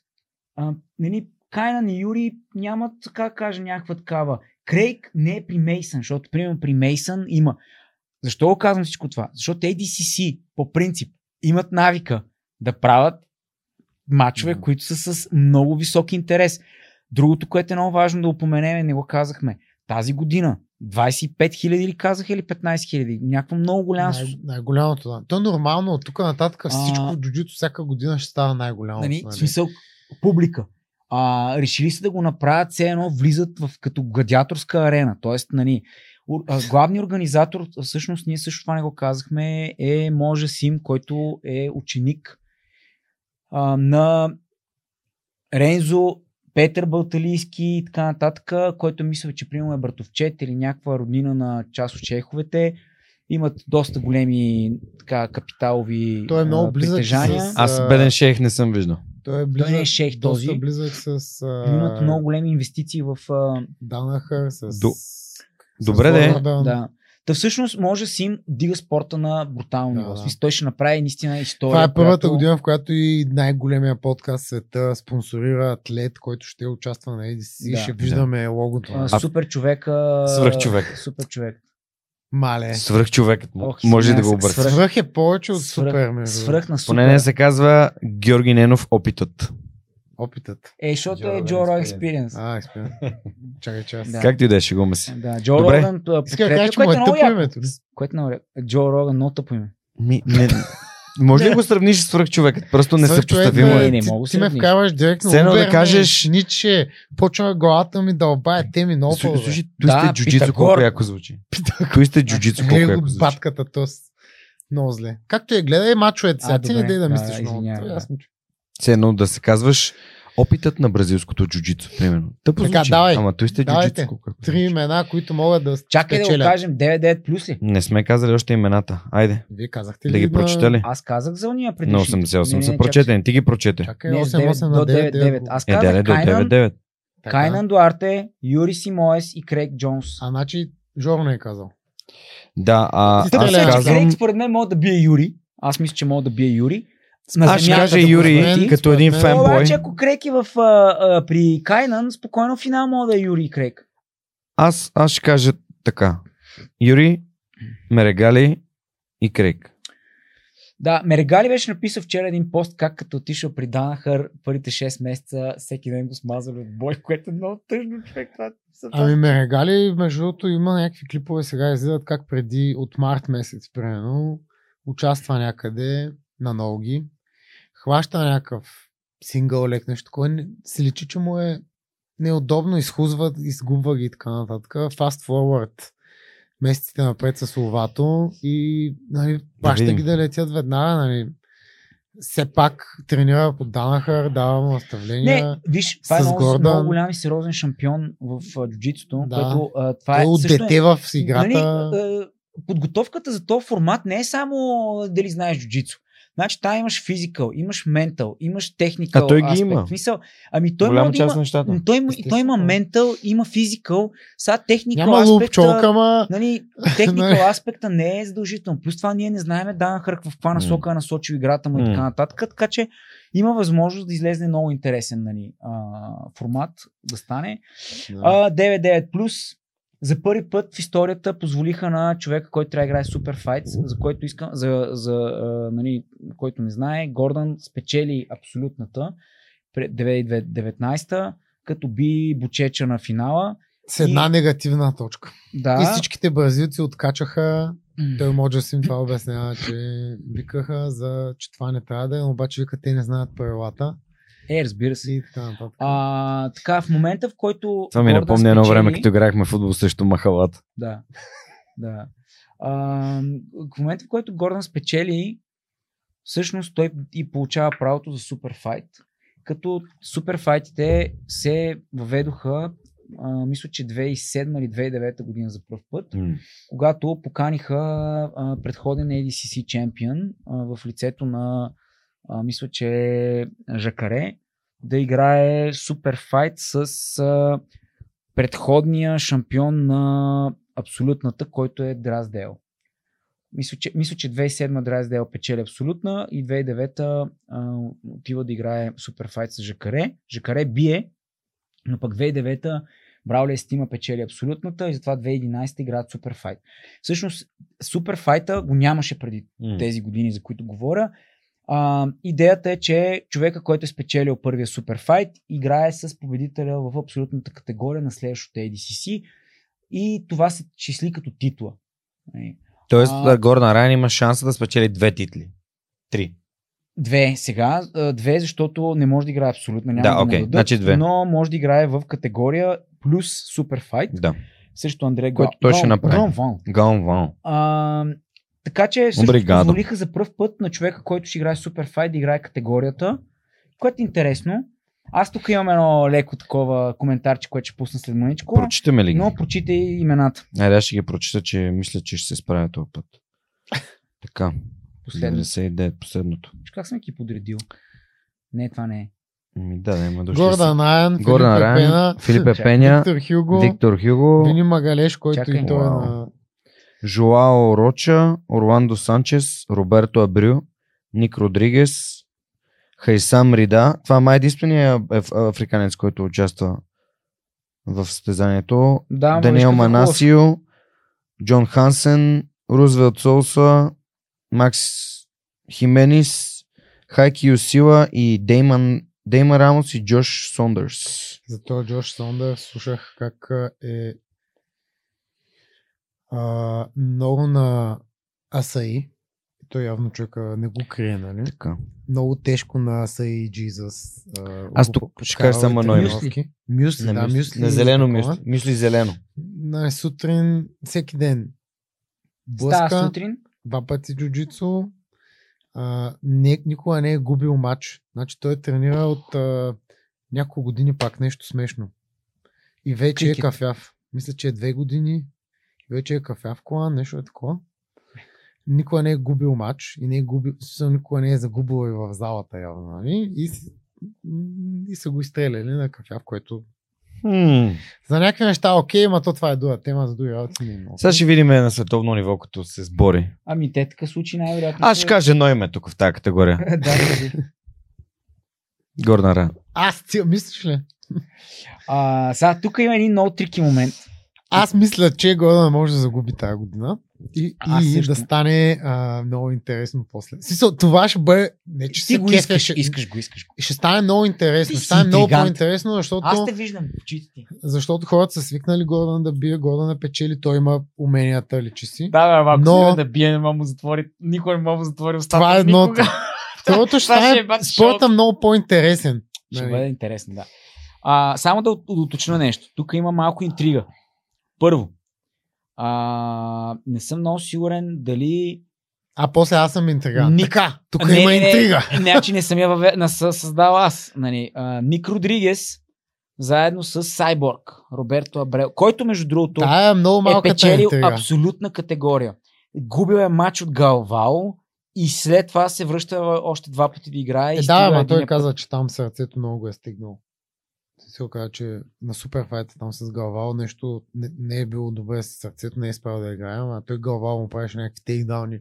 [SPEAKER 2] а, нали, Кайнан и Юри нямат, така кажа, някаква такава. Крейг не е при Мейсън, защото примерно при Мейсън има. Защо го казвам всичко това? Защото ADCC по принцип имат навика да правят мачове,
[SPEAKER 1] Мгм.
[SPEAKER 2] които са с много висок интерес. Другото, което е много важно да упоменем, е, не го казахме. Тази година 25 000 ли казаха или 15 000? Някаква много голяма
[SPEAKER 3] Най- най-голямото, да. То е нормално, от тук нататък всичко
[SPEAKER 2] А.
[SPEAKER 3] в джуджито всяка година ще става най-голямо.
[SPEAKER 2] нали, в смисъл публика. А, решили са да го направят, все едно влизат в като гладиаторска арена. Тоест, нали, ур- а, главният организатор, всъщност ние също това не го казахме, е Може Сим, който е ученик а, на Рензо Петър Балталийски и така нататък, който мисля, че примерно е братовчет или някаква роднина на част от чеховете. Имат доста големи така, капиталови
[SPEAKER 3] Той е много
[SPEAKER 2] а,
[SPEAKER 3] близък
[SPEAKER 2] притежания.
[SPEAKER 3] с-
[SPEAKER 1] Аз беден шейх не съм виждал.
[SPEAKER 3] Той е
[SPEAKER 2] Той
[SPEAKER 3] близък,
[SPEAKER 2] не е шех този.
[SPEAKER 3] доста близък с
[SPEAKER 2] Но
[SPEAKER 3] а...
[SPEAKER 2] имат много големи инвестиции в... А,
[SPEAKER 3] Данахър, с...
[SPEAKER 1] До-
[SPEAKER 3] с
[SPEAKER 1] Добре де.
[SPEAKER 3] Гордан.
[SPEAKER 2] да. Та всъщност може да си им дига спорта на брутално
[SPEAKER 3] Да,
[SPEAKER 2] ниво.
[SPEAKER 3] да.
[SPEAKER 2] Да. Той ще направи наистина история.
[SPEAKER 3] Това е първата
[SPEAKER 2] която-
[SPEAKER 3] година, в която и най-големия подкаст в света спонсорира атлет, който ще участва на ADC.
[SPEAKER 2] Да.
[SPEAKER 3] Да, ще виждаме да. логото.
[SPEAKER 2] А,
[SPEAKER 3] на
[SPEAKER 1] А-
[SPEAKER 2] супер човека.
[SPEAKER 1] Свръхчовек.
[SPEAKER 2] Супер човек.
[SPEAKER 3] Мале.
[SPEAKER 1] Свръх човекът.
[SPEAKER 2] Ох,
[SPEAKER 1] Може ли да
[SPEAKER 2] извинявай
[SPEAKER 1] го
[SPEAKER 2] се,
[SPEAKER 1] объркаш.
[SPEAKER 2] свръх-
[SPEAKER 3] Свръх е повече от
[SPEAKER 2] Свръх-
[SPEAKER 3] супер, между
[SPEAKER 2] Свръх на супер.
[SPEAKER 1] Поне не се казва Георги Ненов опитът.
[SPEAKER 3] другото. опитът.
[SPEAKER 2] Е, защото е
[SPEAKER 1] Joe
[SPEAKER 2] Джо Роган
[SPEAKER 1] Rogan
[SPEAKER 2] Experience.
[SPEAKER 3] А, експириенс. Чакай, че аз.
[SPEAKER 2] Да.
[SPEAKER 3] Да.
[SPEAKER 1] Как ти да шегуваме си?
[SPEAKER 2] Да, Джо
[SPEAKER 1] Добре.
[SPEAKER 2] Роган а,
[SPEAKER 3] Иска да
[SPEAKER 2] подкрепя,
[SPEAKER 3] кажа, че му е
[SPEAKER 2] много
[SPEAKER 3] тъпо
[SPEAKER 2] яко.
[SPEAKER 3] името.
[SPEAKER 2] Което е много яко. Джо Роган, много тъпо име.
[SPEAKER 1] Ми, не, може ли го сравниш с свръхчовекът? Просто не се
[SPEAKER 3] Свръх човек,
[SPEAKER 1] поставимо.
[SPEAKER 2] е-
[SPEAKER 1] е.
[SPEAKER 2] Не, не
[SPEAKER 3] ти-
[SPEAKER 2] мога да
[SPEAKER 3] Ти ме
[SPEAKER 2] сравниш.
[SPEAKER 3] вкарваш директно.
[SPEAKER 1] Все едно да
[SPEAKER 3] Оберман,
[SPEAKER 1] кажеш-
[SPEAKER 3] Ниче, почва главата ми дълба е теми много.
[SPEAKER 1] Слу- Слушай, той
[SPEAKER 2] Да,
[SPEAKER 1] сте джуджицу,
[SPEAKER 2] Питагор.
[SPEAKER 1] колко яко звучи. Той сте джуджицу, колко
[SPEAKER 3] Гледай
[SPEAKER 1] яко
[SPEAKER 3] Е, го
[SPEAKER 1] звучи.
[SPEAKER 3] батката, то с- много зле. Както я гледай, е мачовете сега.
[SPEAKER 2] А,
[SPEAKER 3] Ти не
[SPEAKER 2] добре.
[SPEAKER 3] дай
[SPEAKER 2] Да,
[SPEAKER 3] да мислиш много.
[SPEAKER 2] извинявай,
[SPEAKER 3] Това е
[SPEAKER 2] да.
[SPEAKER 3] ясно, че-
[SPEAKER 1] Все едно да се казваш Опитът на бразилското джуджицу, примерно. Тъпо
[SPEAKER 3] Така,
[SPEAKER 1] звучи,
[SPEAKER 3] давай.
[SPEAKER 1] ама той сте
[SPEAKER 3] Давайте.
[SPEAKER 1] джуджицу. какво-
[SPEAKER 3] Три имена, които могат да
[SPEAKER 2] Чакай да го
[SPEAKER 3] спечелят.
[SPEAKER 2] кажем 9-9 плюс ли?
[SPEAKER 1] Не сме казали още имената. Айде,
[SPEAKER 3] Вие казахте
[SPEAKER 1] да, ги
[SPEAKER 3] на-
[SPEAKER 1] прочетали.
[SPEAKER 2] Аз казах за уния преди.
[SPEAKER 1] На 88 са прочетени. Ти ги прочете.
[SPEAKER 3] Чакай,
[SPEAKER 2] Не,
[SPEAKER 3] 8, 8
[SPEAKER 2] до
[SPEAKER 3] на 9,
[SPEAKER 2] 9-9.
[SPEAKER 3] 9.
[SPEAKER 2] Аз
[SPEAKER 1] Е, да,
[SPEAKER 2] казах
[SPEAKER 1] не, до
[SPEAKER 2] Кайнан,
[SPEAKER 1] 9-9.
[SPEAKER 2] Кайнан Дуарте, Юри Симоес и Крейг Джонс.
[SPEAKER 3] е, А значи Жорна е казал.
[SPEAKER 1] Да, а
[SPEAKER 3] Ти
[SPEAKER 1] аз
[SPEAKER 3] стреляй.
[SPEAKER 1] казвам...
[SPEAKER 2] Крейг според мен мога да бие Юри. Аз мисля, че мога да бие Юри. На
[SPEAKER 1] Аз ще
[SPEAKER 2] земята
[SPEAKER 1] кажа
[SPEAKER 2] да го
[SPEAKER 1] Юри
[SPEAKER 2] размести.
[SPEAKER 1] като един
[SPEAKER 3] Според мен-
[SPEAKER 1] фенбой.
[SPEAKER 2] Обаче, ако Крейг е в, а, а, при Кайнан, спокойно в финал мога да е Юри и Крейг.
[SPEAKER 1] Аз, аз ще кажа така. Юри, Мерегали и Крейг.
[SPEAKER 2] Да, Мерегали беше написал вчера един пост, как като отишъл при Данахър първите 6 месеца, всеки ден го смазали от бой, което е много тъжно, човек. Това, са-
[SPEAKER 3] Ами Мерегали, между другото, има някакви клипове сега излизат как преди от март месец, примерно, участва някъде на ноги, хваща някакъв сингъл лек, нещо такова, не- се личи, че му е неудобно, изхузва, изгубва ги и така нататък. Fast forward месеците напред с ловато и нали, праща
[SPEAKER 1] видим.
[SPEAKER 3] ги да летят веднага. Нали. Все пак тренира по Данахър, дава му наставления.
[SPEAKER 2] Не, виж, това е
[SPEAKER 3] с
[SPEAKER 2] много,
[SPEAKER 3] Гордан.
[SPEAKER 2] много голям и сериозен шампион в а, джуджитсуто,
[SPEAKER 3] Да.
[SPEAKER 2] което а, това
[SPEAKER 3] Той
[SPEAKER 2] е...
[SPEAKER 3] е от
[SPEAKER 2] също е-
[SPEAKER 3] дете в играта.
[SPEAKER 2] Нали, а, подготовката за този формат не е само а, дали знаеш джуджицу. Значи там имаш физикал, имаш ментал, имаш техника.
[SPEAKER 1] А той ги има.
[SPEAKER 2] Мисъл, ами той
[SPEAKER 1] Голяма
[SPEAKER 2] може да
[SPEAKER 1] част на
[SPEAKER 2] има,
[SPEAKER 1] нещата.
[SPEAKER 2] но той, има, и той има
[SPEAKER 3] Естествено.
[SPEAKER 2] ментал, има физикал, сега техника,
[SPEAKER 3] Няма луп,
[SPEAKER 2] аспекта,
[SPEAKER 3] чолка, ма...
[SPEAKER 2] Нали, техника
[SPEAKER 3] Нали?
[SPEAKER 2] аспекта не е задължително. Плюс това ние не знаем Дан Хърк в каква насока е насочил играта му и
[SPEAKER 1] М.
[SPEAKER 2] така нататък. Така че има възможност да излезне много интересен нали, а, формат, да стане. А, 9-9 плюс. За първи път в историята позволиха на човека, който трябва да играе Супер Файтс, за който искам, за, за а, нали, който не знае, Гордан спечели абсолютната пред 19 като би бучеча на финала.
[SPEAKER 3] С една негативна точка.
[SPEAKER 2] Да.
[SPEAKER 3] И всичките бразилци откачаха.
[SPEAKER 2] М.
[SPEAKER 3] Той може да си им това обяснява, че викаха, за, че това не трябва да е, обаче вика, те не знаят правилата
[SPEAKER 2] Е, разбира се.
[SPEAKER 3] и така нататък.
[SPEAKER 2] А, така, в момента, в който.
[SPEAKER 1] Това ми
[SPEAKER 2] Гордан
[SPEAKER 1] напомня едно
[SPEAKER 2] спечели-
[SPEAKER 1] време, като играхме футбол срещу Махалата.
[SPEAKER 2] Да. да. А, в момента, в който Гордан спечели, всъщност той и получава правото за суперфайт. Като суперфайтите се въведоха, а, мисля, че 2007 или 2009 година за първ път, когато поканиха а, предходен ADCC чемпион а, в лицето на, а, мисля, че Жакаре, да играе супер файт с а, предходния шампион на абсолютната, който е Драздел. Мисля, че, мисля, че 2007 Драздел печели абсолютна и 2009 а, отива да играе супер файт с Жакаре. Жакаре бие, но пък 2009 Браулия Стима печели абсолютната и затова 2011 играят супер файт. Всъщност, супер файта го нямаше преди тези години, за които говоря. А, идеята е, че човека, който е спечелил първия суперфайт, играе с победителя в абсолютната категория на следващото ADCC и това се числи като титла. Нали,
[SPEAKER 1] Тоест,
[SPEAKER 2] А-
[SPEAKER 1] а... Гордан Райан има шанса да спечели две титли. Три.
[SPEAKER 2] Две сега, а, две, защото не може да играе абсолютно, няма
[SPEAKER 1] Да,
[SPEAKER 2] да, му
[SPEAKER 1] окей,
[SPEAKER 2] дадат,
[SPEAKER 1] значи две.
[SPEAKER 2] но може да играе в категория плюс суперфайт
[SPEAKER 1] Да.
[SPEAKER 2] срещу Андре
[SPEAKER 1] Което
[SPEAKER 2] Гал-
[SPEAKER 1] той ще
[SPEAKER 2] Гал-
[SPEAKER 1] направи.
[SPEAKER 2] Грон Ван.
[SPEAKER 1] Гон вон.
[SPEAKER 2] А, така че всъщност
[SPEAKER 1] Обригадо.
[SPEAKER 2] позволиха за първ път на човека, който ще играе Суперфайт, да играе категорията, което е интересно. Аз тук имам едно леко такова коментарче, което ще пусна след мъничко,
[SPEAKER 1] Прочитаме ли ги?
[SPEAKER 2] но прочитай имената
[SPEAKER 1] Айде, аз ще ги прочита, че мисля, че ще се справя този път. Така.
[SPEAKER 2] последно.
[SPEAKER 1] 99, последното.
[SPEAKER 2] Виж Как съм ги подредил? Не, това не е.
[SPEAKER 1] Ми, Ами да, да, има дошли. са.
[SPEAKER 3] Гордан Райан,
[SPEAKER 1] Гордан
[SPEAKER 3] Филип Пена,
[SPEAKER 1] Райан, Филипе
[SPEAKER 2] Чакай,
[SPEAKER 1] Пеня,
[SPEAKER 3] Виктор Хюго,
[SPEAKER 1] Виктор Хюго,
[SPEAKER 3] Вини Магалеш, който
[SPEAKER 2] Чакай.
[SPEAKER 3] и той е
[SPEAKER 1] Вау.
[SPEAKER 3] на...
[SPEAKER 1] Жоао Роча, Орландо Санчес, Роберто Абрю, Ник Родригес, Хайсам Рида. Това май е единствения аф- африканец, който участва в състезанието.
[SPEAKER 2] Да, ама виж
[SPEAKER 1] Даниел
[SPEAKER 2] какво е хубаво.
[SPEAKER 1] Манасио, Джон Хансен, Рузвелт Солса, Макс Хименис, Хайки Юсила и Дейман, Дейман Рамос и Джош Сондърс.
[SPEAKER 3] За този Джош Сондър слушах как а, е а, много на Асаи. Той явно човека не го крие, нали?
[SPEAKER 1] Така.
[SPEAKER 3] Много тежко на Асаи и Джизъс. а,
[SPEAKER 1] Аз
[SPEAKER 3] го
[SPEAKER 1] тук
[SPEAKER 3] по-
[SPEAKER 1] ще кажа е само едно
[SPEAKER 3] карал и
[SPEAKER 1] име.
[SPEAKER 3] тренировки. Мюсли,
[SPEAKER 1] На
[SPEAKER 3] да,
[SPEAKER 1] мюсли-
[SPEAKER 3] мюсли.
[SPEAKER 1] на зелено
[SPEAKER 3] такова.
[SPEAKER 1] мисли. Мисли зелено.
[SPEAKER 3] На сутрин, всеки ден.
[SPEAKER 2] Става
[SPEAKER 3] Блъска,
[SPEAKER 2] сутрин.
[SPEAKER 3] два пъти джуджицу. А, не, никога не е губил матч. Значи той тренира е от а, няколко години пак нещо смешно. И вече
[SPEAKER 2] Крикет.
[SPEAKER 3] е кафяв. Мисля, че е две години. Вече е кафяв колан, нещо е такова. Никога не е губил матч и не е губил, всъщност никога не е загубил и в залата явно. Нали? И, с- и са го изстреляли на кафяв, което
[SPEAKER 1] Хм.
[SPEAKER 3] за някакви неща окей, ма то това е друга тема, за други работи не е много.
[SPEAKER 1] Сега ще видим на световно ниво, като се сбори.
[SPEAKER 2] Ами те така случаи най-вероятно.
[SPEAKER 1] Аз ще
[SPEAKER 2] са-
[SPEAKER 1] кажа едно име тук в тази категория.
[SPEAKER 2] да, кажи.
[SPEAKER 1] Горна Ра.
[SPEAKER 3] Аз ти, мислиш ли?
[SPEAKER 2] а, сега тук има един много трики момент.
[SPEAKER 3] Аз мисля, че Гордан може да загуби тази година и,
[SPEAKER 2] Аз
[SPEAKER 3] и
[SPEAKER 2] също.
[SPEAKER 3] да стане а, много интересно после. В Смисъл, това ще бъде... Не, че
[SPEAKER 2] Ти
[SPEAKER 3] се
[SPEAKER 2] го
[SPEAKER 3] кефя,
[SPEAKER 2] искаш,
[SPEAKER 3] ще,
[SPEAKER 2] искаш го, искаш го.
[SPEAKER 3] ще стане много интересно.
[SPEAKER 2] Ти
[SPEAKER 3] Ще
[SPEAKER 2] си
[SPEAKER 3] стане много
[SPEAKER 2] интригант.
[SPEAKER 3] по-интересно, защото,
[SPEAKER 2] Аз те виждам в очите ти.
[SPEAKER 3] защото хората са свикнали Гордан да бие, Гордан да печели, той има уменията, личи си.
[SPEAKER 4] Да, да, ако
[SPEAKER 3] Но-
[SPEAKER 4] но... да бие, не мога му затвори. Никой не мога му затвори устата.
[SPEAKER 3] Това е едното.
[SPEAKER 4] Никога.
[SPEAKER 3] Второто ще
[SPEAKER 4] Това ще е
[SPEAKER 3] стане
[SPEAKER 4] бат
[SPEAKER 3] спорта много по-интересен.
[SPEAKER 2] Ще
[SPEAKER 3] Нали?
[SPEAKER 2] бъде интересно, да. А, само да от- да уточня нещо. Тук има малко интрига. Първо, а, не съм много сигурен дали.
[SPEAKER 3] А после аз съм интригант.
[SPEAKER 2] Ник-
[SPEAKER 3] Така, тук
[SPEAKER 2] Не,
[SPEAKER 3] има
[SPEAKER 2] не, не.
[SPEAKER 3] интрига.
[SPEAKER 2] Значи не съм я въве... на- съ- създал аз. Нали, а, Ник Родригес заедно с Сайборг, Роберто Абрел, който между другото
[SPEAKER 3] Тая е много
[SPEAKER 2] е
[SPEAKER 3] малката
[SPEAKER 2] печелил
[SPEAKER 3] интрига.
[SPEAKER 2] абсолютна категория. Губил е матч от Галвао и след това се връща още два пъти да играе. и
[SPEAKER 3] Е, да,
[SPEAKER 2] стига
[SPEAKER 3] ама
[SPEAKER 2] единия
[SPEAKER 3] той
[SPEAKER 2] път.
[SPEAKER 3] каза, че там сърцето много го е стигнал. Се оказа, че на суперфайта там с Галвал нещо не, не е било добре с сърцето, не е спрял да играе, ама той Галвал му правеше някакви тейкдауни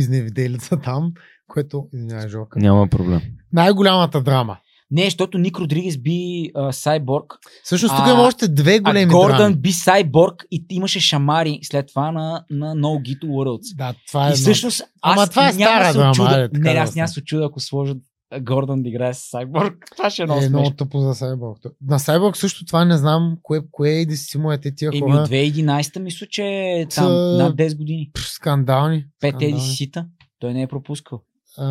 [SPEAKER 3] изневиделица там, което, извинявай, Жорка.
[SPEAKER 1] Няма проблем.
[SPEAKER 3] Най-голямата драма.
[SPEAKER 2] Не, защото Ник Родригес би а, Сайборг,
[SPEAKER 3] Всъщност тук
[SPEAKER 2] А-
[SPEAKER 3] има още две
[SPEAKER 2] а
[SPEAKER 3] големи
[SPEAKER 2] Гордън
[SPEAKER 3] драми.
[SPEAKER 2] би Сайборг и имаше шамари след това на, на No Git Worlds.
[SPEAKER 3] Да, това е
[SPEAKER 2] и
[SPEAKER 3] едно.
[SPEAKER 2] всъщност аз
[SPEAKER 3] Ама това е
[SPEAKER 2] няма да
[SPEAKER 3] стара
[SPEAKER 2] се
[SPEAKER 3] драма,
[SPEAKER 2] очуда,
[SPEAKER 3] айде, така
[SPEAKER 2] не,
[SPEAKER 3] да
[SPEAKER 2] аз
[SPEAKER 3] сме.
[SPEAKER 2] няма да се очуда, ако сложат Гордън да играе с Сайборг. Това ще е много
[SPEAKER 3] е много
[SPEAKER 2] смешно.
[SPEAKER 3] тъпо за Сайборг. На Сайборг също това не знам кое, кое е си му е те тия
[SPEAKER 2] Еми
[SPEAKER 3] хора.
[SPEAKER 2] от 2011 мисля, че е там
[SPEAKER 3] Ца-
[SPEAKER 2] над 10 години.
[SPEAKER 3] Пш, Скандални.
[SPEAKER 2] Пет еди
[SPEAKER 3] скандални.
[SPEAKER 2] си сита. Той не е пропускал.
[SPEAKER 3] А,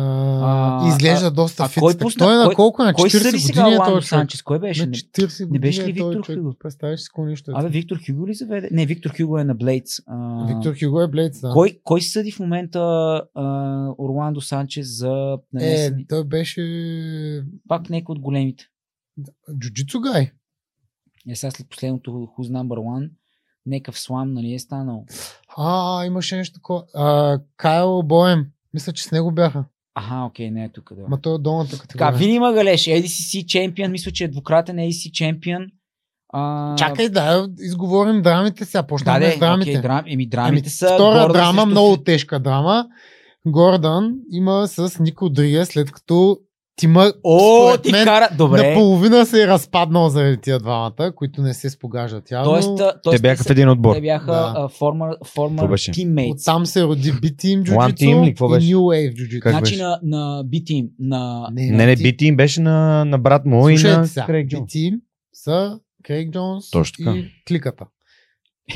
[SPEAKER 2] А,
[SPEAKER 3] изглежда доста
[SPEAKER 2] а
[SPEAKER 3] фит.
[SPEAKER 2] кой
[SPEAKER 3] така.
[SPEAKER 2] пусна-
[SPEAKER 3] той е на
[SPEAKER 2] кой-
[SPEAKER 3] колко? На 40
[SPEAKER 2] Кой сади сега
[SPEAKER 3] години е
[SPEAKER 2] Ландо
[SPEAKER 3] този човек.
[SPEAKER 2] Санчес? Кой беше?
[SPEAKER 3] На
[SPEAKER 2] Не-
[SPEAKER 3] 40
[SPEAKER 2] не беше
[SPEAKER 3] години
[SPEAKER 2] ли
[SPEAKER 3] е този
[SPEAKER 2] Виктор
[SPEAKER 3] човек.
[SPEAKER 2] Хюго?
[SPEAKER 3] Представяш си колко нещо е.
[SPEAKER 2] Абе, Виктор Хюго ли заведе? Не, Виктор Хюго е на Блейдс.
[SPEAKER 3] това.
[SPEAKER 2] А,
[SPEAKER 3] Виктор Хюго е Блейдс, да.
[SPEAKER 2] Кой, кой съди в момента а, Орландо Санчес за
[SPEAKER 3] Е,
[SPEAKER 2] нанесени? Е,
[SPEAKER 3] той беше
[SPEAKER 2] Пак някой от големите.
[SPEAKER 3] джуджицу гай.
[SPEAKER 2] Е, сега след последното Who's Number One, нека в слам, нали е станал.
[SPEAKER 3] А, имаше нещо такова. А, Кайл Боем. Мисля, че с него бяха.
[SPEAKER 2] Аха, окей, не е тук. Да.
[SPEAKER 3] Ма той е от долната
[SPEAKER 2] Така,
[SPEAKER 3] категория.
[SPEAKER 2] Вини Магалеш, ADCC чемпион, мисля, че е двукратен ADCC чемпион. А,
[SPEAKER 3] Чакай да изговорим драмите сега.
[SPEAKER 2] да,
[SPEAKER 3] Почнахме
[SPEAKER 2] де,
[SPEAKER 3] с драмите.
[SPEAKER 2] Окей, драм, еми, драмите
[SPEAKER 3] Ами,
[SPEAKER 2] са...
[SPEAKER 3] Втора
[SPEAKER 2] Гордън
[SPEAKER 3] драма,
[SPEAKER 2] срещу-
[SPEAKER 3] много тежка драма. Гордан има с Нико Дрия, след като тима
[SPEAKER 2] О,
[SPEAKER 3] според
[SPEAKER 2] ти
[SPEAKER 3] мен,
[SPEAKER 2] кара... Добре.
[SPEAKER 3] Наполовина се е разпаднал заради тия двамата, които не се спогаждат явно.
[SPEAKER 2] Тоест, а,
[SPEAKER 1] Те
[SPEAKER 2] тоест,
[SPEAKER 1] бяха в
[SPEAKER 2] са-
[SPEAKER 1] един отбор.
[SPEAKER 2] те бяха
[SPEAKER 3] Да.
[SPEAKER 2] а, former,
[SPEAKER 1] Какво
[SPEAKER 2] former
[SPEAKER 1] беше?
[SPEAKER 2] teammates.
[SPEAKER 3] Оттам се роди B-Team
[SPEAKER 1] One Team ли, какво
[SPEAKER 3] Jiu-Jitsu
[SPEAKER 1] беше?
[SPEAKER 3] и New Wave Jiu-Jitsu.
[SPEAKER 1] Как
[SPEAKER 2] Значи
[SPEAKER 1] беше?
[SPEAKER 2] на, на B-Team, на
[SPEAKER 1] Не, не, бити им беше на, на брат му и
[SPEAKER 3] Слушайте
[SPEAKER 1] на
[SPEAKER 3] сега,
[SPEAKER 1] Крейг Джонс.
[SPEAKER 3] B-Team са Крейг Джонс
[SPEAKER 1] Точно така.
[SPEAKER 3] и кликата.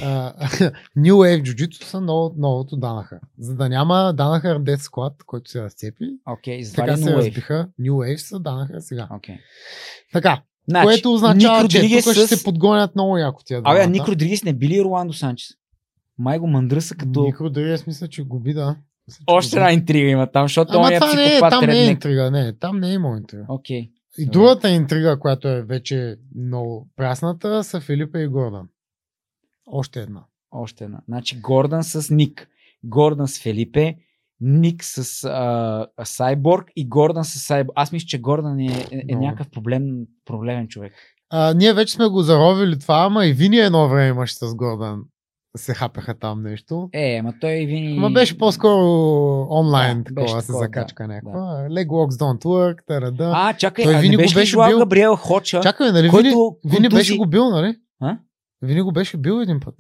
[SPEAKER 3] А, New Wave Jiu-Jitsu са ново, новото данаха. За да няма данаха Dead Squad, който се разцепи.
[SPEAKER 2] Окей, okay, затова
[SPEAKER 3] Така
[SPEAKER 2] ли е
[SPEAKER 3] се
[SPEAKER 2] се
[SPEAKER 3] разбиха. New Wave са данаха сега.
[SPEAKER 2] Okay.
[SPEAKER 3] Така,
[SPEAKER 2] Значи,
[SPEAKER 3] което означава,
[SPEAKER 2] Ник
[SPEAKER 3] че
[SPEAKER 2] Родригес
[SPEAKER 3] тук ще
[SPEAKER 2] с-
[SPEAKER 3] се подгонят много яко тия двамата.
[SPEAKER 2] Абе, Ник Родригес не били Роландо Санчес. Май го мъдръса като...
[SPEAKER 3] Ник Родригес мисля, че губи, да. Мисля, че
[SPEAKER 2] Още
[SPEAKER 3] губи.
[SPEAKER 2] една интрига има там, защото
[SPEAKER 3] Ама
[SPEAKER 2] той е
[SPEAKER 3] това не е,
[SPEAKER 2] психопат
[SPEAKER 3] там не е
[SPEAKER 2] реднек.
[SPEAKER 3] интрига, не, там не е имало интрига.
[SPEAKER 2] Окей.
[SPEAKER 3] И
[SPEAKER 2] Добре.
[SPEAKER 3] другата интрига, която е вече много прясната, са Филипа и Гордан. Още една.
[SPEAKER 2] Още една. Значи Гордан с Ник. Гордан с Фелипе. Ник с а, а, Сайборг и Гордан с Сайборг. Аз мисля, че Гордан е, е, е
[SPEAKER 3] Много.
[SPEAKER 2] някакъв проблем, проблемен човек.
[SPEAKER 3] А, ние вече сме го заровили това, ама и Вини едно време имаше с Гордан. Се хапеха там нещо.
[SPEAKER 2] Е, ма той винаги...
[SPEAKER 3] Ма беше по-скоро онлайн
[SPEAKER 2] Да,
[SPEAKER 3] да,
[SPEAKER 2] беше
[SPEAKER 3] такова, се
[SPEAKER 2] такова,
[SPEAKER 3] закачка
[SPEAKER 2] да,
[SPEAKER 3] някаква. Leg walks don't work, тарада.
[SPEAKER 2] А, чакай,
[SPEAKER 3] Той
[SPEAKER 2] а не
[SPEAKER 3] винаги го
[SPEAKER 2] беше, ли
[SPEAKER 3] беше
[SPEAKER 2] Жоао
[SPEAKER 3] бил-
[SPEAKER 2] Габриел Хоча,
[SPEAKER 3] Чакай, нали
[SPEAKER 2] който
[SPEAKER 3] Вини, Вини
[SPEAKER 2] контузи-
[SPEAKER 3] беше го бил, нали?
[SPEAKER 2] А?
[SPEAKER 3] Вини го беше бил един път.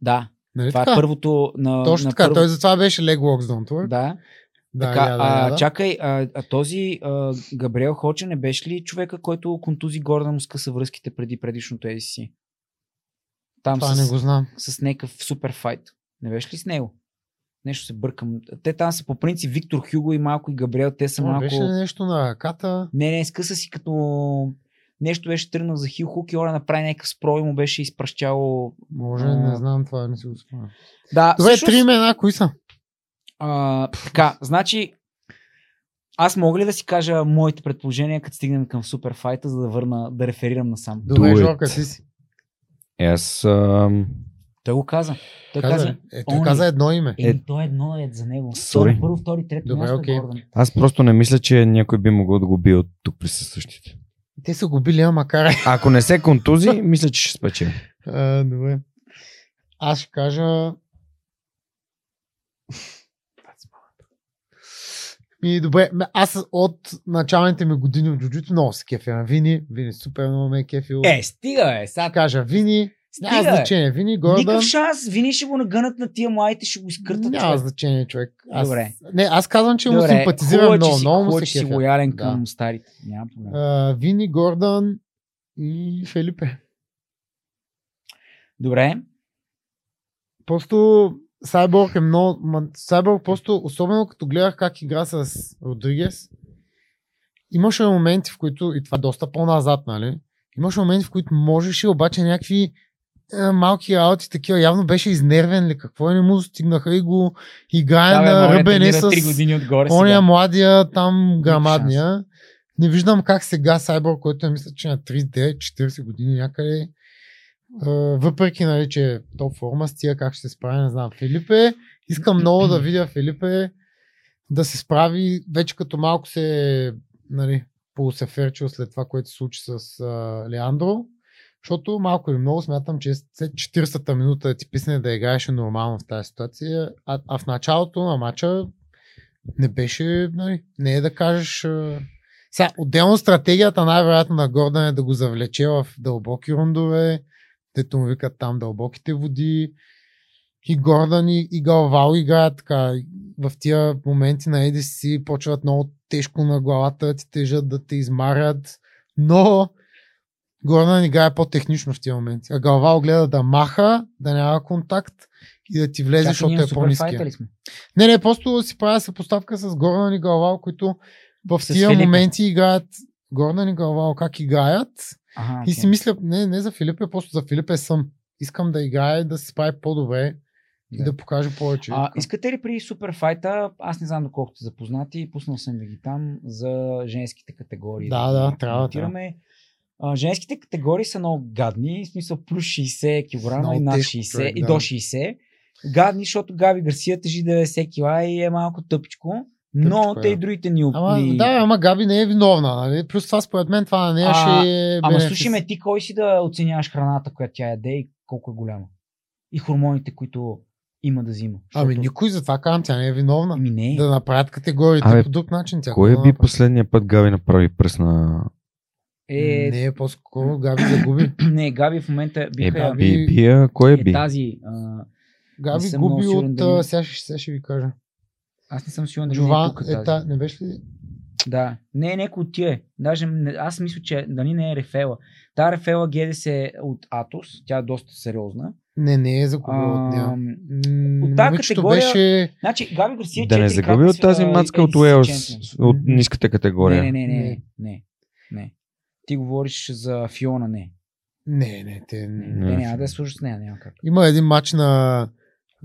[SPEAKER 2] Да,
[SPEAKER 3] Нали
[SPEAKER 2] това е
[SPEAKER 3] така?
[SPEAKER 2] първото на...
[SPEAKER 3] Точно
[SPEAKER 2] на
[SPEAKER 3] така,
[SPEAKER 2] първо...
[SPEAKER 3] той затова беше Leg walks don't work.
[SPEAKER 2] Да.
[SPEAKER 3] Да,
[SPEAKER 2] Така,
[SPEAKER 3] я, да, я,
[SPEAKER 2] а,
[SPEAKER 3] да.
[SPEAKER 2] чакай, а, а този а, Габриел Хоче не беше ли човека, който контузи Гордан му скъса връзките преди предишното ADC? Там
[SPEAKER 3] Това
[SPEAKER 2] с,
[SPEAKER 3] не го знам.
[SPEAKER 2] с някакъв супер файт. Не беше ли с него? Нещо се бъркам. Те там са по принцип Виктор Хюго и малко и Габриел, те са
[SPEAKER 3] Ама
[SPEAKER 2] малко...
[SPEAKER 3] Беше ли нещо на ръката?
[SPEAKER 2] Не, не, скъса си като... Нещо беше тръгнал за Хил Хук и Ора направи някакъв спро и му беше изпращало...
[SPEAKER 3] Може,
[SPEAKER 2] А.
[SPEAKER 3] не знам, това не си го спомням.
[SPEAKER 2] Да,
[SPEAKER 3] Добре,
[SPEAKER 2] всъщност-
[SPEAKER 3] три имена, кои са?
[SPEAKER 2] А, така, значи Аз мога ли да си кажа моите предположения, като стигнем към суперфайта, за да върна, да реферирам насам?
[SPEAKER 3] Добре,
[SPEAKER 1] Do it.
[SPEAKER 3] Жорка, ти си.
[SPEAKER 1] Е, Аз ам,
[SPEAKER 2] Той го каза. Той
[SPEAKER 3] Каза,
[SPEAKER 2] каза,
[SPEAKER 3] ли? е, той
[SPEAKER 2] Only.
[SPEAKER 3] каза едно име.
[SPEAKER 2] Еми, то е едно е за него.
[SPEAKER 1] Sorry.
[SPEAKER 2] Второ, първо, втори, трето
[SPEAKER 3] Добре,
[SPEAKER 2] място
[SPEAKER 3] окей.
[SPEAKER 2] е Гордан.
[SPEAKER 1] аз просто не мисля, че някой би могъл да го бие от тук присъстващите.
[SPEAKER 3] Те са го били, ама карай.
[SPEAKER 1] Ако не се контузи, мисля, че ще спече.
[SPEAKER 3] А, добре. Аз ще кажа... И добре, м- аз от началните ми години в джуджито много се кефя на Вини. Вини супер много ме е кефил.
[SPEAKER 2] Е, стига е, сега.
[SPEAKER 3] Ще кажа Вини. Няма
[SPEAKER 2] Стига е.
[SPEAKER 3] значение. Вини, Гордан.
[SPEAKER 2] Никакъв шанс, винаги ще го нагънат на тия младите, ще го изкъртат.
[SPEAKER 3] Няма
[SPEAKER 2] човек.
[SPEAKER 3] значение, човек. Аз...
[SPEAKER 2] Добре.
[SPEAKER 3] Не, аз казвам, че му симпатизирам
[SPEAKER 2] хубаво, че
[SPEAKER 3] много.
[SPEAKER 2] си-
[SPEAKER 3] Много му
[SPEAKER 2] хубаво, че
[SPEAKER 3] се
[SPEAKER 2] си
[SPEAKER 3] кефя.
[SPEAKER 2] лоялен
[SPEAKER 3] Да.
[SPEAKER 2] към старите. Няма проблем.
[SPEAKER 3] А, Вини, Гордан и Фелипе.
[SPEAKER 2] Добре.
[SPEAKER 3] Просто Сайборг е много... ма- Сайборг просто, особено като гледах как игра с Родригес, имаше моменти, в които, и това е доста по-назад, нали? Имаше моменти, в които можеше, обаче някакви е, малки работи, такива, явно беше изнервен ли, какво и не му стигнаха и го играе
[SPEAKER 4] Да, бе,
[SPEAKER 3] на
[SPEAKER 4] моля,
[SPEAKER 3] ръбене
[SPEAKER 4] тренира
[SPEAKER 3] с
[SPEAKER 4] три години отгоре
[SPEAKER 3] оня
[SPEAKER 4] сега.
[SPEAKER 3] младия, там грамадния. Не виждам как сега Сайборг, който е мисля, че на 39-40 години някъде, е, въпреки, нали, че е в топ форма с тия, как ще се справи, не знам. Филипе, искам много да видя Филипе да се справи, вече като малко се нали, полусеферчил след това, което се случи с а, Леандро, защото малко или много смятам, че след 40-та минута ти писне да играеше нормално в тази ситуация, а, а в началото на матча не беше, нали, не е да кажеш... А... Сега, отделно стратегията най-вероятно на Гордан е да го завлече в дълбоки рундове, дето му викат там дълбоките води. И Гордан и, и Галвал играят така. В тия моменти на ADC почват много тежко на главата, да ти тежат да те измарят. Но Гордан играе по-технично в тия моменти. А Галвал гледа да маха, да няма контакт и да ти влезе,
[SPEAKER 2] Чакай,
[SPEAKER 3] защото
[SPEAKER 2] ние
[SPEAKER 3] е
[SPEAKER 2] супер
[SPEAKER 3] по-низкия.
[SPEAKER 2] файта ли сме?
[SPEAKER 3] Не, не, просто си правя съпоставка с Гордан и Галвал, които в
[SPEAKER 2] С
[SPEAKER 3] тия
[SPEAKER 2] Филипе.
[SPEAKER 3] моменти играят Гордан и Галвал как играят
[SPEAKER 2] Ага,
[SPEAKER 3] и
[SPEAKER 2] окей.
[SPEAKER 3] си мисля, не, не за Филипе, просто за Филипе съм. Искам да играе, да се прави по-добре и
[SPEAKER 2] Да.
[SPEAKER 3] да покаже повече.
[SPEAKER 2] А, искате ли при суперфайта, аз не знам доколко сте запознати, пуснал съм ви ги там за женските категории.
[SPEAKER 3] Да, да,
[SPEAKER 2] ги
[SPEAKER 3] трябва,
[SPEAKER 2] коментираме. А, женските категории са много гадни, в смисъл плюс 60 кг
[SPEAKER 3] Много
[SPEAKER 2] и над
[SPEAKER 3] тежко,
[SPEAKER 2] 60
[SPEAKER 3] човек,
[SPEAKER 2] и
[SPEAKER 3] да.
[SPEAKER 2] до 60. Гадни, защото Габи Гарсия тежи 90 кг и е малко тъпчко, но
[SPEAKER 3] Тъпчко е.
[SPEAKER 2] те и другите ни...
[SPEAKER 3] Ама,
[SPEAKER 2] ни...
[SPEAKER 3] да, ама Габи не е виновна, нали? Плюс това според мен това на нея
[SPEAKER 2] А,
[SPEAKER 3] ще е
[SPEAKER 2] Ама
[SPEAKER 3] бенефис.
[SPEAKER 2] слушай ме, ти кой си да оценяваш храната, която тя яде и колко е голяма? И хормоните, които има да взима.
[SPEAKER 3] Ами
[SPEAKER 2] Защото-
[SPEAKER 3] никой за това казвам, тя не е виновна.
[SPEAKER 2] Ами не.
[SPEAKER 3] Да направят категориите
[SPEAKER 1] Абе,
[SPEAKER 3] по друг начин. Тя
[SPEAKER 1] Кой е
[SPEAKER 3] какво
[SPEAKER 1] би
[SPEAKER 3] да направи?
[SPEAKER 1] последния път Гави направи пръст на...
[SPEAKER 2] Е,
[SPEAKER 3] Не е по-скоро Габи загуби.
[SPEAKER 2] Не, Габи в момента
[SPEAKER 1] Е,
[SPEAKER 2] биха я.
[SPEAKER 3] Габи.
[SPEAKER 1] би, бия, кой е
[SPEAKER 2] Е,
[SPEAKER 1] би?
[SPEAKER 2] тази. А,
[SPEAKER 3] Габи
[SPEAKER 2] съм много
[SPEAKER 3] губи
[SPEAKER 2] сигурен
[SPEAKER 3] от...
[SPEAKER 2] дали-
[SPEAKER 3] а, Сега ще, сега ще ви кажа.
[SPEAKER 2] аз не съм сигурен дали не е
[SPEAKER 3] Джован,
[SPEAKER 2] тук
[SPEAKER 3] е, та,
[SPEAKER 2] тази.
[SPEAKER 3] не беше ли?
[SPEAKER 2] Да. Не е някой от тия. е. Даже не, аз мисля, че дали не е Рефела. Та Рефела Гедес е от Атос. Тя е доста сериозна.
[SPEAKER 3] Не, не е загубил от нея.
[SPEAKER 2] Ам,
[SPEAKER 3] М,
[SPEAKER 2] от тая
[SPEAKER 3] момичето
[SPEAKER 2] категория-
[SPEAKER 3] беше...
[SPEAKER 2] значи, Габи Гарсия
[SPEAKER 1] Да не загуби от тази мацка от Уелс, от ниската
[SPEAKER 2] Не,
[SPEAKER 1] категория.
[SPEAKER 2] не, не, не,
[SPEAKER 3] Не.
[SPEAKER 2] не, не. Ти говориш за Фиона, не.
[SPEAKER 3] Не, не, те...
[SPEAKER 2] Не,
[SPEAKER 3] Не.
[SPEAKER 2] не, няма да служа с нея, няма как.
[SPEAKER 3] Има един матч на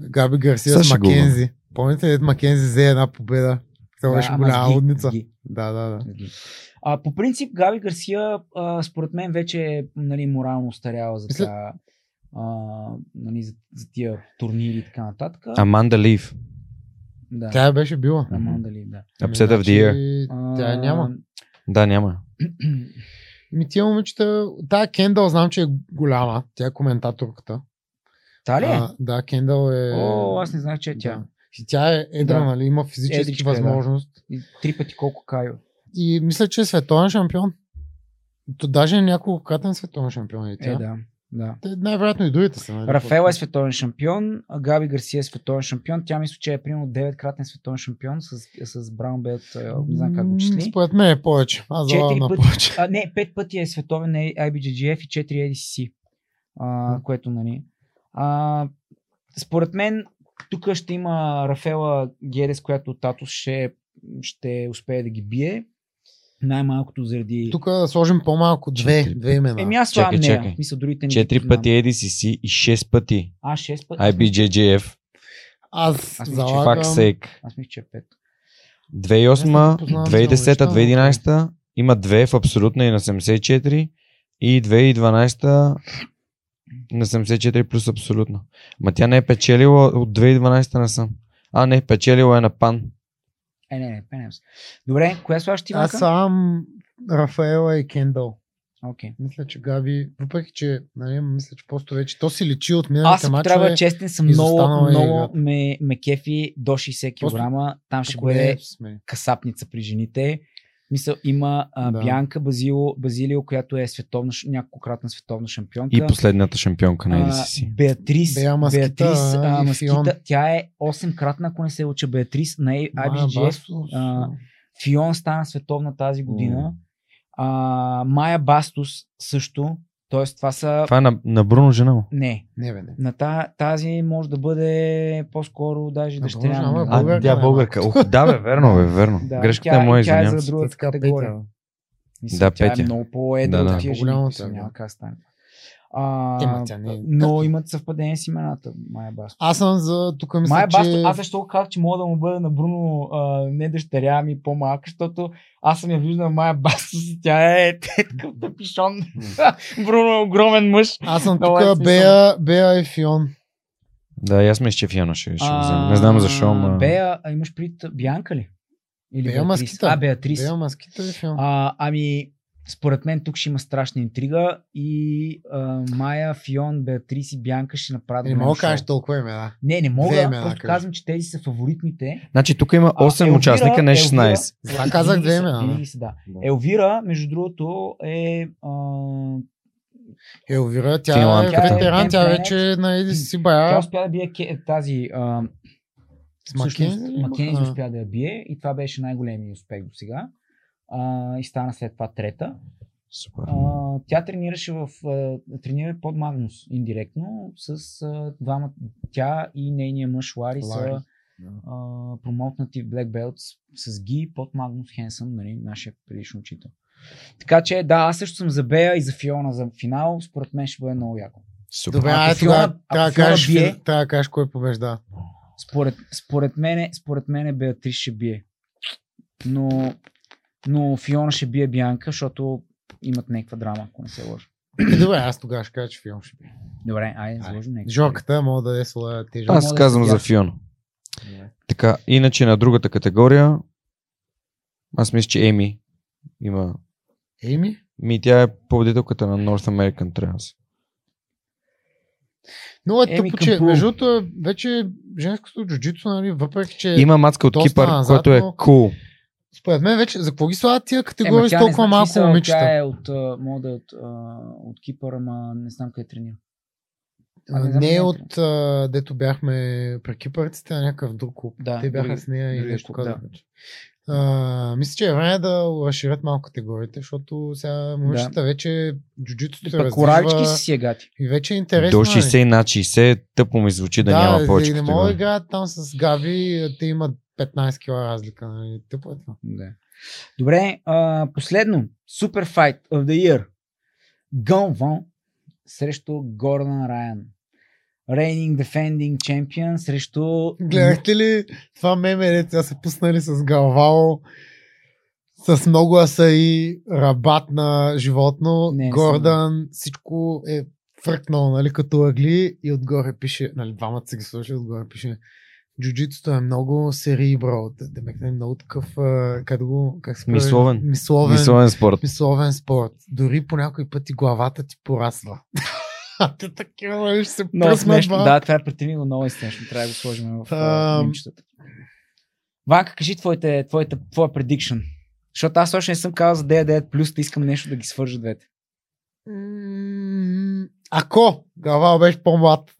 [SPEAKER 3] Габи Гарсия
[SPEAKER 1] Сега
[SPEAKER 3] с
[SPEAKER 1] ще губим.
[SPEAKER 3] Макензи. Помните ли, Макензи взе една победа? Това
[SPEAKER 2] Да,
[SPEAKER 3] беше
[SPEAKER 2] ама
[SPEAKER 3] голяма
[SPEAKER 2] сги,
[SPEAKER 3] лудница.
[SPEAKER 2] сги.
[SPEAKER 3] Да, да, да.
[SPEAKER 2] А, по принцип, Габи Гарсия, а, според мен, вече е нали, морално устаряла за,
[SPEAKER 3] Мисля-
[SPEAKER 2] тя, а, нали, за, за тия турнири и така нататък.
[SPEAKER 1] Аманда Лив.
[SPEAKER 2] да.
[SPEAKER 3] Тя я беше била.
[SPEAKER 2] Аманда Ли, да.
[SPEAKER 1] Upset of
[SPEAKER 3] Значи,
[SPEAKER 1] the year.
[SPEAKER 2] А,
[SPEAKER 3] Тя я няма.
[SPEAKER 1] Да, няма.
[SPEAKER 3] Ми тия момичета, тая Кендал знам, че е голяма. Тя е коментаторката.
[SPEAKER 2] Та ли е?
[SPEAKER 3] А, да, Кендал е...
[SPEAKER 2] О, аз не знаех, че е тя.
[SPEAKER 3] Да. И тя е едра,
[SPEAKER 2] Да.
[SPEAKER 3] нали? Има физически
[SPEAKER 2] Едричка е, да.
[SPEAKER 3] възможност.
[SPEAKER 2] И Три пъти колко Кайо.
[SPEAKER 3] И мисля, че е световен шампион. То даже е няколкократен световен шампион е тя.
[SPEAKER 2] Е, да. да.
[SPEAKER 3] Те най-вероятно и другите са. Нали?
[SPEAKER 2] Рафаел е световен шампион, а Габи Гарсия е световен шампион. Тя мисля, че е примерно 9-кратен световен шампион с, с Браун Белт, не знам как го
[SPEAKER 3] М,
[SPEAKER 2] числи.
[SPEAKER 3] Според мен е повече. Аз
[SPEAKER 2] Четири
[SPEAKER 3] залагам на
[SPEAKER 2] пъти.
[SPEAKER 3] повече.
[SPEAKER 2] А, не, пет пъти е световен е IBGGF и 4 ADCC, а, което нали. А, според мен, тук ще има Рафела Герес, която от Татус ще, ще успее да ги бие. Най-малкото заради...
[SPEAKER 3] Тук да сложим по-малко две,
[SPEAKER 1] Четири
[SPEAKER 3] две имена.
[SPEAKER 2] Еми аз това
[SPEAKER 1] Чакай,
[SPEAKER 2] не,
[SPEAKER 1] чакай.
[SPEAKER 2] Мисля, другите не ги
[SPEAKER 1] Четири
[SPEAKER 2] познавам.
[SPEAKER 1] пъти ADCC и шест пъти
[SPEAKER 2] А, 6 пъти.
[SPEAKER 1] IBJJF.
[SPEAKER 3] Аз,
[SPEAKER 2] Аз мисля, че
[SPEAKER 1] Fuck
[SPEAKER 3] залагам...
[SPEAKER 1] sake.
[SPEAKER 2] Аз мисля, че е 5.
[SPEAKER 1] 2008,
[SPEAKER 3] Не, не познавам много неща,
[SPEAKER 1] 2010,
[SPEAKER 3] но-
[SPEAKER 1] 2011 има две в абсолютна и на 74 и 2012 на 74 плюс абсолютна. Ма тя не е печелила от 2012 на сам. А, не, печелила е на пан.
[SPEAKER 2] Е, не, не, пенем се. Добре, коя слаш ти
[SPEAKER 3] Аз
[SPEAKER 2] Ванка?
[SPEAKER 3] съм Рафаела и Кендъл.
[SPEAKER 2] Окей.
[SPEAKER 3] Мисля, че Габи, въпреки че, нали, мисля, че просто вече то си лечи от
[SPEAKER 2] Аз
[SPEAKER 3] миналите
[SPEAKER 2] ако трябва
[SPEAKER 3] мачове.
[SPEAKER 2] да честен съм,
[SPEAKER 3] изостанала
[SPEAKER 2] много,
[SPEAKER 3] е
[SPEAKER 2] много
[SPEAKER 3] играта.
[SPEAKER 2] ме, ме кефи до 60
[SPEAKER 3] Просто
[SPEAKER 2] кг. Там ще
[SPEAKER 3] ако не
[SPEAKER 2] бъде
[SPEAKER 3] е, сме.
[SPEAKER 2] касапница при жените. Мисъл, има а, да.
[SPEAKER 3] Да.
[SPEAKER 2] Бянка Базило, Базилио, която е световна, ш- няколкократна световна шампионка.
[SPEAKER 1] И последната шампионка на
[SPEAKER 2] а,
[SPEAKER 1] EDCC.
[SPEAKER 2] Беатрис,
[SPEAKER 3] Беа Маскита,
[SPEAKER 2] Беатрис а,
[SPEAKER 3] и Фион.
[SPEAKER 2] Маскита, тя е 8-кратна, ако не се лъча, Беатрис на
[SPEAKER 3] Мая
[SPEAKER 2] IBGF.
[SPEAKER 3] Басос,
[SPEAKER 2] а, Фион стана световна тази година. А, Майя Бастус също. Тоест, това са...
[SPEAKER 1] Това е на, на Бруно жена му.
[SPEAKER 2] Не,
[SPEAKER 3] Не, бе, не.
[SPEAKER 2] на та, тази може да бъде по-скоро даже
[SPEAKER 3] Добре,
[SPEAKER 2] дъщеря.
[SPEAKER 3] жена,
[SPEAKER 2] на
[SPEAKER 3] бе,
[SPEAKER 2] Мила.
[SPEAKER 1] А,
[SPEAKER 3] Българка
[SPEAKER 1] тя е
[SPEAKER 3] е
[SPEAKER 1] българка. Ох, да, бе, верно, бе, верно.
[SPEAKER 2] Да,
[SPEAKER 1] Грешката
[SPEAKER 2] тя
[SPEAKER 1] е моя,
[SPEAKER 2] и тя е
[SPEAKER 1] извинявам
[SPEAKER 2] за
[SPEAKER 1] се.
[SPEAKER 2] друга
[SPEAKER 3] Така,
[SPEAKER 2] категория.
[SPEAKER 3] Петя.
[SPEAKER 2] Мисля,
[SPEAKER 1] Да,
[SPEAKER 2] тя
[SPEAKER 1] Петя.
[SPEAKER 2] е много по-едра да,
[SPEAKER 1] Да,
[SPEAKER 2] да,
[SPEAKER 1] да.
[SPEAKER 2] от тия жени.
[SPEAKER 3] По-голямата,
[SPEAKER 2] мисля,
[SPEAKER 3] е, да.
[SPEAKER 2] Няма как да стане. А,
[SPEAKER 3] Тема, тя не е-
[SPEAKER 2] но имат съвпадение с имената. Майя Бастус.
[SPEAKER 3] Аз съм за... Тук мисля,
[SPEAKER 2] Майя
[SPEAKER 3] че...
[SPEAKER 2] Бастус, аз защо го казах, че мога да му бъда на Бруно а, не дъщеря ми по-малка, защото аз съм я виждал Майя Бастус и тя е такъв тъпишон. Бруно е огромен мъж.
[SPEAKER 3] Аз съм
[SPEAKER 2] Много е
[SPEAKER 3] тук
[SPEAKER 2] смисъл.
[SPEAKER 3] Бея, Бея и е Фион.
[SPEAKER 1] Да, и аз мисля, че Фиона ще, ще го взема. Не знам защо, ма...
[SPEAKER 2] Бея, а имаш прит Бянка ли? Или
[SPEAKER 3] Бея
[SPEAKER 2] Беатрис?
[SPEAKER 3] Маскита.
[SPEAKER 2] А, Беатрис.
[SPEAKER 3] Бея Маскита и Фион.
[SPEAKER 2] А, ами, според мен тук ще има страшна интрига и а, Майя, Фион, Беатрис и Бянка ще направят
[SPEAKER 3] не
[SPEAKER 2] голям
[SPEAKER 3] мога да
[SPEAKER 2] шоу.
[SPEAKER 3] кажеш толкова имена.
[SPEAKER 2] Не, не мога.
[SPEAKER 3] Две имена,
[SPEAKER 2] просто
[SPEAKER 3] кажи.
[SPEAKER 2] казвам, че тези са фаворитните.
[SPEAKER 1] Значи тук има
[SPEAKER 2] А,
[SPEAKER 1] 8
[SPEAKER 2] Елвира-
[SPEAKER 1] участника, не
[SPEAKER 2] Елвира-
[SPEAKER 1] 16.
[SPEAKER 3] Затова казах
[SPEAKER 2] Винаги
[SPEAKER 3] две
[SPEAKER 2] са-
[SPEAKER 3] имена, нали? да.
[SPEAKER 2] винаги са, да.
[SPEAKER 1] Да.
[SPEAKER 2] Елвира, между другото, е... А,
[SPEAKER 3] Елвира, тя е
[SPEAKER 1] Финландка.
[SPEAKER 3] ветеран, тя
[SPEAKER 2] Тя е-
[SPEAKER 3] вече е на EDC
[SPEAKER 2] Тя
[SPEAKER 3] бая.
[SPEAKER 2] успя да бие ке- тази... А,
[SPEAKER 3] С
[SPEAKER 2] всъщност, е
[SPEAKER 3] Маккензи ли
[SPEAKER 2] Маккензи
[SPEAKER 3] имаха?
[SPEAKER 2] успя да я бие и това беше най-големият успех до сега. А, и стана след това трета.
[SPEAKER 1] Супер.
[SPEAKER 2] А, тя тренираше в... А, тренира под Магнус индиректно с а, двама... Тя и нейния мъж Лари
[SPEAKER 3] Лари,
[SPEAKER 2] са
[SPEAKER 3] да.
[SPEAKER 2] а, промоутнати в Black Belt с, с Ги под Магнус Хенсън, нали, нашия предишен учител. Така че да, аз също съм за Бея и за Фиона за финал. Според мен ще бъде много яко.
[SPEAKER 1] Супер.
[SPEAKER 3] Добре,
[SPEAKER 2] Ако
[SPEAKER 3] а
[SPEAKER 2] Фиона-
[SPEAKER 3] тогава
[SPEAKER 2] ако
[SPEAKER 3] трябва да
[SPEAKER 2] Фиона
[SPEAKER 3] кажеш
[SPEAKER 2] бие-
[SPEAKER 3] Фи- трябва да кажеш кой побежда.
[SPEAKER 2] Според, според, мене, според мене Беатрис ще бие. Но, но Фиона ще бие Бянка, защото имат някаква драма, ако не се лъжа.
[SPEAKER 3] И Добре, аз тогава ще кажа, че Фион ще бие.
[SPEAKER 2] Добре, айде,
[SPEAKER 3] Айде.
[SPEAKER 2] сложи някаква.
[SPEAKER 3] Жорката мога да е своя тежа.
[SPEAKER 1] Аз
[SPEAKER 2] да
[SPEAKER 1] казвам
[SPEAKER 2] се
[SPEAKER 1] за
[SPEAKER 2] бяха.
[SPEAKER 1] Фиона. Така, иначе на другата категория, аз мисля, че Еми има.
[SPEAKER 3] Еми?
[SPEAKER 1] Ми, тя е победителката на North American Trials.
[SPEAKER 3] Но е
[SPEAKER 2] Еми,
[SPEAKER 3] тъпо, че
[SPEAKER 2] Кампул.
[SPEAKER 3] между другото е- вече женското джуджицу, нали, въпреки че
[SPEAKER 1] Има мацка от
[SPEAKER 3] доста
[SPEAKER 1] Кипър,
[SPEAKER 3] назад,
[SPEAKER 1] което е
[SPEAKER 3] но-
[SPEAKER 1] кул.
[SPEAKER 3] според мен вече за какво ги слагат тия
[SPEAKER 2] Ема
[SPEAKER 3] категории с
[SPEAKER 2] тя не
[SPEAKER 3] толкова
[SPEAKER 2] знам,
[SPEAKER 3] малко
[SPEAKER 2] смисъл, Тя
[SPEAKER 3] момичета?
[SPEAKER 2] е от, а, мога да е от, а, от Кипър, ама не знам къде е тренира. А, не знам
[SPEAKER 3] Не е
[SPEAKER 2] къде
[SPEAKER 3] от а, дето бяхме при кипърците на някакъв друг клуб.
[SPEAKER 2] Да,
[SPEAKER 3] Те бяха
[SPEAKER 2] други-
[SPEAKER 3] с нея и
[SPEAKER 2] другия
[SPEAKER 3] нещо
[SPEAKER 2] клуб,
[SPEAKER 3] казаха. че- А, мисля, че е време да разширят малко категориите, защото сега момичета вече джуджитото се
[SPEAKER 2] Пък Коравички
[SPEAKER 3] развива
[SPEAKER 2] си си е гати.
[SPEAKER 3] и вече е
[SPEAKER 1] До
[SPEAKER 3] интересно. нали?
[SPEAKER 1] 60 на 60 тъпо ми звучи да, няма повече.
[SPEAKER 3] и не мога да
[SPEAKER 1] категории.
[SPEAKER 3] играят там с Габи, те имат 15 кг разлика. Нали? Тъпо е това.
[SPEAKER 2] Да. Добре, а, последно. Super Fight of the Year. Гонвон срещу Гордан Райан. Reigning Defending Champion срещу...
[SPEAKER 3] Гледахте ли това меме, дето сега са пуснали с Галвао, с много аса и рабат на животно,
[SPEAKER 2] Не, не
[SPEAKER 3] Гордан, всичко е фъркнало, нали, като агли и отгоре пише, нали, двамата са ги сложили, отгоре пише Джуджитото е много серии, бро. Демек е много такъв, а, как да го, как се прави?
[SPEAKER 1] Мисловен.
[SPEAKER 3] Мисловен,
[SPEAKER 1] Мисловен спорт.
[SPEAKER 3] мисловен спорт. Дори по някой път и главата ти порасла. А те такива, нали, ще се
[SPEAKER 2] Много
[SPEAKER 3] пръснат,
[SPEAKER 2] смешно.
[SPEAKER 3] ба.
[SPEAKER 2] Да, това е претени го много е смешно. Трябва да го сложим в а,
[SPEAKER 3] Ам.
[SPEAKER 2] мимчетата. Ванка, кажи твоите, твоята, твоя предикшн. Защото аз още не съм казал за 9 плюс, искам нещо да ги свържа двете.
[SPEAKER 3] М, Ако Гавал беше по-млад.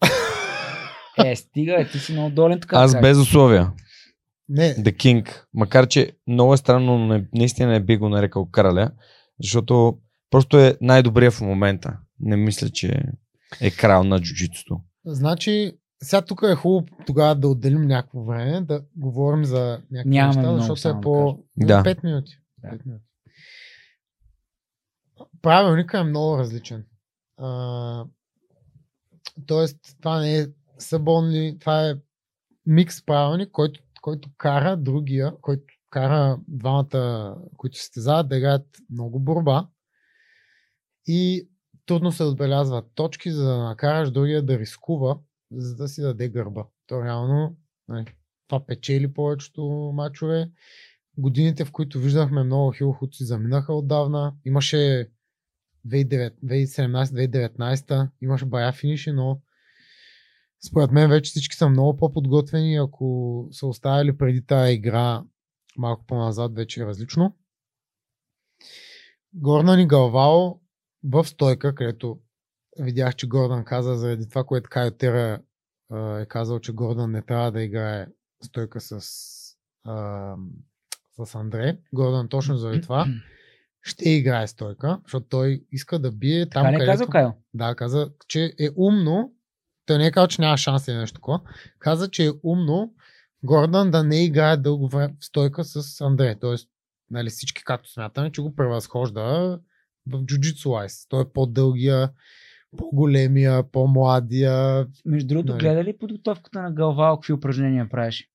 [SPEAKER 2] Е, стига, е, ти си много долен така.
[SPEAKER 1] Аз
[SPEAKER 2] така.
[SPEAKER 1] без условия.
[SPEAKER 3] Не,
[SPEAKER 1] The King. Макар, че много е странно, но не, наистина не би го нарекал краля, защото просто е най-добрия в момента. Не мисля, че е крал на джуджитото.
[SPEAKER 3] значи сега тук е хубаво тогава да отделим някакво време, да говорим за някакви
[SPEAKER 2] Нямаме
[SPEAKER 3] неща,
[SPEAKER 2] много,
[SPEAKER 3] защото
[SPEAKER 2] само
[SPEAKER 3] е
[SPEAKER 2] да
[SPEAKER 3] по...
[SPEAKER 1] кажа. Да.
[SPEAKER 3] 5 минути.
[SPEAKER 2] Да.
[SPEAKER 3] Пет минути. Правилникът е много различен. А, тоест, това не е събонли, това е микс правилник, който, който кара другия, който кара двамата, които се състезават, да играят много борба и трудно се отбелязват точки, за да накараш другия да рискува, за да си даде гърба. То реално нали, това печели повечето мачове. Годините, в които виждахме много хилхуци, си заминаха отдавна. Имаше 2017-2019, имаше бая финиши, но според мен вече всички са много по-подготвени. Ако са оставили преди тази игра малко по-назад, вече е различно. Горна ни Галвао в стойка, където видях, че Гордан каза заради това, което Кайотера е казал, че Гордан не трябва да играе стойка с, а, с Андре. Гордан точно заради това ще играе стойка, защото той иска да бие
[SPEAKER 2] Така
[SPEAKER 3] там,
[SPEAKER 2] не е
[SPEAKER 3] където...
[SPEAKER 2] казал Кайл.
[SPEAKER 3] Да, каза, че е умно. Той не е казал, че няма шанс или нещо такова. Каза, че е умно Гордан да не играе дълго време в стойка с Андре. Тоест, нали, всички както смятаме, че го превъзхожда в джуджицу лайс. Той е по-дългия, по-големия, по-младия.
[SPEAKER 2] Между другото,
[SPEAKER 3] Нали.
[SPEAKER 2] гледа ли подготовката на Галвао, какви упражнения правеше?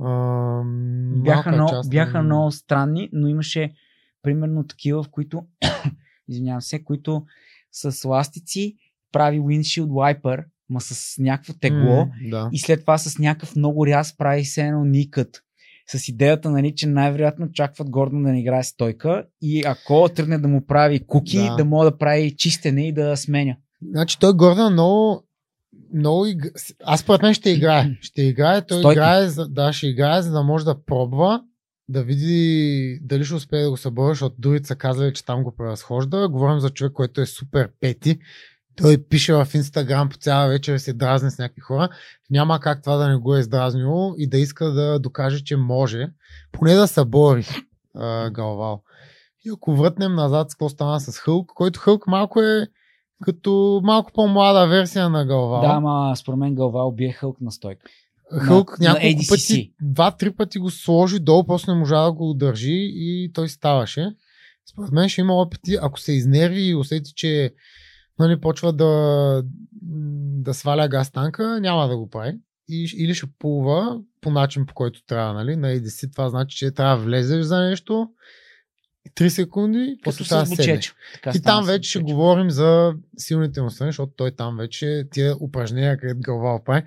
[SPEAKER 3] Ам,
[SPEAKER 2] Бяха,
[SPEAKER 3] малка е
[SPEAKER 2] много,
[SPEAKER 3] част на-
[SPEAKER 2] бяха много странни, но имаше примерно такива, в които, извинявам се, които с ластици прави windshield wiper, ма с някакво тегло,
[SPEAKER 3] М, Да.
[SPEAKER 2] и след това с някакъв много ряз прави се едно никът. С идеята, нали, че най-вероятно чакват Гордон да не играе стойка и ако тръгне да му прави куки,
[SPEAKER 3] Да.
[SPEAKER 2] да, да мога да прави чистене и да сменя.
[SPEAKER 3] Значи той Гордан много, много иг... аз според мен ще играе. Ще играе, той
[SPEAKER 2] Стойка.
[SPEAKER 3] играе, за- да, ще играе, за да може да пробва, да види дали ще успее да го събори, защото другите са казали, че там го превъзхожда. Говорим за човек, който е супер пети. Той пише в Инстаграм по цяла вечер, се дразни с някакви хора. Няма как това да не го е издразнило и да иска да докаже, че може. Поне да събори а, Галвал. И ако вратнем назад, с какво стана с Хълк, който Хълк малко е като малко по-млада версия на Галвал.
[SPEAKER 2] Да, ама според мен Галвал бие Хълк на стойка.
[SPEAKER 3] Хълк
[SPEAKER 2] на- на
[SPEAKER 3] няколко
[SPEAKER 2] ADCC.
[SPEAKER 3] пъти, два-три пъти го сложи долу, после не можа да го удържи и той ставаше. Според мен ще има опити, ако се изнерви и усети, че нали, почва да, да сваля газ танка, няма да го прави. И, или ще плува по начин, по който трябва. Нали? На ADC това значи, че трябва да влезеш за нещо, 3 секунди,
[SPEAKER 2] Като
[SPEAKER 3] после
[SPEAKER 2] с
[SPEAKER 3] трябва да седнеш.
[SPEAKER 2] бучечо. Така
[SPEAKER 3] И
[SPEAKER 2] стана
[SPEAKER 3] там
[SPEAKER 2] с
[SPEAKER 3] вече ще
[SPEAKER 2] Бучечо.
[SPEAKER 3] говорим за силните му страни, защото той там вече тия упражнения, където глава прави,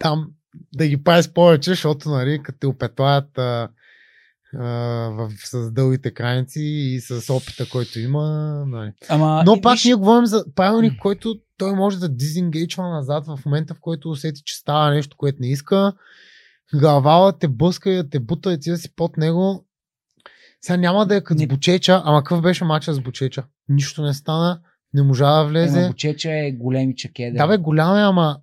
[SPEAKER 3] там да ги прави с повече, защото нали, като те опетлаят а, а, в, с дългите крайници и с опита, който има. Нали.
[SPEAKER 2] Ама,
[SPEAKER 3] Но
[SPEAKER 2] и
[SPEAKER 3] пак
[SPEAKER 2] виж,
[SPEAKER 3] ние говорим за правилник, който той може да дизингейчва назад в момента, в който усети, че става нещо, което не иска. Главала те блъска и да те бута и ти да си под него. Сега няма да е като
[SPEAKER 2] Не.
[SPEAKER 3] с Бучеча, ама какъв беше мача с Бучеча? Нищо не стана, не можа да влезе.
[SPEAKER 2] Ема бучеча е големи чакедра.
[SPEAKER 3] да, бе, голям е, ама...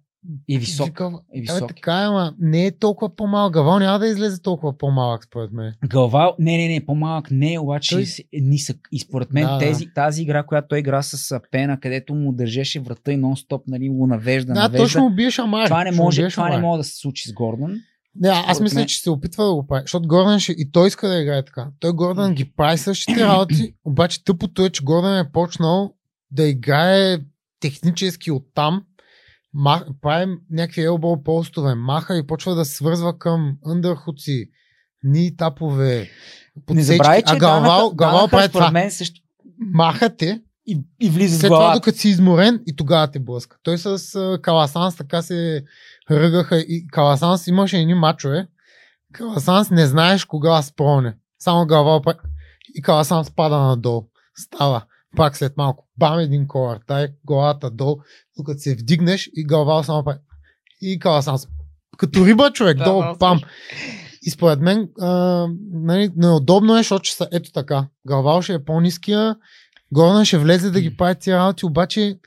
[SPEAKER 2] и висок.
[SPEAKER 3] Викам,
[SPEAKER 2] И
[SPEAKER 3] да, бе,
[SPEAKER 2] висок.
[SPEAKER 3] така е, ама не е толкова по-малък. Гавал няма да излезе толкова по-малък, според мен.
[SPEAKER 2] Галвал, не, не, не, по-малък не, е, обаче
[SPEAKER 3] Той-
[SPEAKER 2] той... е нисък. И според мен
[SPEAKER 3] Да, да.
[SPEAKER 2] да, тези, тази игра, която той игра с а, Пена, където му държеше врата и нон-стоп нали, го навежда,
[SPEAKER 3] Да,
[SPEAKER 2] навежда.
[SPEAKER 3] точно убиеш Амар.
[SPEAKER 2] това не
[SPEAKER 3] Ще
[SPEAKER 2] може,
[SPEAKER 3] убиеш
[SPEAKER 2] това не
[SPEAKER 3] Амар.
[SPEAKER 2] може да се случи с Гордон.
[SPEAKER 3] Не, а- аз
[SPEAKER 2] Според
[SPEAKER 3] мисля,
[SPEAKER 2] мен-
[SPEAKER 3] че се опитва да го прави, защото Гордан ще, и той иска да играе така. Той Гордан ги прави същите работи, обаче тъпото е, че Гордан е почнал да играе технически оттам, мах, прави някакви елбол полстове, маха и почва да свързва към андърхуци, ни тапове,
[SPEAKER 2] не
[SPEAKER 3] подсечки.
[SPEAKER 2] забравяй, че
[SPEAKER 3] а Галвал,
[SPEAKER 2] Данаха-
[SPEAKER 3] Галвал
[SPEAKER 2] Данаха,
[SPEAKER 3] прави
[SPEAKER 2] според
[SPEAKER 3] това.
[SPEAKER 2] мен също
[SPEAKER 3] Маха те,
[SPEAKER 2] и, и влиза в
[SPEAKER 3] след това,
[SPEAKER 2] главата.
[SPEAKER 3] докато си изморен и тогава те блъска. Той с а, Каласанс така се ръгаха и Каласанс имаше едни мачове. Каласанс не знаеш кога спроне. Само глава пак. И Каласанс пада надолу. Става. Пак след малко. Бам един колар. Тай главата долу. Докато се вдигнеш и глава само пак. И Каласанс. Като риба човек.
[SPEAKER 4] Да,
[SPEAKER 3] долу.
[SPEAKER 4] да,
[SPEAKER 3] Бам. И според мен а, нали, неудобно е, защото ще са ето така. Галвал ще е по-низкия, Горна ще влезе да ги прави тия работи, обаче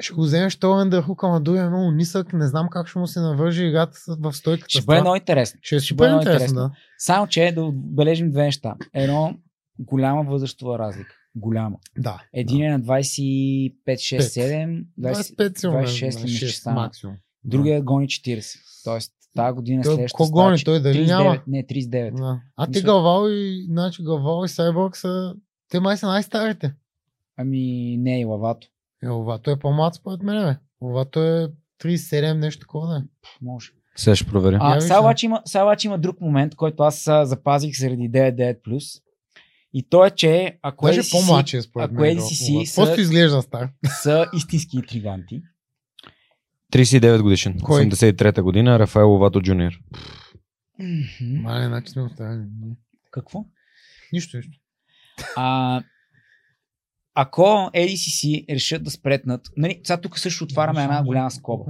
[SPEAKER 3] ще го вземеш този ендърхук, ама другия е много нисък, не знам как ще му се навържи играта с- в стойката.
[SPEAKER 2] Ще
[SPEAKER 3] с
[SPEAKER 2] бъде
[SPEAKER 3] това.
[SPEAKER 2] много интересно.
[SPEAKER 3] ще, ще
[SPEAKER 2] ще
[SPEAKER 3] бъде
[SPEAKER 2] бъде много
[SPEAKER 3] интересно, да.
[SPEAKER 2] Само, че е да отбележим две неща. Едно, голяма възрастова разлика. Голяма.
[SPEAKER 3] Да.
[SPEAKER 2] Един е на 25, 6, 7, 20,
[SPEAKER 3] 25 сигурно. е, нали,
[SPEAKER 2] 26 мисля, че
[SPEAKER 3] 26
[SPEAKER 2] стана.
[SPEAKER 3] максимум.
[SPEAKER 2] другия гони 40. Тоест, тази година
[SPEAKER 3] Той
[SPEAKER 2] следващата
[SPEAKER 3] ко
[SPEAKER 2] става
[SPEAKER 3] гони? Той дали
[SPEAKER 2] 39,
[SPEAKER 3] няма?
[SPEAKER 2] Не, 39.
[SPEAKER 3] Да. А те
[SPEAKER 2] Мисля-
[SPEAKER 3] Галвал и, значи, Галвал и Сайборг са... Те май са най-старите.
[SPEAKER 2] Ами, не и лавато.
[SPEAKER 3] Е, Овато е по-млад според мен, бе. Овато е 37, нещо такова, да. е.
[SPEAKER 2] Може.
[SPEAKER 1] Сега ще проверя.
[SPEAKER 2] А,
[SPEAKER 3] Я
[SPEAKER 2] сега,
[SPEAKER 3] виждам.
[SPEAKER 2] обаче има, сега обаче има друг момент, който аз а, запазих заради 9.9+. И то е, че ако
[SPEAKER 3] Даже
[SPEAKER 2] еди си си
[SPEAKER 3] по-младши е според
[SPEAKER 2] ако
[SPEAKER 3] мен.
[SPEAKER 2] еди си
[SPEAKER 3] Гол-
[SPEAKER 2] си
[SPEAKER 3] Гол-
[SPEAKER 2] са-
[SPEAKER 3] Просто изглежда стар.
[SPEAKER 2] са истински интриганти,
[SPEAKER 1] 39 годишен.
[SPEAKER 3] Кой?
[SPEAKER 1] 83-та година. Рафаел Ловато Джуниор.
[SPEAKER 2] М,
[SPEAKER 3] Мале, значи сме оставени.
[SPEAKER 2] какво?
[SPEAKER 3] Нищо, нищо.
[SPEAKER 2] А, ако еди си си решат да спретнат, нали, сега тук също отваряме една голяма скоба.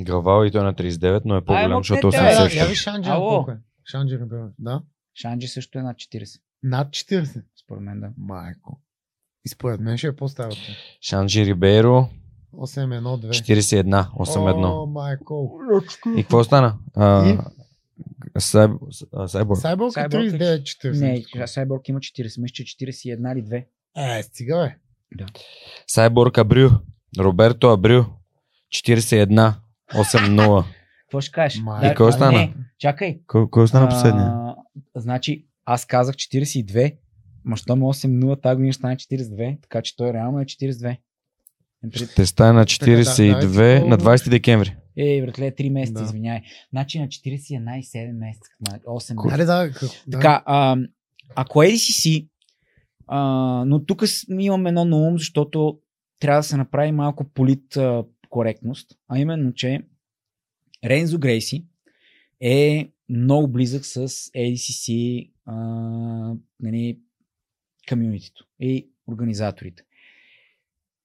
[SPEAKER 1] Гавал и той е на 39, но е
[SPEAKER 2] Ай,
[SPEAKER 1] по-голям,
[SPEAKER 2] ма,
[SPEAKER 1] защото
[SPEAKER 2] те, те,
[SPEAKER 3] Да,
[SPEAKER 1] 80
[SPEAKER 3] да,
[SPEAKER 1] също.
[SPEAKER 3] я ви Шанджер
[SPEAKER 2] Ало.
[SPEAKER 3] колко е. Шанджер е бе. Да.
[SPEAKER 2] Шанджи също е над 40,
[SPEAKER 3] Над 40.
[SPEAKER 2] според мен да.
[SPEAKER 3] Майко. И според мен ще е по-стар от теб.
[SPEAKER 1] Шанджи Рибейро,
[SPEAKER 3] 8-1-2.
[SPEAKER 1] 41, 8-1.
[SPEAKER 3] О, майко.
[SPEAKER 1] И какво стана? А,
[SPEAKER 3] И?
[SPEAKER 1] Сайб- а, Сайборг.
[SPEAKER 3] Сайбълка
[SPEAKER 2] Сайбълка е
[SPEAKER 3] 39-40.
[SPEAKER 2] Не, Сайборг има 40, мисля, че 41 или 2.
[SPEAKER 3] Е, стига бе.
[SPEAKER 1] Сайборг Абрю. Роберто Абрю. 41, 8-0.
[SPEAKER 2] Какво ще кажеш?
[SPEAKER 3] Май,
[SPEAKER 1] И кой
[SPEAKER 2] а,
[SPEAKER 1] остана?
[SPEAKER 2] Не, чакай.
[SPEAKER 1] Кой, кой остана последния?
[SPEAKER 2] А, значи, аз казах 42, ма щом 8-0, тази година ще стане 42, така че той реално е 42. Имам предвид.
[SPEAKER 1] Те стане на
[SPEAKER 3] Така, да,
[SPEAKER 1] 42
[SPEAKER 3] да,
[SPEAKER 1] на 20 декември.
[SPEAKER 2] Е, братле, 3 месеца,
[SPEAKER 3] Да.
[SPEAKER 2] извиняй. Значи на 41 и 7 месеца, на 8 месеца.
[SPEAKER 3] Аре, да, как, да.
[SPEAKER 2] Така, а, ако еди си си, а, но тук с- имам едно на ум, защото трябва да се направи малко полит а, коректност, а именно, че Рензо Грейси е много близък с ADCC а, нали, комюнитито и организаторите.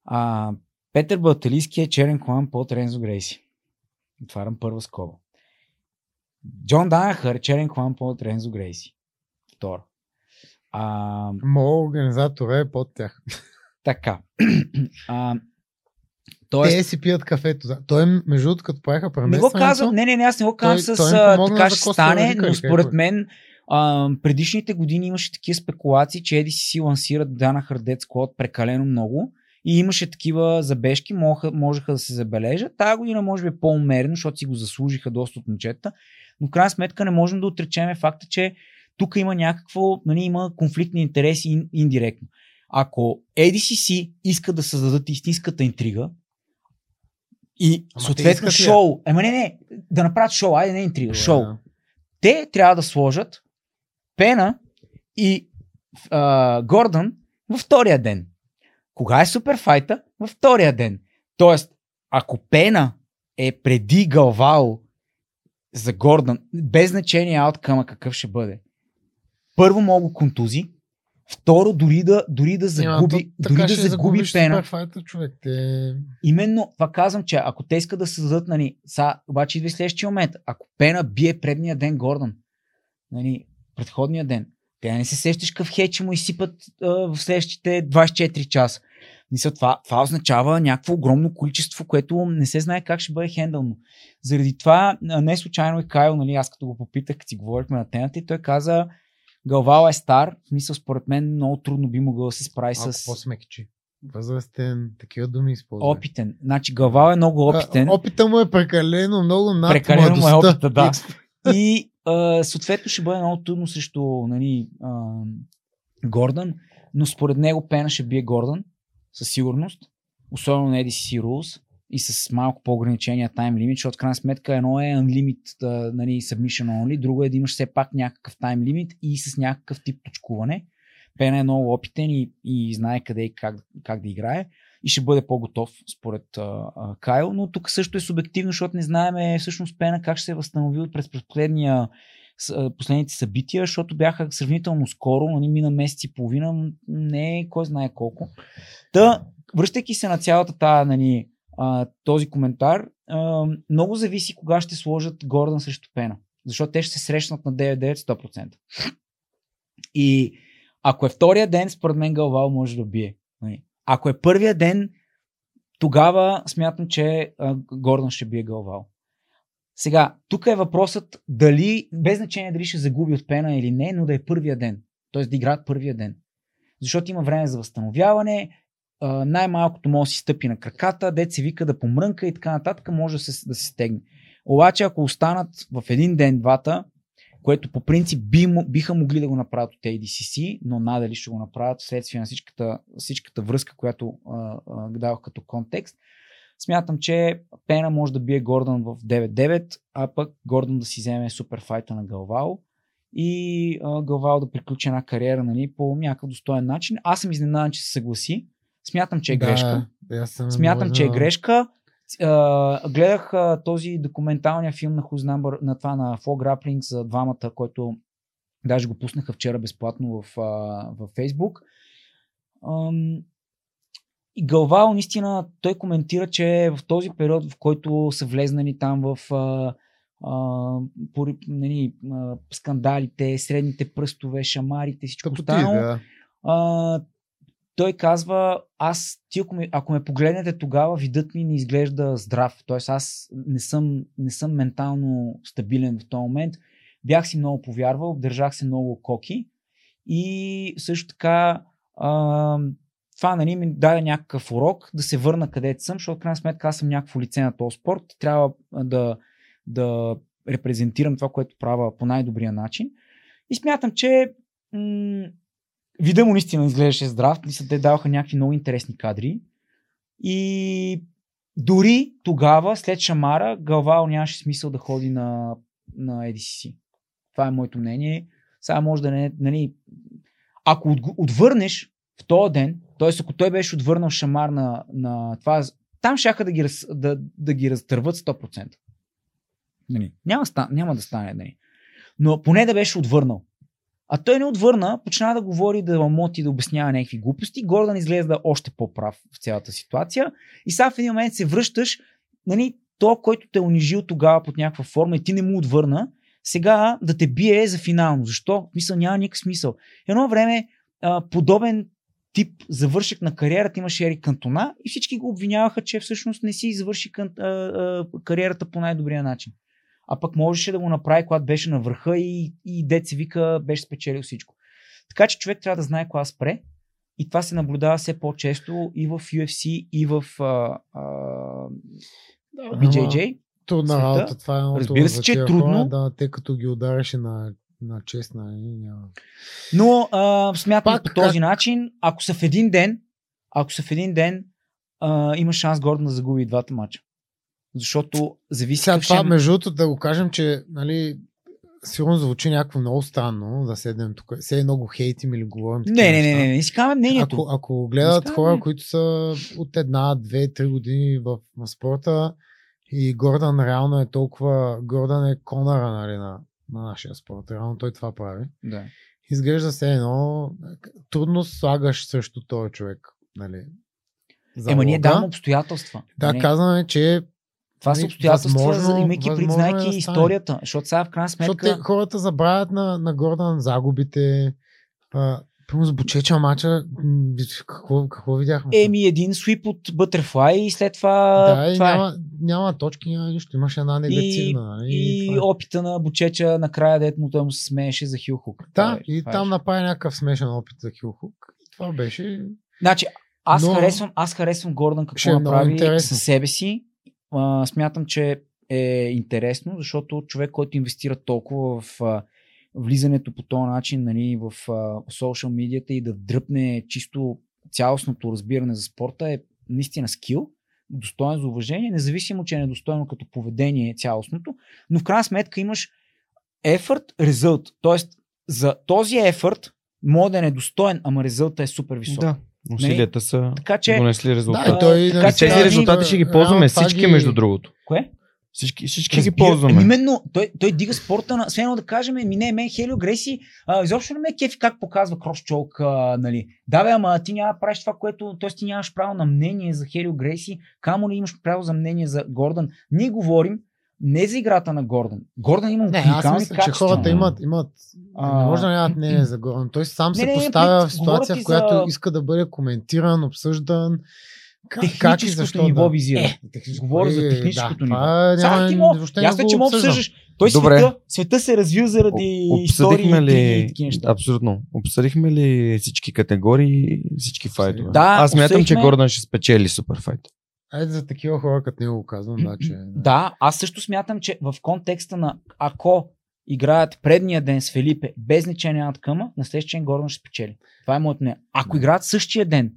[SPEAKER 2] А, Петър Баталийски е черен клан под Рензо Грейси. Отварям първа скоба. Джон Данахър е черен клан под Рензо Грейси. Втора. А,
[SPEAKER 3] Моят е организатор е под тях.
[SPEAKER 2] така. а,
[SPEAKER 3] Те
[SPEAKER 2] тоест,
[SPEAKER 3] си пият кафето. Да. Той, между другото, като правиха
[SPEAKER 2] не
[SPEAKER 3] преместването...
[SPEAKER 2] го казвам, не, не, не, аз не го
[SPEAKER 3] Той-
[SPEAKER 2] казвам с
[SPEAKER 3] той им
[SPEAKER 2] а,
[SPEAKER 3] помогна
[SPEAKER 2] така
[SPEAKER 3] за
[SPEAKER 2] ще
[SPEAKER 3] Коста
[SPEAKER 2] стане,
[SPEAKER 3] Рика
[SPEAKER 2] но
[SPEAKER 3] или
[SPEAKER 2] според
[SPEAKER 3] какво е?
[SPEAKER 2] мен а, предишните години имаше такива спекулации, че еди си лансират Дана Хардец Клод прекалено много и имаше такива забежки, моха, можеха да се забележат. Тая година може би е по-умерено, защото си го заслужиха доста от момчета, но в крайна сметка не можем да отречеме факта, че тук има някакво, нали, има конфликтни интереси ин- индиректно. Ако ADCC иска да създадат истинската интрига и
[SPEAKER 3] Ама те искат
[SPEAKER 2] съответно
[SPEAKER 3] ли я?
[SPEAKER 2] шоу, ема не, не, да направят шоу, айде не интрига,
[SPEAKER 3] Да,
[SPEAKER 2] шоу.
[SPEAKER 3] да.
[SPEAKER 2] Те трябва да сложат Пена и а, Гордън във втория ден. Кога е суперфайта? Във втория ден. Тоест, ако Пена е преди Галвао за Гордън, без значение ауткъма какъв ще бъде, първо мога го контузи, второ дори да, дори да
[SPEAKER 3] Няма, то
[SPEAKER 2] загуби,
[SPEAKER 3] така
[SPEAKER 2] дори да
[SPEAKER 3] ще
[SPEAKER 2] загуби
[SPEAKER 3] загубиш
[SPEAKER 2] Пена. Е,
[SPEAKER 3] суперфайта, човек. Те...
[SPEAKER 2] Именно това казвам, че ако те искат да създадат, нали, са, обаче идва и следващия момент. Ако Пена бие предния ден Гордън, нали, предходния ден, те не се сещаш къв хей, че му изсипат а, в следващите 24 часа. Мисля, това, това означава някакво огромно количество, което не се знае как ще бъде хендълно. Заради това а, не случайно и Кайл, нали, аз като го попитах, като си говорихме на темата и той каза, Галвал е стар, в смисъл според мен много трудно би могъл да се справи
[SPEAKER 3] Малко
[SPEAKER 2] с
[SPEAKER 3] по-смекчи. Възрастен, такива думи използвай.
[SPEAKER 2] опитен. Значи Гавал е много опитен.
[SPEAKER 3] А, Опита му е прекалено много над
[SPEAKER 2] Прекалено му е
[SPEAKER 3] младостта.
[SPEAKER 2] опита, да.
[SPEAKER 3] Икс.
[SPEAKER 2] И а, съответно ще бъде много трудно срещу нали, а, Гордън, но според него Пена ще бие Гордън, със сигурност. Особено на ADCC Rules и с малко по-ограничения тайм лимит, защото в крайна сметка едно е unlimited, а, нали, submission only, друго е да имаш все пак някакъв тайм лимит и с някакъв тип точкуване. Пена е много опитен и, и знае къде и как, как да играе и ще бъде по-готов според а, а, Кайл, но тук също е субективно, защото не знаем всъщност Пена как ще се е възстановил през последния, с- а, последните събития, защото бяха сравнително скоро, нали, мина месец и половина, м, не е кой знае колко. Та, връщайки се на цялата тая, нали, а, този коментар, а, много зависи кога ще сложат Гордан срещу Пена, защото те ще се срещнат на 9-9-100%. И ако е втория ден, според мен Галвал може да бие. Нали. Ако е първия ден, тогава смятам, че а, Гордон ще бие Галвал. Сега, тук е въпросът дали, без значение дали ще загуби от пена или не, но да е първия ден. Тоест да играят първия ден. Защото има време за възстановяване, а, най-малкото може да си стъпи на краката, дет се вика да помрънка и така нататък, може да се, да се стегне. Обаче, ако останат в един ден двата, което по принцип би, мо- биха могли да го направят от ADCC, но надали ще го направят вследствие на всичката, всичката връзка, която а, а, давах като контекст. Смятам, че Пена може да бие Гордън в 9-9, а пък Гордън да си вземе супер файта на Галвал и а, Галвал да приключи една кариера нали, по някакъв достоен начин. Аз съм изненадан, че се съгласи. Смятам, че е грешка.
[SPEAKER 3] Да, аз съм
[SPEAKER 2] Смятам,
[SPEAKER 3] много
[SPEAKER 2] че е
[SPEAKER 3] изненадан.
[SPEAKER 2] грешка. А, гледах а, този документалния филм на Who's Number, на това на Flo Grappling за двамата, който даже го пуснаха вчера безплатно в, а, във Facebook. Ам, и Галвал наистина, той коментира, че е в този период, в който са влезнали там в а, а, пори, нали, а, скандалите, средните пръстове, шамарите, всичко
[SPEAKER 3] Като ти,
[SPEAKER 2] останало,
[SPEAKER 3] да.
[SPEAKER 2] а, той казва, аз, ти, ако, ме, ако ме погледнете тогава, видът ми не изглежда здрав. Тоест аз не съм, не съм ментално стабилен в този момент. Бях си много повярвал, държах се много коки и също така а, това нали, ми даде някакъв урок да се върна където съм, защото в крайна сметка аз съм някакво лице на този спорт. Трябва а, да, да репрезентирам това, което правя по най-добрия начин. И смятам, че м- вида му наистина изглеждаше здрав, мисля, те даваха някакви много интересни кадри. И дори тогава, след Шамара, Галвао нямаше смисъл да ходи на, на EDCC. Това е моето мнение. Сега може да не... Нали, ако отг- отвърнеш в този ден, т.е. ако той беше отвърнал Шамар на, на това, там щяха да ги, раз, да, да ги разтърват 100%. Нали, няма, ста, няма да стане. Нали. Но поне да беше отвърнал. А той не отвърна, почна да говори, да ламоти, да обяснява някакви глупости. Гордан изглежда още по-прав в цялата ситуация. И сега в един момент се връщаш, нали, то, който те е унижил тогава под някаква форма и ти не му отвърна, сега да те бие за финално. Защо? Мисъл, няма никакъв смисъл. Едно време а, подобен тип завършек на кариерата имаше Ери Кантона и всички го обвиняваха, че всъщност не си завърши кан, а, а, кариерата по най-добрия начин. А пък можеше да го направи, когато беше на върха и, и деца вика, беше спечелил всичко. Така че човек трябва да знае кога спре. И това се наблюдава все по-често и в UFC, и в а, а,
[SPEAKER 3] Ама,
[SPEAKER 2] BJJ.
[SPEAKER 3] Трудна
[SPEAKER 2] света.
[SPEAKER 3] работа, това е едното
[SPEAKER 2] Разбира се,
[SPEAKER 3] за
[SPEAKER 2] че е
[SPEAKER 3] тия
[SPEAKER 2] трудно.
[SPEAKER 3] Хора, да, те като ги ударяше на, на чест, на няма.
[SPEAKER 2] Но а, смятам
[SPEAKER 3] Пак
[SPEAKER 2] по този
[SPEAKER 3] как-
[SPEAKER 2] начин, ако са в един ден, ако са в един ден, а, има шанс Гордон да загуби и двата мача. Защото зависи
[SPEAKER 3] Сега
[SPEAKER 2] какъв ще
[SPEAKER 3] това,
[SPEAKER 2] е-
[SPEAKER 3] между другото, да го кажем, че, нали, сигурно звучи някакво много странно да седнем тук. Все едно го хейтим или говорим. такива
[SPEAKER 2] Не, не, не,
[SPEAKER 3] неща.
[SPEAKER 2] не, не е. искаме мнението.
[SPEAKER 3] Ако, ако гледат
[SPEAKER 2] Става,
[SPEAKER 3] хора,
[SPEAKER 2] бе.
[SPEAKER 3] които са от една, две, три години в, в спорта и Гордан реално е толкова... Гордан е конара нали, на, на нашия спорт. Реално той това прави.
[SPEAKER 2] Да.
[SPEAKER 3] Изглежда се едно... Трудно слагаш срещу този човек. Нали,
[SPEAKER 2] Ема ние
[SPEAKER 3] залога.
[SPEAKER 2] даваме обстоятелства.
[SPEAKER 3] Да,
[SPEAKER 2] не,
[SPEAKER 3] казваме, че
[SPEAKER 2] това са
[SPEAKER 3] нали,
[SPEAKER 2] обстоятелства,
[SPEAKER 3] възможно-
[SPEAKER 2] за- имайки
[SPEAKER 3] възможно е да
[SPEAKER 2] признайки
[SPEAKER 3] стане.
[SPEAKER 2] историята. Защото сега в крайна
[SPEAKER 1] Е,
[SPEAKER 3] Защото е
[SPEAKER 2] сметка...
[SPEAKER 3] те, хората забравят на, на Гордан загубите. А, прямо с Бучеча мача, м, какво, какво видяхме?
[SPEAKER 2] Еми един свип от Бътърфлай и след това...
[SPEAKER 3] да, и
[SPEAKER 2] това е.
[SPEAKER 3] няма, няма точки, няма нищо. Имаше една негативна. нали,
[SPEAKER 2] и,
[SPEAKER 3] това е.
[SPEAKER 2] опита на Бучеча накрая, дет му той му се смееше за Хилхук. Това
[SPEAKER 3] да,
[SPEAKER 2] е-
[SPEAKER 3] и
[SPEAKER 2] това е.
[SPEAKER 3] там направи някакъв смешен опит за Хилхук. Това беше.
[SPEAKER 2] Значи, аз,
[SPEAKER 3] Но-
[SPEAKER 2] харесвам, аз харесвам Гордан
[SPEAKER 3] Ще
[SPEAKER 2] какво
[SPEAKER 3] е много
[SPEAKER 2] направи
[SPEAKER 3] интересно.
[SPEAKER 2] със себе си. А, смятам, че е интересно, защото човек, който инвестира толкова в а, влизането по този начин нали, в социал медията и да дръпне чисто цялостното разбиране за спорта е наистина скил, достоен за уважение, независимо, че е недостойно като поведение цялостното, но в крайна сметка имаш ефорт, резулт. Тоест, за този ефорт може да е недостоен, ама резултата е супер висок.
[SPEAKER 1] Да, усилията са
[SPEAKER 2] Така че,
[SPEAKER 1] донесли
[SPEAKER 3] Да,
[SPEAKER 1] резултат.
[SPEAKER 3] и той,
[SPEAKER 2] така
[SPEAKER 1] и
[SPEAKER 3] нали,
[SPEAKER 2] че-
[SPEAKER 1] тези
[SPEAKER 2] да,
[SPEAKER 1] резултати
[SPEAKER 3] ние-
[SPEAKER 1] ще ги
[SPEAKER 3] реално
[SPEAKER 1] ползваме
[SPEAKER 3] това
[SPEAKER 1] всички,
[SPEAKER 3] ги-
[SPEAKER 1] между другото.
[SPEAKER 2] кое?
[SPEAKER 1] Всички, всички ги
[SPEAKER 2] Разбира- Ами
[SPEAKER 1] ползваме.
[SPEAKER 2] Именно, той, той дига спорта на... Освен едно да кажем, ми не, мен Хелио Греси, а, изобщо не ме кефи как показва кросчолк, а, нали. Да, бе, ама ти няма да правиш това, което... Тоест ти нямаш право на мнение за Хелио Греси, камо ли имаш право за мнение за Гордан. Ние говорим не за играта на Гордан. Гордан има
[SPEAKER 3] Не,
[SPEAKER 2] уникални
[SPEAKER 3] аз мисля, че
[SPEAKER 2] качества.
[SPEAKER 3] хората имат, имат
[SPEAKER 2] А,
[SPEAKER 3] Не може да нямат мнение за Горан. Той сам
[SPEAKER 2] Не,
[SPEAKER 3] се
[SPEAKER 2] не, не,
[SPEAKER 3] поставя
[SPEAKER 2] пред-
[SPEAKER 3] в ситуация,
[SPEAKER 2] говоря ти
[SPEAKER 3] в която
[SPEAKER 2] за-
[SPEAKER 3] иска да бъде коментиран, обсъждан. Как, как и
[SPEAKER 2] Техническото
[SPEAKER 3] защо
[SPEAKER 2] ниво
[SPEAKER 3] да.
[SPEAKER 2] визира.
[SPEAKER 3] техническо-
[SPEAKER 2] Говоря за
[SPEAKER 3] е,
[SPEAKER 2] техническото ниво.
[SPEAKER 3] това
[SPEAKER 2] Сега ти
[SPEAKER 3] няма-
[SPEAKER 2] мога,
[SPEAKER 3] въобще не
[SPEAKER 2] ясно, е,
[SPEAKER 3] го
[SPEAKER 2] че му
[SPEAKER 3] обсъждам.
[SPEAKER 2] обсъждаш. Той
[SPEAKER 1] Добре.
[SPEAKER 2] света, света се е развил заради
[SPEAKER 1] О-
[SPEAKER 2] истории
[SPEAKER 1] Обсъдихме
[SPEAKER 2] интриги
[SPEAKER 1] ли,
[SPEAKER 2] и такива неща.
[SPEAKER 1] абсолютно, обсъдихме ли всички категории, всички файтове?
[SPEAKER 2] Да,
[SPEAKER 1] Аз мятам, че
[SPEAKER 2] обсъдихме.
[SPEAKER 1] Гордан ще спечели супер файт.
[SPEAKER 3] Айде за такива хора, като него го казвам, да, че...
[SPEAKER 2] Да, аз също смятам, че в контекста на ако играят предния ден с Филипе без значение на откъма, на следващия ден Гордон ще спечели. Това е моето мнение. Ако играят същия ден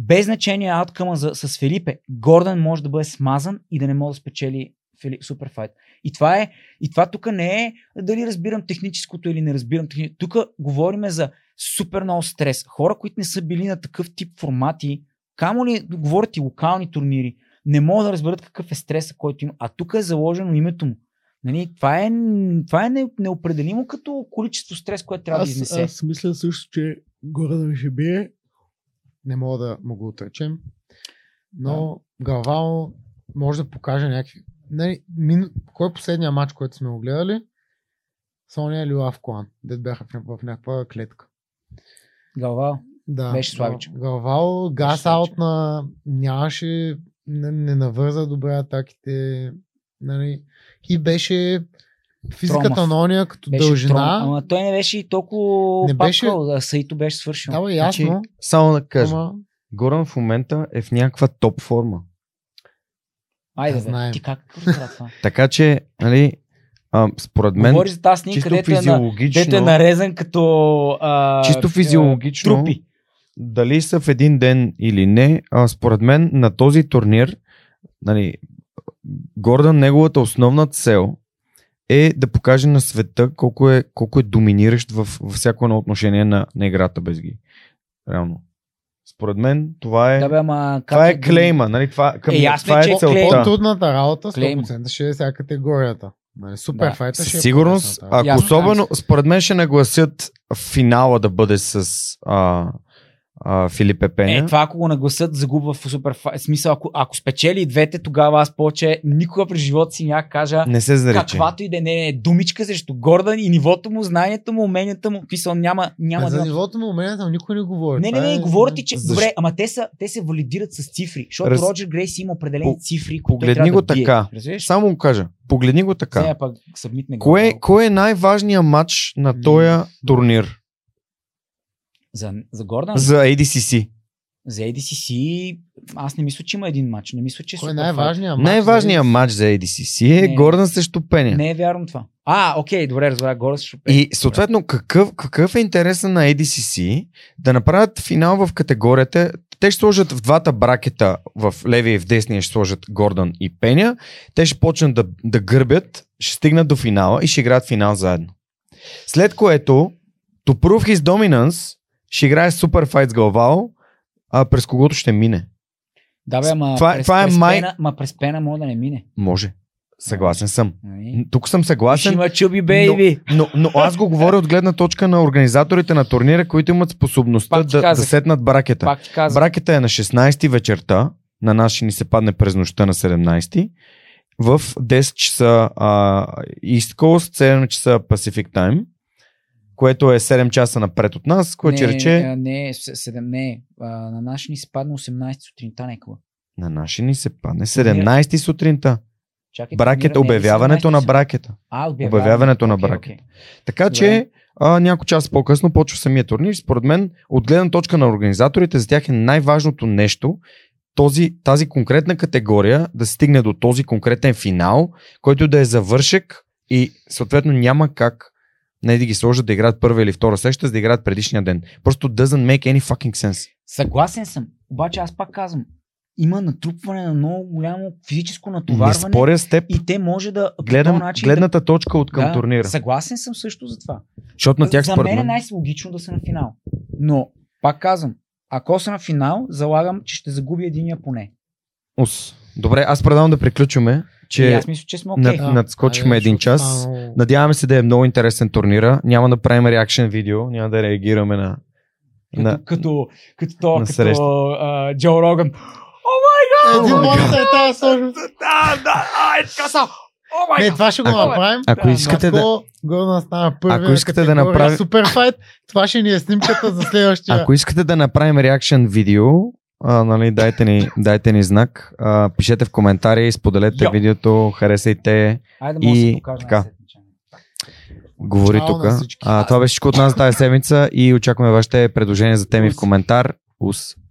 [SPEAKER 2] Без значение ауткъма за, с Филипе, Гордан може да бъде смазан и да не може да спечели Фили, суперфайт. И това е, и това тук не е дали разбирам техническото или не разбирам техническото. Тук говорим за супер много стрес. Хора, които не са били на такъв тип формати, камо ли да говорят и локални турнири, не могат да разберат какъв е стреса, който има. А тук е заложено името му. Нали, това е, това е не, неопределимо като количество стрес, което трябва да
[SPEAKER 5] Аз,
[SPEAKER 2] изнесе.
[SPEAKER 5] аз мисля също, че Гордан ще бие.
[SPEAKER 3] Не мога да му го отречем. Но да. Галвао може да покаже някакви... Нали, мин... Кой е последния матч, който сме го гледали? Соня или Лав Клан, дед бяха в, ня- в някаква клетка.
[SPEAKER 2] Галвао.
[SPEAKER 3] Да,
[SPEAKER 2] Беше слабичък.
[SPEAKER 3] Гал- Галвао, газ
[SPEAKER 2] слабичък.
[SPEAKER 3] аут на... Нямаше... Не, не навърза добре атаките. Нали, и беше физиката
[SPEAKER 2] Тромав.
[SPEAKER 3] на ония като
[SPEAKER 2] Беше
[SPEAKER 3] дължина.
[SPEAKER 2] Трон, ама той не беше и толкова
[SPEAKER 3] Не
[SPEAKER 2] не
[SPEAKER 3] беше-
[SPEAKER 2] беше... папкал, а Саито беше свършил.
[SPEAKER 3] Да, бе, ясно.
[SPEAKER 1] Значи, Само да кажа,
[SPEAKER 3] Ама...
[SPEAKER 1] Горан в момента е в някаква топ форма.
[SPEAKER 2] Айде,
[SPEAKER 3] Да,
[SPEAKER 2] бе,
[SPEAKER 3] знаем.
[SPEAKER 2] ти как разбра това?
[SPEAKER 1] Така че, нали, а, според мен,
[SPEAKER 2] Говори за тази снимка,
[SPEAKER 1] чисто
[SPEAKER 2] където е, на,
[SPEAKER 1] физиологично,
[SPEAKER 2] дето е нарезан като а,
[SPEAKER 1] чисто
[SPEAKER 2] а,
[SPEAKER 1] физиологично,
[SPEAKER 2] трупи.
[SPEAKER 1] дали са в един ден или не, а, според мен на този турнир, нали, Гордан, неговата основна цел е да покаже на света колко е, колко е доминиращ в, в всяко едно отношение на, на играта без ги. Реално. Според мен това е,
[SPEAKER 2] Да, бе, ама, как
[SPEAKER 1] това е
[SPEAKER 2] да-
[SPEAKER 1] клейма, нали? Това, към,
[SPEAKER 2] Е, ясно е,
[SPEAKER 1] това е,
[SPEAKER 2] че е клейм.
[SPEAKER 1] целта.
[SPEAKER 3] По-трудната работа 100%
[SPEAKER 2] Клейм.
[SPEAKER 3] ще е сега категорията. Нали, супер
[SPEAKER 2] Да.
[SPEAKER 3] файта ще
[SPEAKER 1] Със
[SPEAKER 3] е
[SPEAKER 1] сигурност,
[SPEAKER 3] по-трудната
[SPEAKER 1] ако
[SPEAKER 3] работа.
[SPEAKER 2] Ясно,
[SPEAKER 1] особено, според мен ще нагласят финала да бъде с а, а, Филипе Пеня.
[SPEAKER 2] Е, това ако го нагласят, загубва в супер смисъл. Ако, ако спечели и двете, тогава аз повече никога през живота си няма да кажа
[SPEAKER 1] Не се зарича.
[SPEAKER 2] каквато и да не е думичка срещу Гордан и нивото му, знанието му, уменията му. В Смисъл, няма,
[SPEAKER 1] Е,
[SPEAKER 2] няма,
[SPEAKER 3] за
[SPEAKER 2] няма
[SPEAKER 3] нивото му момента никой не говори.
[SPEAKER 2] Не, не,
[SPEAKER 3] Това
[SPEAKER 2] не,
[SPEAKER 3] е-
[SPEAKER 2] говоря ти, че.
[SPEAKER 1] Защо?
[SPEAKER 2] Добре, ама те, са, те се валидират с цифри, защото
[SPEAKER 1] Раз-
[SPEAKER 2] Роджер Грейс има определени
[SPEAKER 1] По-
[SPEAKER 2] цифри, които той
[SPEAKER 1] погледни
[SPEAKER 2] трябва
[SPEAKER 1] го
[SPEAKER 2] да бие.
[SPEAKER 1] така.
[SPEAKER 2] Разбираш?
[SPEAKER 1] Само го кажа. Погледни го така.
[SPEAKER 2] Сега пак събмитне го.
[SPEAKER 1] Кое, кое е най-важният матч на този турнир
[SPEAKER 2] За, за Гордан, за...
[SPEAKER 1] за ADCC?
[SPEAKER 2] за ADCC, аз не мисля, че има един матч. Не мисля, че
[SPEAKER 3] Кой е
[SPEAKER 2] супер
[SPEAKER 3] най-важният матч?
[SPEAKER 1] Най-важният
[SPEAKER 3] нали?
[SPEAKER 1] матч за ADCC е
[SPEAKER 2] Не.
[SPEAKER 1] Гордан срещу Пеня.
[SPEAKER 2] файт. Не е вярно това. А, окей, добре, разбрах. Гордан ще
[SPEAKER 1] И съответно, какъв, какъв е интересът на ADCC да направят финал в категорията? Те ще сложат в двата бракета, в левия и в десния ще сложат Гордан и Пеня. Те ще почнат да, да гърбят, ще стигнат до финала и ще играят финал заедно. След което, to prove his dominance, ще играе супер файт с Галвао, а през когото ще мине.
[SPEAKER 2] Да, бе, ама
[SPEAKER 1] това-
[SPEAKER 2] през,
[SPEAKER 1] това е
[SPEAKER 2] през
[SPEAKER 1] май-
[SPEAKER 2] пена, ма през пена може да не мине.
[SPEAKER 1] Може. Съгласен съм.
[SPEAKER 2] Нали?
[SPEAKER 1] Тук съм
[SPEAKER 2] Ще
[SPEAKER 1] съгласен.
[SPEAKER 2] има чуби, бейби.
[SPEAKER 1] Но, но аз го говоря от гледна точка на организаторите на турнира, които имат способността
[SPEAKER 2] Пак ти
[SPEAKER 1] да, да
[SPEAKER 2] казах.
[SPEAKER 1] сетнат бракета.
[SPEAKER 2] Пак ти казвам.
[SPEAKER 1] Бракета е на 16 вечерта, на нас ще ни се падне през нощта на 17 в 10 часа а, East Coast, 7 часа Pacific Time, което е 7 часа напред от нас, което
[SPEAKER 2] не,
[SPEAKER 1] рече
[SPEAKER 2] а, не, с- седем, не. А, на наш ни се падна 18 сутринта някога.
[SPEAKER 1] на наши ни се падне 17 сутринта.
[SPEAKER 2] Чакай,
[SPEAKER 1] Бракета,
[SPEAKER 2] турнира не е ли
[SPEAKER 1] обявяването
[SPEAKER 2] 17
[SPEAKER 1] на
[SPEAKER 2] са?
[SPEAKER 1] бракета.
[SPEAKER 2] А,
[SPEAKER 1] Обявяването на
[SPEAKER 2] Окей, окей.
[SPEAKER 1] бракета. Така
[SPEAKER 2] Добре.
[SPEAKER 1] че а, няколко часа по-късно почва самия турнир. Според мен, от гледна точка на организаторите, за тях е най-важното нещо този, тази конкретна категория да стигне до този конкретен финал, който да е завършек и съответно няма как не да ги сложат да играят първа или втора среща, за да играят предишния ден. Просто doesn't make any fucking sense.
[SPEAKER 2] Съгласен съм, обаче аз пак казвам, има натрупване на много голямо физическо
[SPEAKER 1] Не
[SPEAKER 2] натоварване
[SPEAKER 1] споря с теб.
[SPEAKER 2] и те може да... по
[SPEAKER 1] Гледам
[SPEAKER 2] този начин
[SPEAKER 1] гледната точка от към
[SPEAKER 2] да,
[SPEAKER 1] турнира.
[SPEAKER 2] Съгласен съм също за това.
[SPEAKER 1] Защото на тях
[SPEAKER 2] за
[SPEAKER 1] според
[SPEAKER 2] мен е
[SPEAKER 1] мен...
[SPEAKER 2] най-логично да са на финал. Но, пак казвам, ако са на финал, залагам, че ще загуби единия поне.
[SPEAKER 1] Ус. Добре, аз предавам да приключваме,
[SPEAKER 2] И
[SPEAKER 1] че
[SPEAKER 2] аз мисля, че сме окей.
[SPEAKER 1] над,
[SPEAKER 2] Okay.
[SPEAKER 3] Да.
[SPEAKER 1] надскочихме
[SPEAKER 3] Айде,
[SPEAKER 1] един
[SPEAKER 3] защото
[SPEAKER 1] час.
[SPEAKER 3] Само...
[SPEAKER 1] Надяваме се да е много интересен турнира. Няма да правим реакшен видео, няма да реагираме на... на...
[SPEAKER 2] Като, като, като, то,
[SPEAKER 1] на среща.
[SPEAKER 2] като а, Джо Роган.
[SPEAKER 3] Един момент е тази сложност.
[SPEAKER 2] Да, да, а, е така са. О, май
[SPEAKER 3] Не, това ще го
[SPEAKER 1] Ако-
[SPEAKER 3] направим.
[SPEAKER 1] Ако
[SPEAKER 2] Да,
[SPEAKER 1] искате
[SPEAKER 3] ако
[SPEAKER 1] да...
[SPEAKER 3] Гордан стана първи,
[SPEAKER 1] Ако искате да направи-
[SPEAKER 3] супер файт, това ще ни е снимката за следващия.
[SPEAKER 1] Ако искате да направим реакшен видео, а, нали, дайте, ни, дайте ни знак. А, пишете в коментари, споделете
[SPEAKER 2] Йо.
[SPEAKER 1] видеото, харесайте.
[SPEAKER 2] Айде, може да
[SPEAKER 1] И
[SPEAKER 2] се покажа.
[SPEAKER 1] така.
[SPEAKER 2] най-сетне, че не.
[SPEAKER 1] Говори
[SPEAKER 3] Чао
[SPEAKER 1] тук.
[SPEAKER 3] на всички.
[SPEAKER 1] А, това беше всичко от нас тази седмица и очакваме вашите предложения за теми в коментар. Ус.